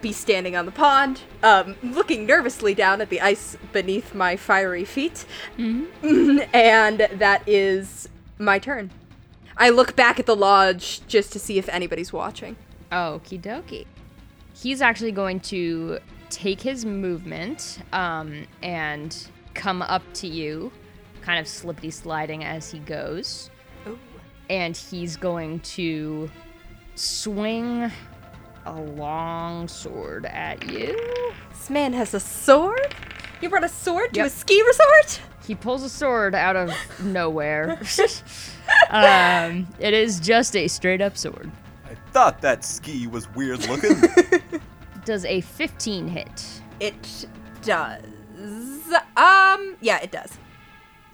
be standing on the pond, um, looking nervously down at the ice beneath my fiery feet. Mm-hmm. <laughs> and that is my turn. I look back at the lodge just to see if anybody's watching.
Okie dokie. He's actually going to take his movement um, and come up to you, kind of slippity sliding as he goes. and he's going to swing a long sword at you.
This man has a sword? You brought a sword to
Yep.
a ski resort?
He pulls a sword out of nowhere. um, it is just a straight up sword.
I thought that ski was weird looking.
Does a 15 hit?
It does. Um, yeah, it does.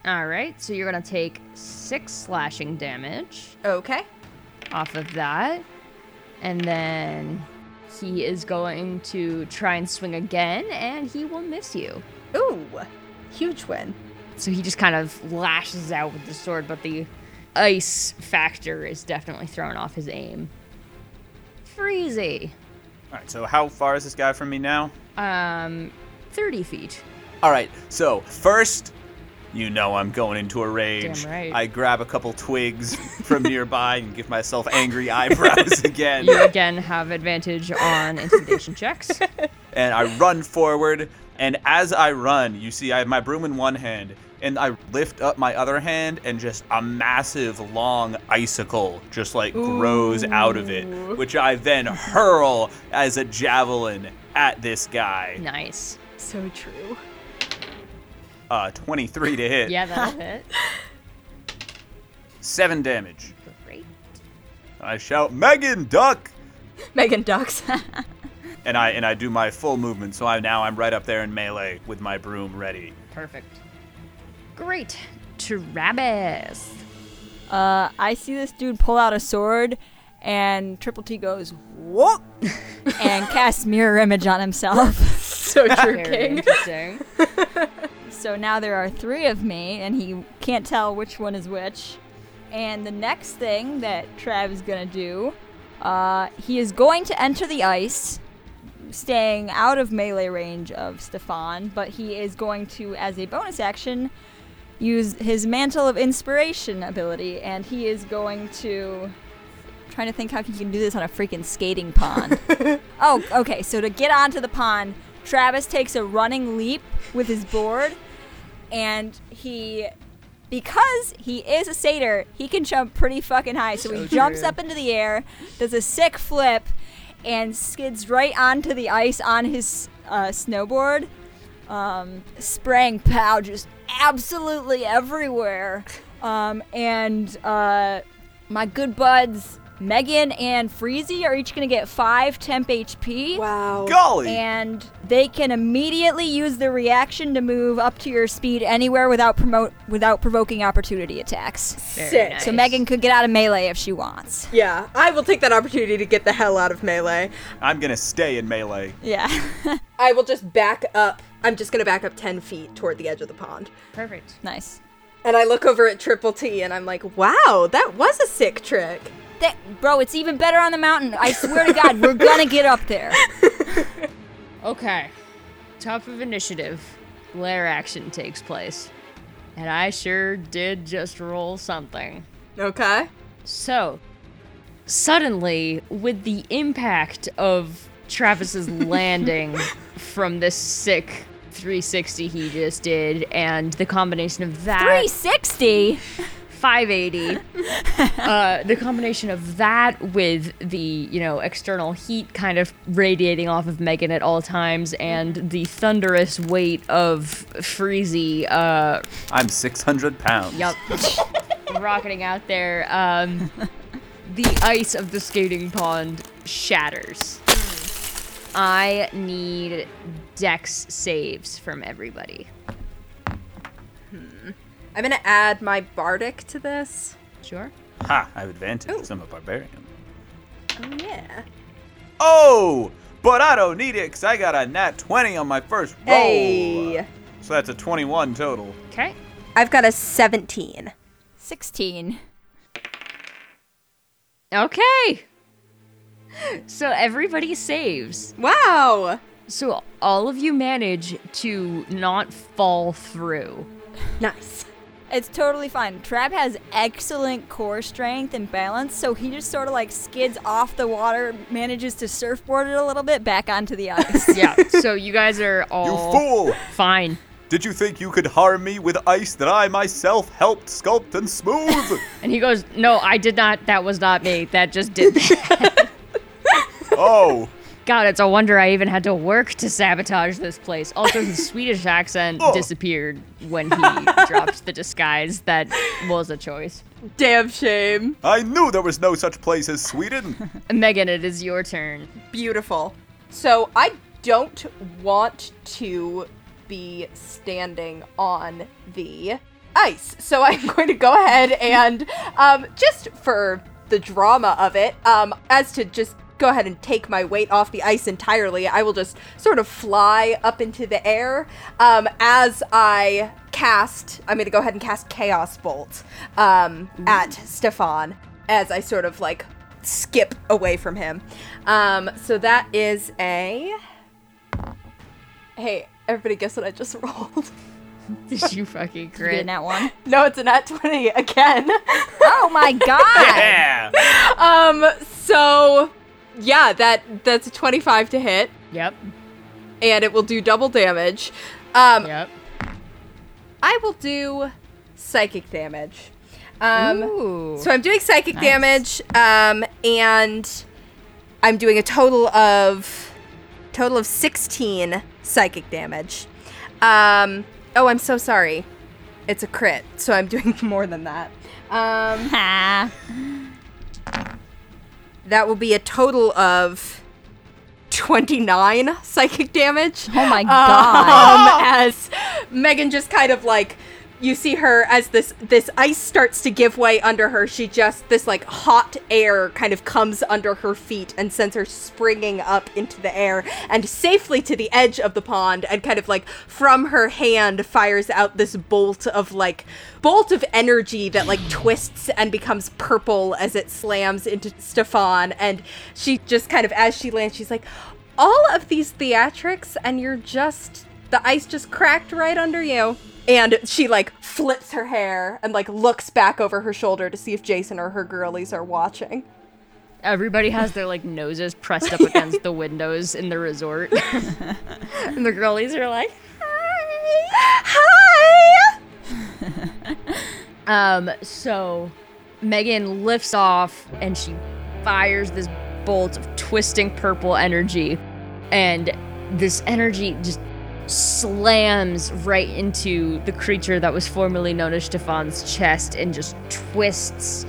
All right, so you're gonna take six slashing damage
Okay.
off of that, and then he is going to try and swing again, and he will miss you.
Ooh, huge win.
So he just kind of lashes out with the sword, but the ice factor is definitely throwing off his aim. Freezy,
All right, so how far is this guy from me now?
um, 30 feet.
All right, so first, you know I'm going into a rage.
Damn right.
I grab a couple twigs from nearby and give myself angry eyebrows
<laughs>
again.
You again have advantage on intimidation checks.
and I run forward. And as I run, you see I have my broom in one hand, and I lift up my other hand, and just a massive long icicle just like grows out of it, which I then hurl as a javelin at this guy.
Nice.
So true.
Uh, 23 to hit,
Yeah, that'll hit.
seven damage.
Great.
I shout, Megan, duck!
Megan ducks.
and I and I do my full movement. So I now I'm right up there in melee with my broom ready.
Perfect. Great. Travis.
<laughs> Uh, I see this dude pull out a sword, and Triple T goes, Whoop! and casts Mirror Image on himself.
so true,
Very
King.
interesting. <laughs>
so now there are three of me, and he can't tell which one is which. And the next thing that Trav is gonna do, uh, he is going to enter the ice, staying out of melee range of Stefan, but he is going to, as a bonus action, use his Mantle of Inspiration ability, and he is going to. Trying to think how he can do this on a freaking skating pond. oh, okay. So to get onto the pond, Travis takes a running leap with his board, and he, because he is a satyr, he can jump pretty fucking high. So, he jumps up into the air, does a sick flip, and skids right onto the ice on his uh, snowboard um, spraying pow just absolutely everywhere. Um, and uh, my good buds Megan and Freezy are each going to get five temp HP.
Wow.
Golly!
And they can immediately use the reaction to move up to your speed anywhere without promote without provoking opportunity attacks.
Very
Sick.
nice.
So Megan could get out of melee if she wants.
Yeah, I will take that opportunity to get the hell out of melee.
I'm gonna stay in melee.
Yeah.
I will just back up. I'm just gonna back up 10 feet toward the edge of the pond.
Perfect.
<laughs> nice.
And I look over at Triple T and I'm like, wow, that was a sick trick.
That, bro, it's even better on the mountain. I swear to God, we're gonna get up there.
Okay. Top of initiative. Lair action takes place. And I sure did just roll something.
Okay.
So, suddenly, with the impact of <laughs> Travis's landing from this sick 360 he just did, and the combination of that.
360.
580. <laughs> uh, the combination of that with the you know external heat kind of radiating off of Megan at all times, and the thunderous weight of Freezy uh,
I'm 600 pounds. <laughs>
yup, rocketing out there, um, the ice of the skating pond shatters. I need dex saves from everybody.
I'm gonna add my bardic to this.
Sure.
Ha! I have advantage. 'cause I'm a barbarian.
Oh, yeah.
Oh, but I don't need it because I got a nat 20 on my first roll.
Hey.
So that's a 21 total.
Okay.
I've got a 17.
16.
Okay. So everybody saves.
Wow.
So all of you manage to not fall through.
Nice.
It's totally fine. Trav has excellent core strength and balance, so he just sort of like skids off the water, manages to surfboard it a little bit back onto
<laughs>
the ice.
Yeah. so you guys are
You
all
fool!
fine.
Did you think you could harm me with ice that I myself helped sculpt and smooth?
And he goes, "No, I did not. That was not me. That just did that."
Oh,
<laughs> God, it's a wonder I even had to work to sabotage this place. Also, his Swedish accent disappeared when he dropped the disguise. That was a choice.
Damn shame.
I knew there was no such place as Sweden.
Megan, it is your turn. <laughs>
Beautiful. So I don't want to be standing on the ice. So I'm <laughs> going to go ahead and um, just for the drama of it, um, as to just go ahead and take my weight off the ice entirely, I will just sort of fly up into the air um, as I cast. I'm going to go ahead and cast Chaos Bolt um, at Stefan as I sort of like skip away from him. Um, so that is a. Hey, everybody, guess what I just <laughs> rolled?
Did you fucking
Get
crit?
in that one.
no, it's a nat 20 again. <laughs>
Oh my god!
Yeah.
um, so yeah, that that's a 25 to hit,
Yep.
and it will do double damage. Um,
Yep.
I will do psychic damage. Um,
Ooh.
So I'm doing psychic damage, um, and I'm doing a total of total of 16 psychic damage. Um, oh, I'm so sorry. It's a crit, so I'm <laughs> doing more than that. Um,
Ah.
that will be a total of 29 psychic damage. Uh,
Oh my god!
um, as Megan just kind of like you see her as this this ice starts to give way under her. She just this like hot air kind of comes under her feet and sends her springing up into the air and safely to the edge of the pond and kind of like from her hand fires out this bolt of like bolt of energy that like twists and becomes purple as it slams into Stefan and she just kind of as she lands she's like all of these theatrics and you're just the ice just cracked right under you and she like flips her hair and like looks back over her shoulder to see if jason or her girlies are watching
Everybody has their like noses pressed up against the windows in the resort, <laughs> and the girlies are like.
hi
Um, so Megan lifts off and she fires this bolt of twisting purple energy, and this energy just slams right into the creature that was formerly known as Stefan's chest and just twists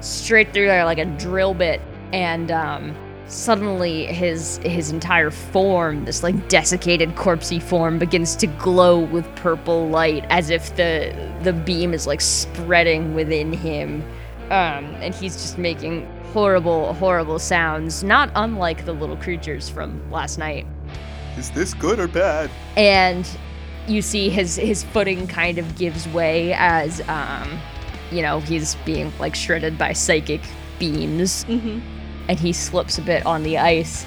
straight through there like a drill bit and um suddenly his his entire form this like desiccated corpsey form begins to glow with purple light as if the the beam is like spreading within him um and he's just making horrible horrible sounds not unlike the little creatures from last night
Is this good or bad?
and you see his his footing kind of gives way as um you know he's being like shredded by psychic beams and he slips a bit on the ice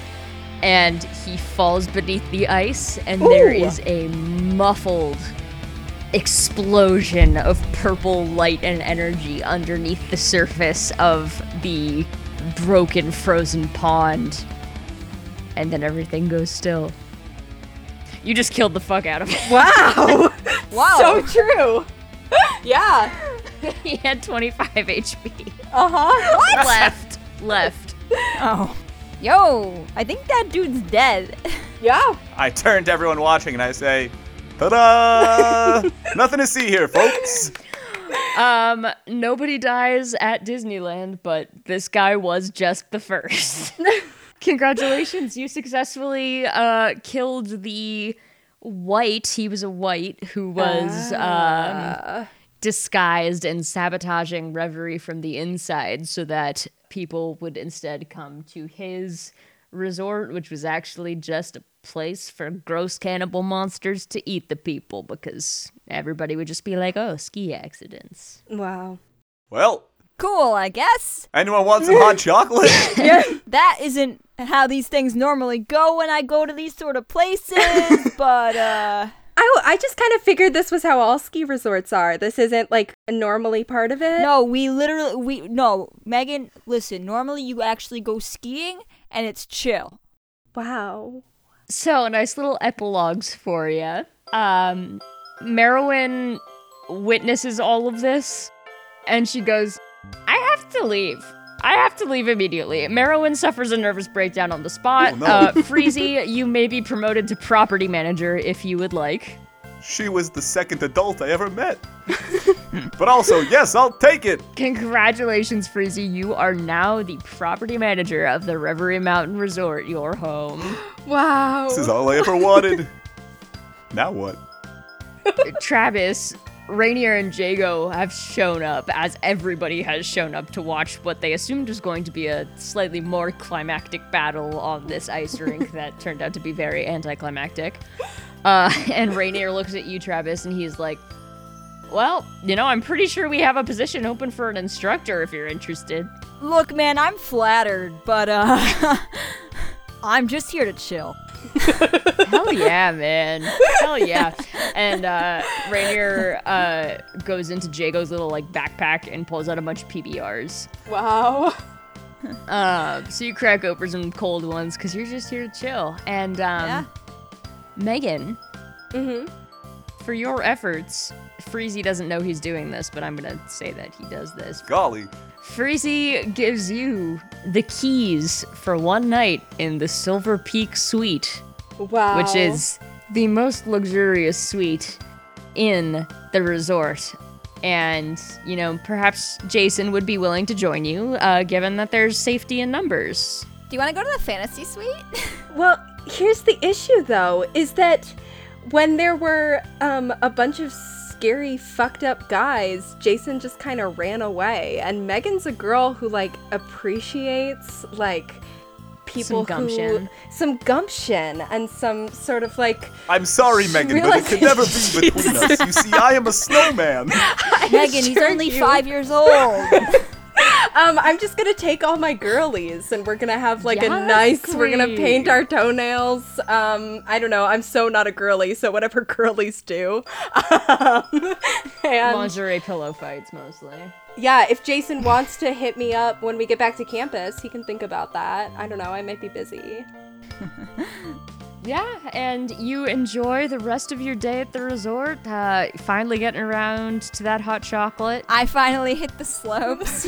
and he falls beneath the ice and there is a muffled explosion of purple light and energy underneath the surface of the broken frozen pond and then everything goes still you just killed the fuck out of him
<laughs> wow
wow!
so true yeah
<laughs> he had 25 hp
uh-huh <laughs>
left <laughs> left
oh. Yo, I think that dude's dead. <laughs>
yeah
I turn to everyone watching and I say, "Ta-da!
Nothing to see here, folks.
um nobody dies at disneyland but this guy was just the first congratulations you successfully uh killed the white he was a white who was um disguised and sabotaging reverie from the inside so that people would instead come to his resort which was actually just a place for gross cannibal monsters to eat the people because everybody would just be like oh ski accidents
wow
Well,
Cool, I
<laughs>
guess.
anyone want some hot chocolate?
That isn't how these things normally go when I go to these sort
<laughs>
of places, but uh
I, I just kind of figured this was how all ski resorts are. This isn't like normally part of it.
no, we literally we no, Megan, listen, normally you actually go skiing and it's chill.
Wow.
So, nice little epilogues for you. Um, Merowyn witnesses all of this, and she goes, I have to leave. I have to leave immediately. Merowyn suffers a nervous breakdown on the spot.
Oh, no.
uh, Freezy, you may be promoted to property manager if you would like.
She was the second adult I ever met. but also, yes, I'll take it.
Congratulations, Freezy. You are now the property manager of the Reverie Mountain Resort, your home.
Wow.
This is all I ever wanted. now what?
Travis, Rainier, and Jago have shown up, as everybody has shown up to watch what they assumed was going to be a slightly more climactic battle on this ice rink that turned out to be very anticlimactic. Uh, <laughs> and Rainier looks at you, Travis, and he's like, well, you know, I'm pretty sure we have a position open for an instructor if you're interested.
Look, man, I'm flattered, but uh, <laughs> I'm just here to chill.
Hell yeah, man. Hell yeah. And uh, Rainier uh, goes into Jago's little like backpack and pulls out a bunch of PBRs.
Wow.
Um, so you crack open some cold ones because you're just here to chill. And um,
Yeah.
Megan, for your efforts, Freezy doesn't know he's doing this, but I'm gonna say that he does this.
Golly.
Freezy gives you the keys for one night in the Silver Peak Suite
Wow.
which is the most luxurious suite in the resort. And, you know, perhaps Jason would be willing to join you, uh, given that there's safety in numbers.
Do you want to go to the fantasy suite?
Well, here's the issue though, is that when there were um, a bunch of scary, fucked up guys, Jason just kind of ran away. And Megan's a girl who like appreciates like people
gumption.
who some gumption and some sort of like
I'm sorry, Megan, but it
realizes-
could never be between us. You see, I am a snowman.
Megan, he's
sure
only
you-
five years old.
um, I'm just gonna take all my girlies and we're gonna have like a
Yes,
nice. We're gonna
queen.
paint our toenails. Um, I don't know. I'm so not a girly, so whatever <laughs> girlies do. Um, and
Lingerie pillow fights, mostly.
yeah, if Jason wants to hit me up when we get back to campus, he can think about that. I don't know. I might
<laughs>
be busy.
Yeah, and you enjoy the rest of your day at the resort, uh, finally getting around to that hot chocolate.
I finally hit the slopes.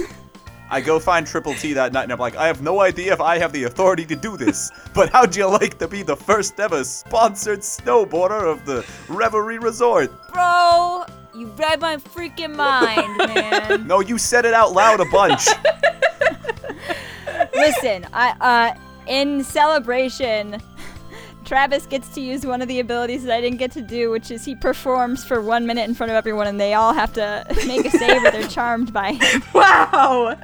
I go find Triple T that night and I'm like, I have no idea if I have the authority to do this, <laughs> but how'd you like to be the first ever sponsored snowboarder of the Reverie Resort?
Bro, you read my freaking mind,
<laughs>
man.
No, you said it out loud a bunch.
Listen, I uh in celebration Travis gets to use one of the abilities that I didn't get to do, which is he performs for one minute in front of everyone, and they all have to make a save or they're charmed by him.
Wow,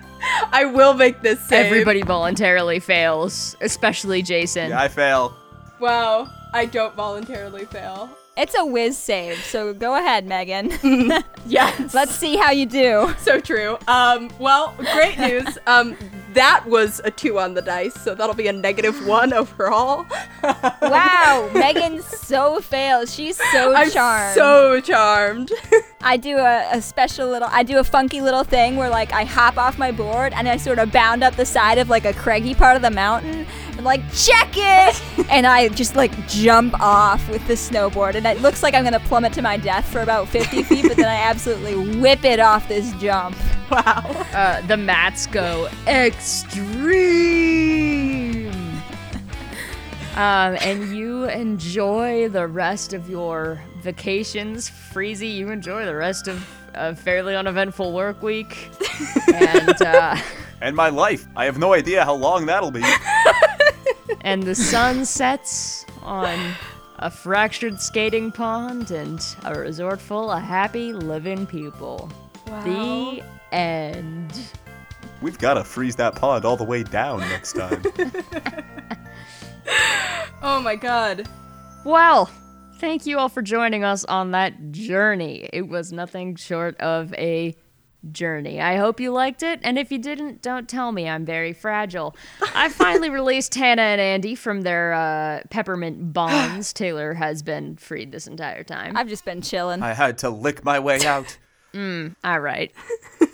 I will make this save.
Everybody voluntarily fails, especially Jason.
yeah, I fail.
Wow. I don't voluntarily fail.
It's a whiz save, so go ahead, Megan. <laughs>
<laughs> Yes.
Let's see how you do.
so true. Um, well, great news. Um, that was a two on the dice, so that'll be a negative one overall.
Wow, Megan so fails. She's
<laughs>
so
I'm
charmed.
so charmed. <laughs>
I do a, a special little, I do a funky little thing where like I hop off my board and I sort of bound up the side of like a craggy part of the mountain and like check it, and I just like jump off with the snowboard and it looks like I'm gonna plummet to my death for about 50 feet, but then I absolutely whip it off this jump.
Uh, the mats go extreme. Um, and you enjoy the rest of your vacations, Freezy. You enjoy the rest of a fairly uneventful work <laughs> week. and, uh,
And my life. I have no idea how long that'll be.
and the sun sets on a fractured skating pond and a resort full of happy living people. The end.
We've got to freeze that pond all the way down next time.
Oh my god.
Well, thank you all for joining us on that journey. It was nothing short of a journey. I hope you liked it, and if you didn't, don't tell me. I'm very fragile. I finally released Hannah and Andy from their uh, peppermint bonds. Taylor has been freed this entire time.
I've just been chilling.
I had to lick my way out.
All right. <laughs>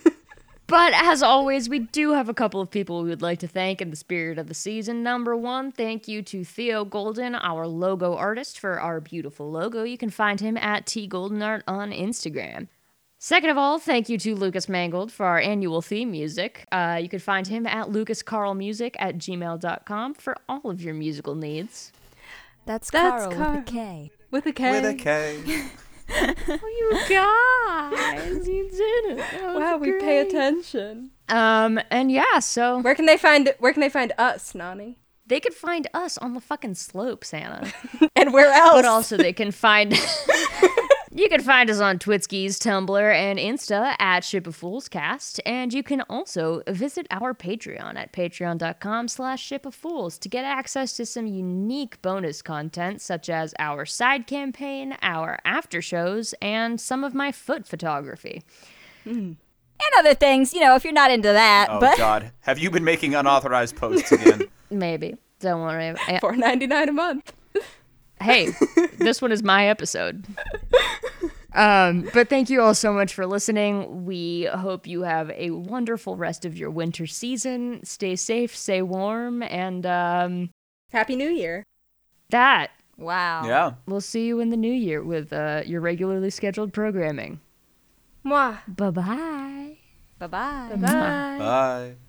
but as always, we do have a couple of people we would like to thank in the spirit of the season. Number one, thank you to Theo Golden, our logo artist, for our beautiful logo. You can find him at T Golden Art on Instagram. Second of all, thank you to Lucas Mangold for our annual theme music. Uh, you can find him at lucascarlmusic at gmail.com for all of your musical needs.
That's,
That's
Carl
Carl.
with a K.
With a K.
With a K.
Oh, you <laughs> guys, you did it. Oh,
Wow, we pay attention.
Um, and yeah, so
Where can they find where can they find us, Nani?
they could find us on the fucking slope, Santa.
And where else?
But also, they can find. <laughs> you can find us on Twitskys, Tumblr, and Insta at Ship of Fools Cast, and you can also visit our Patreon at patreon.com/slash Ship of Fools to get access to some unique bonus content such as our side campaign, our after shows, and some of my foot photography.
And other things, you know, if you're not into that.
Oh
but
God, have you been making unauthorized posts again?
Maybe don't worry. I-
four ninety nine a month.
hey, this one is my episode. Um, but thank you all so much for listening. We hope you have a wonderful rest of your winter season. Stay safe, stay warm, and um,
Happy New Year.
that
wow.
yeah.
we'll see you in the new year with uh, your regularly scheduled programming.
Mwah.
Bye bye.
Bye bye.
Bye.
Bye.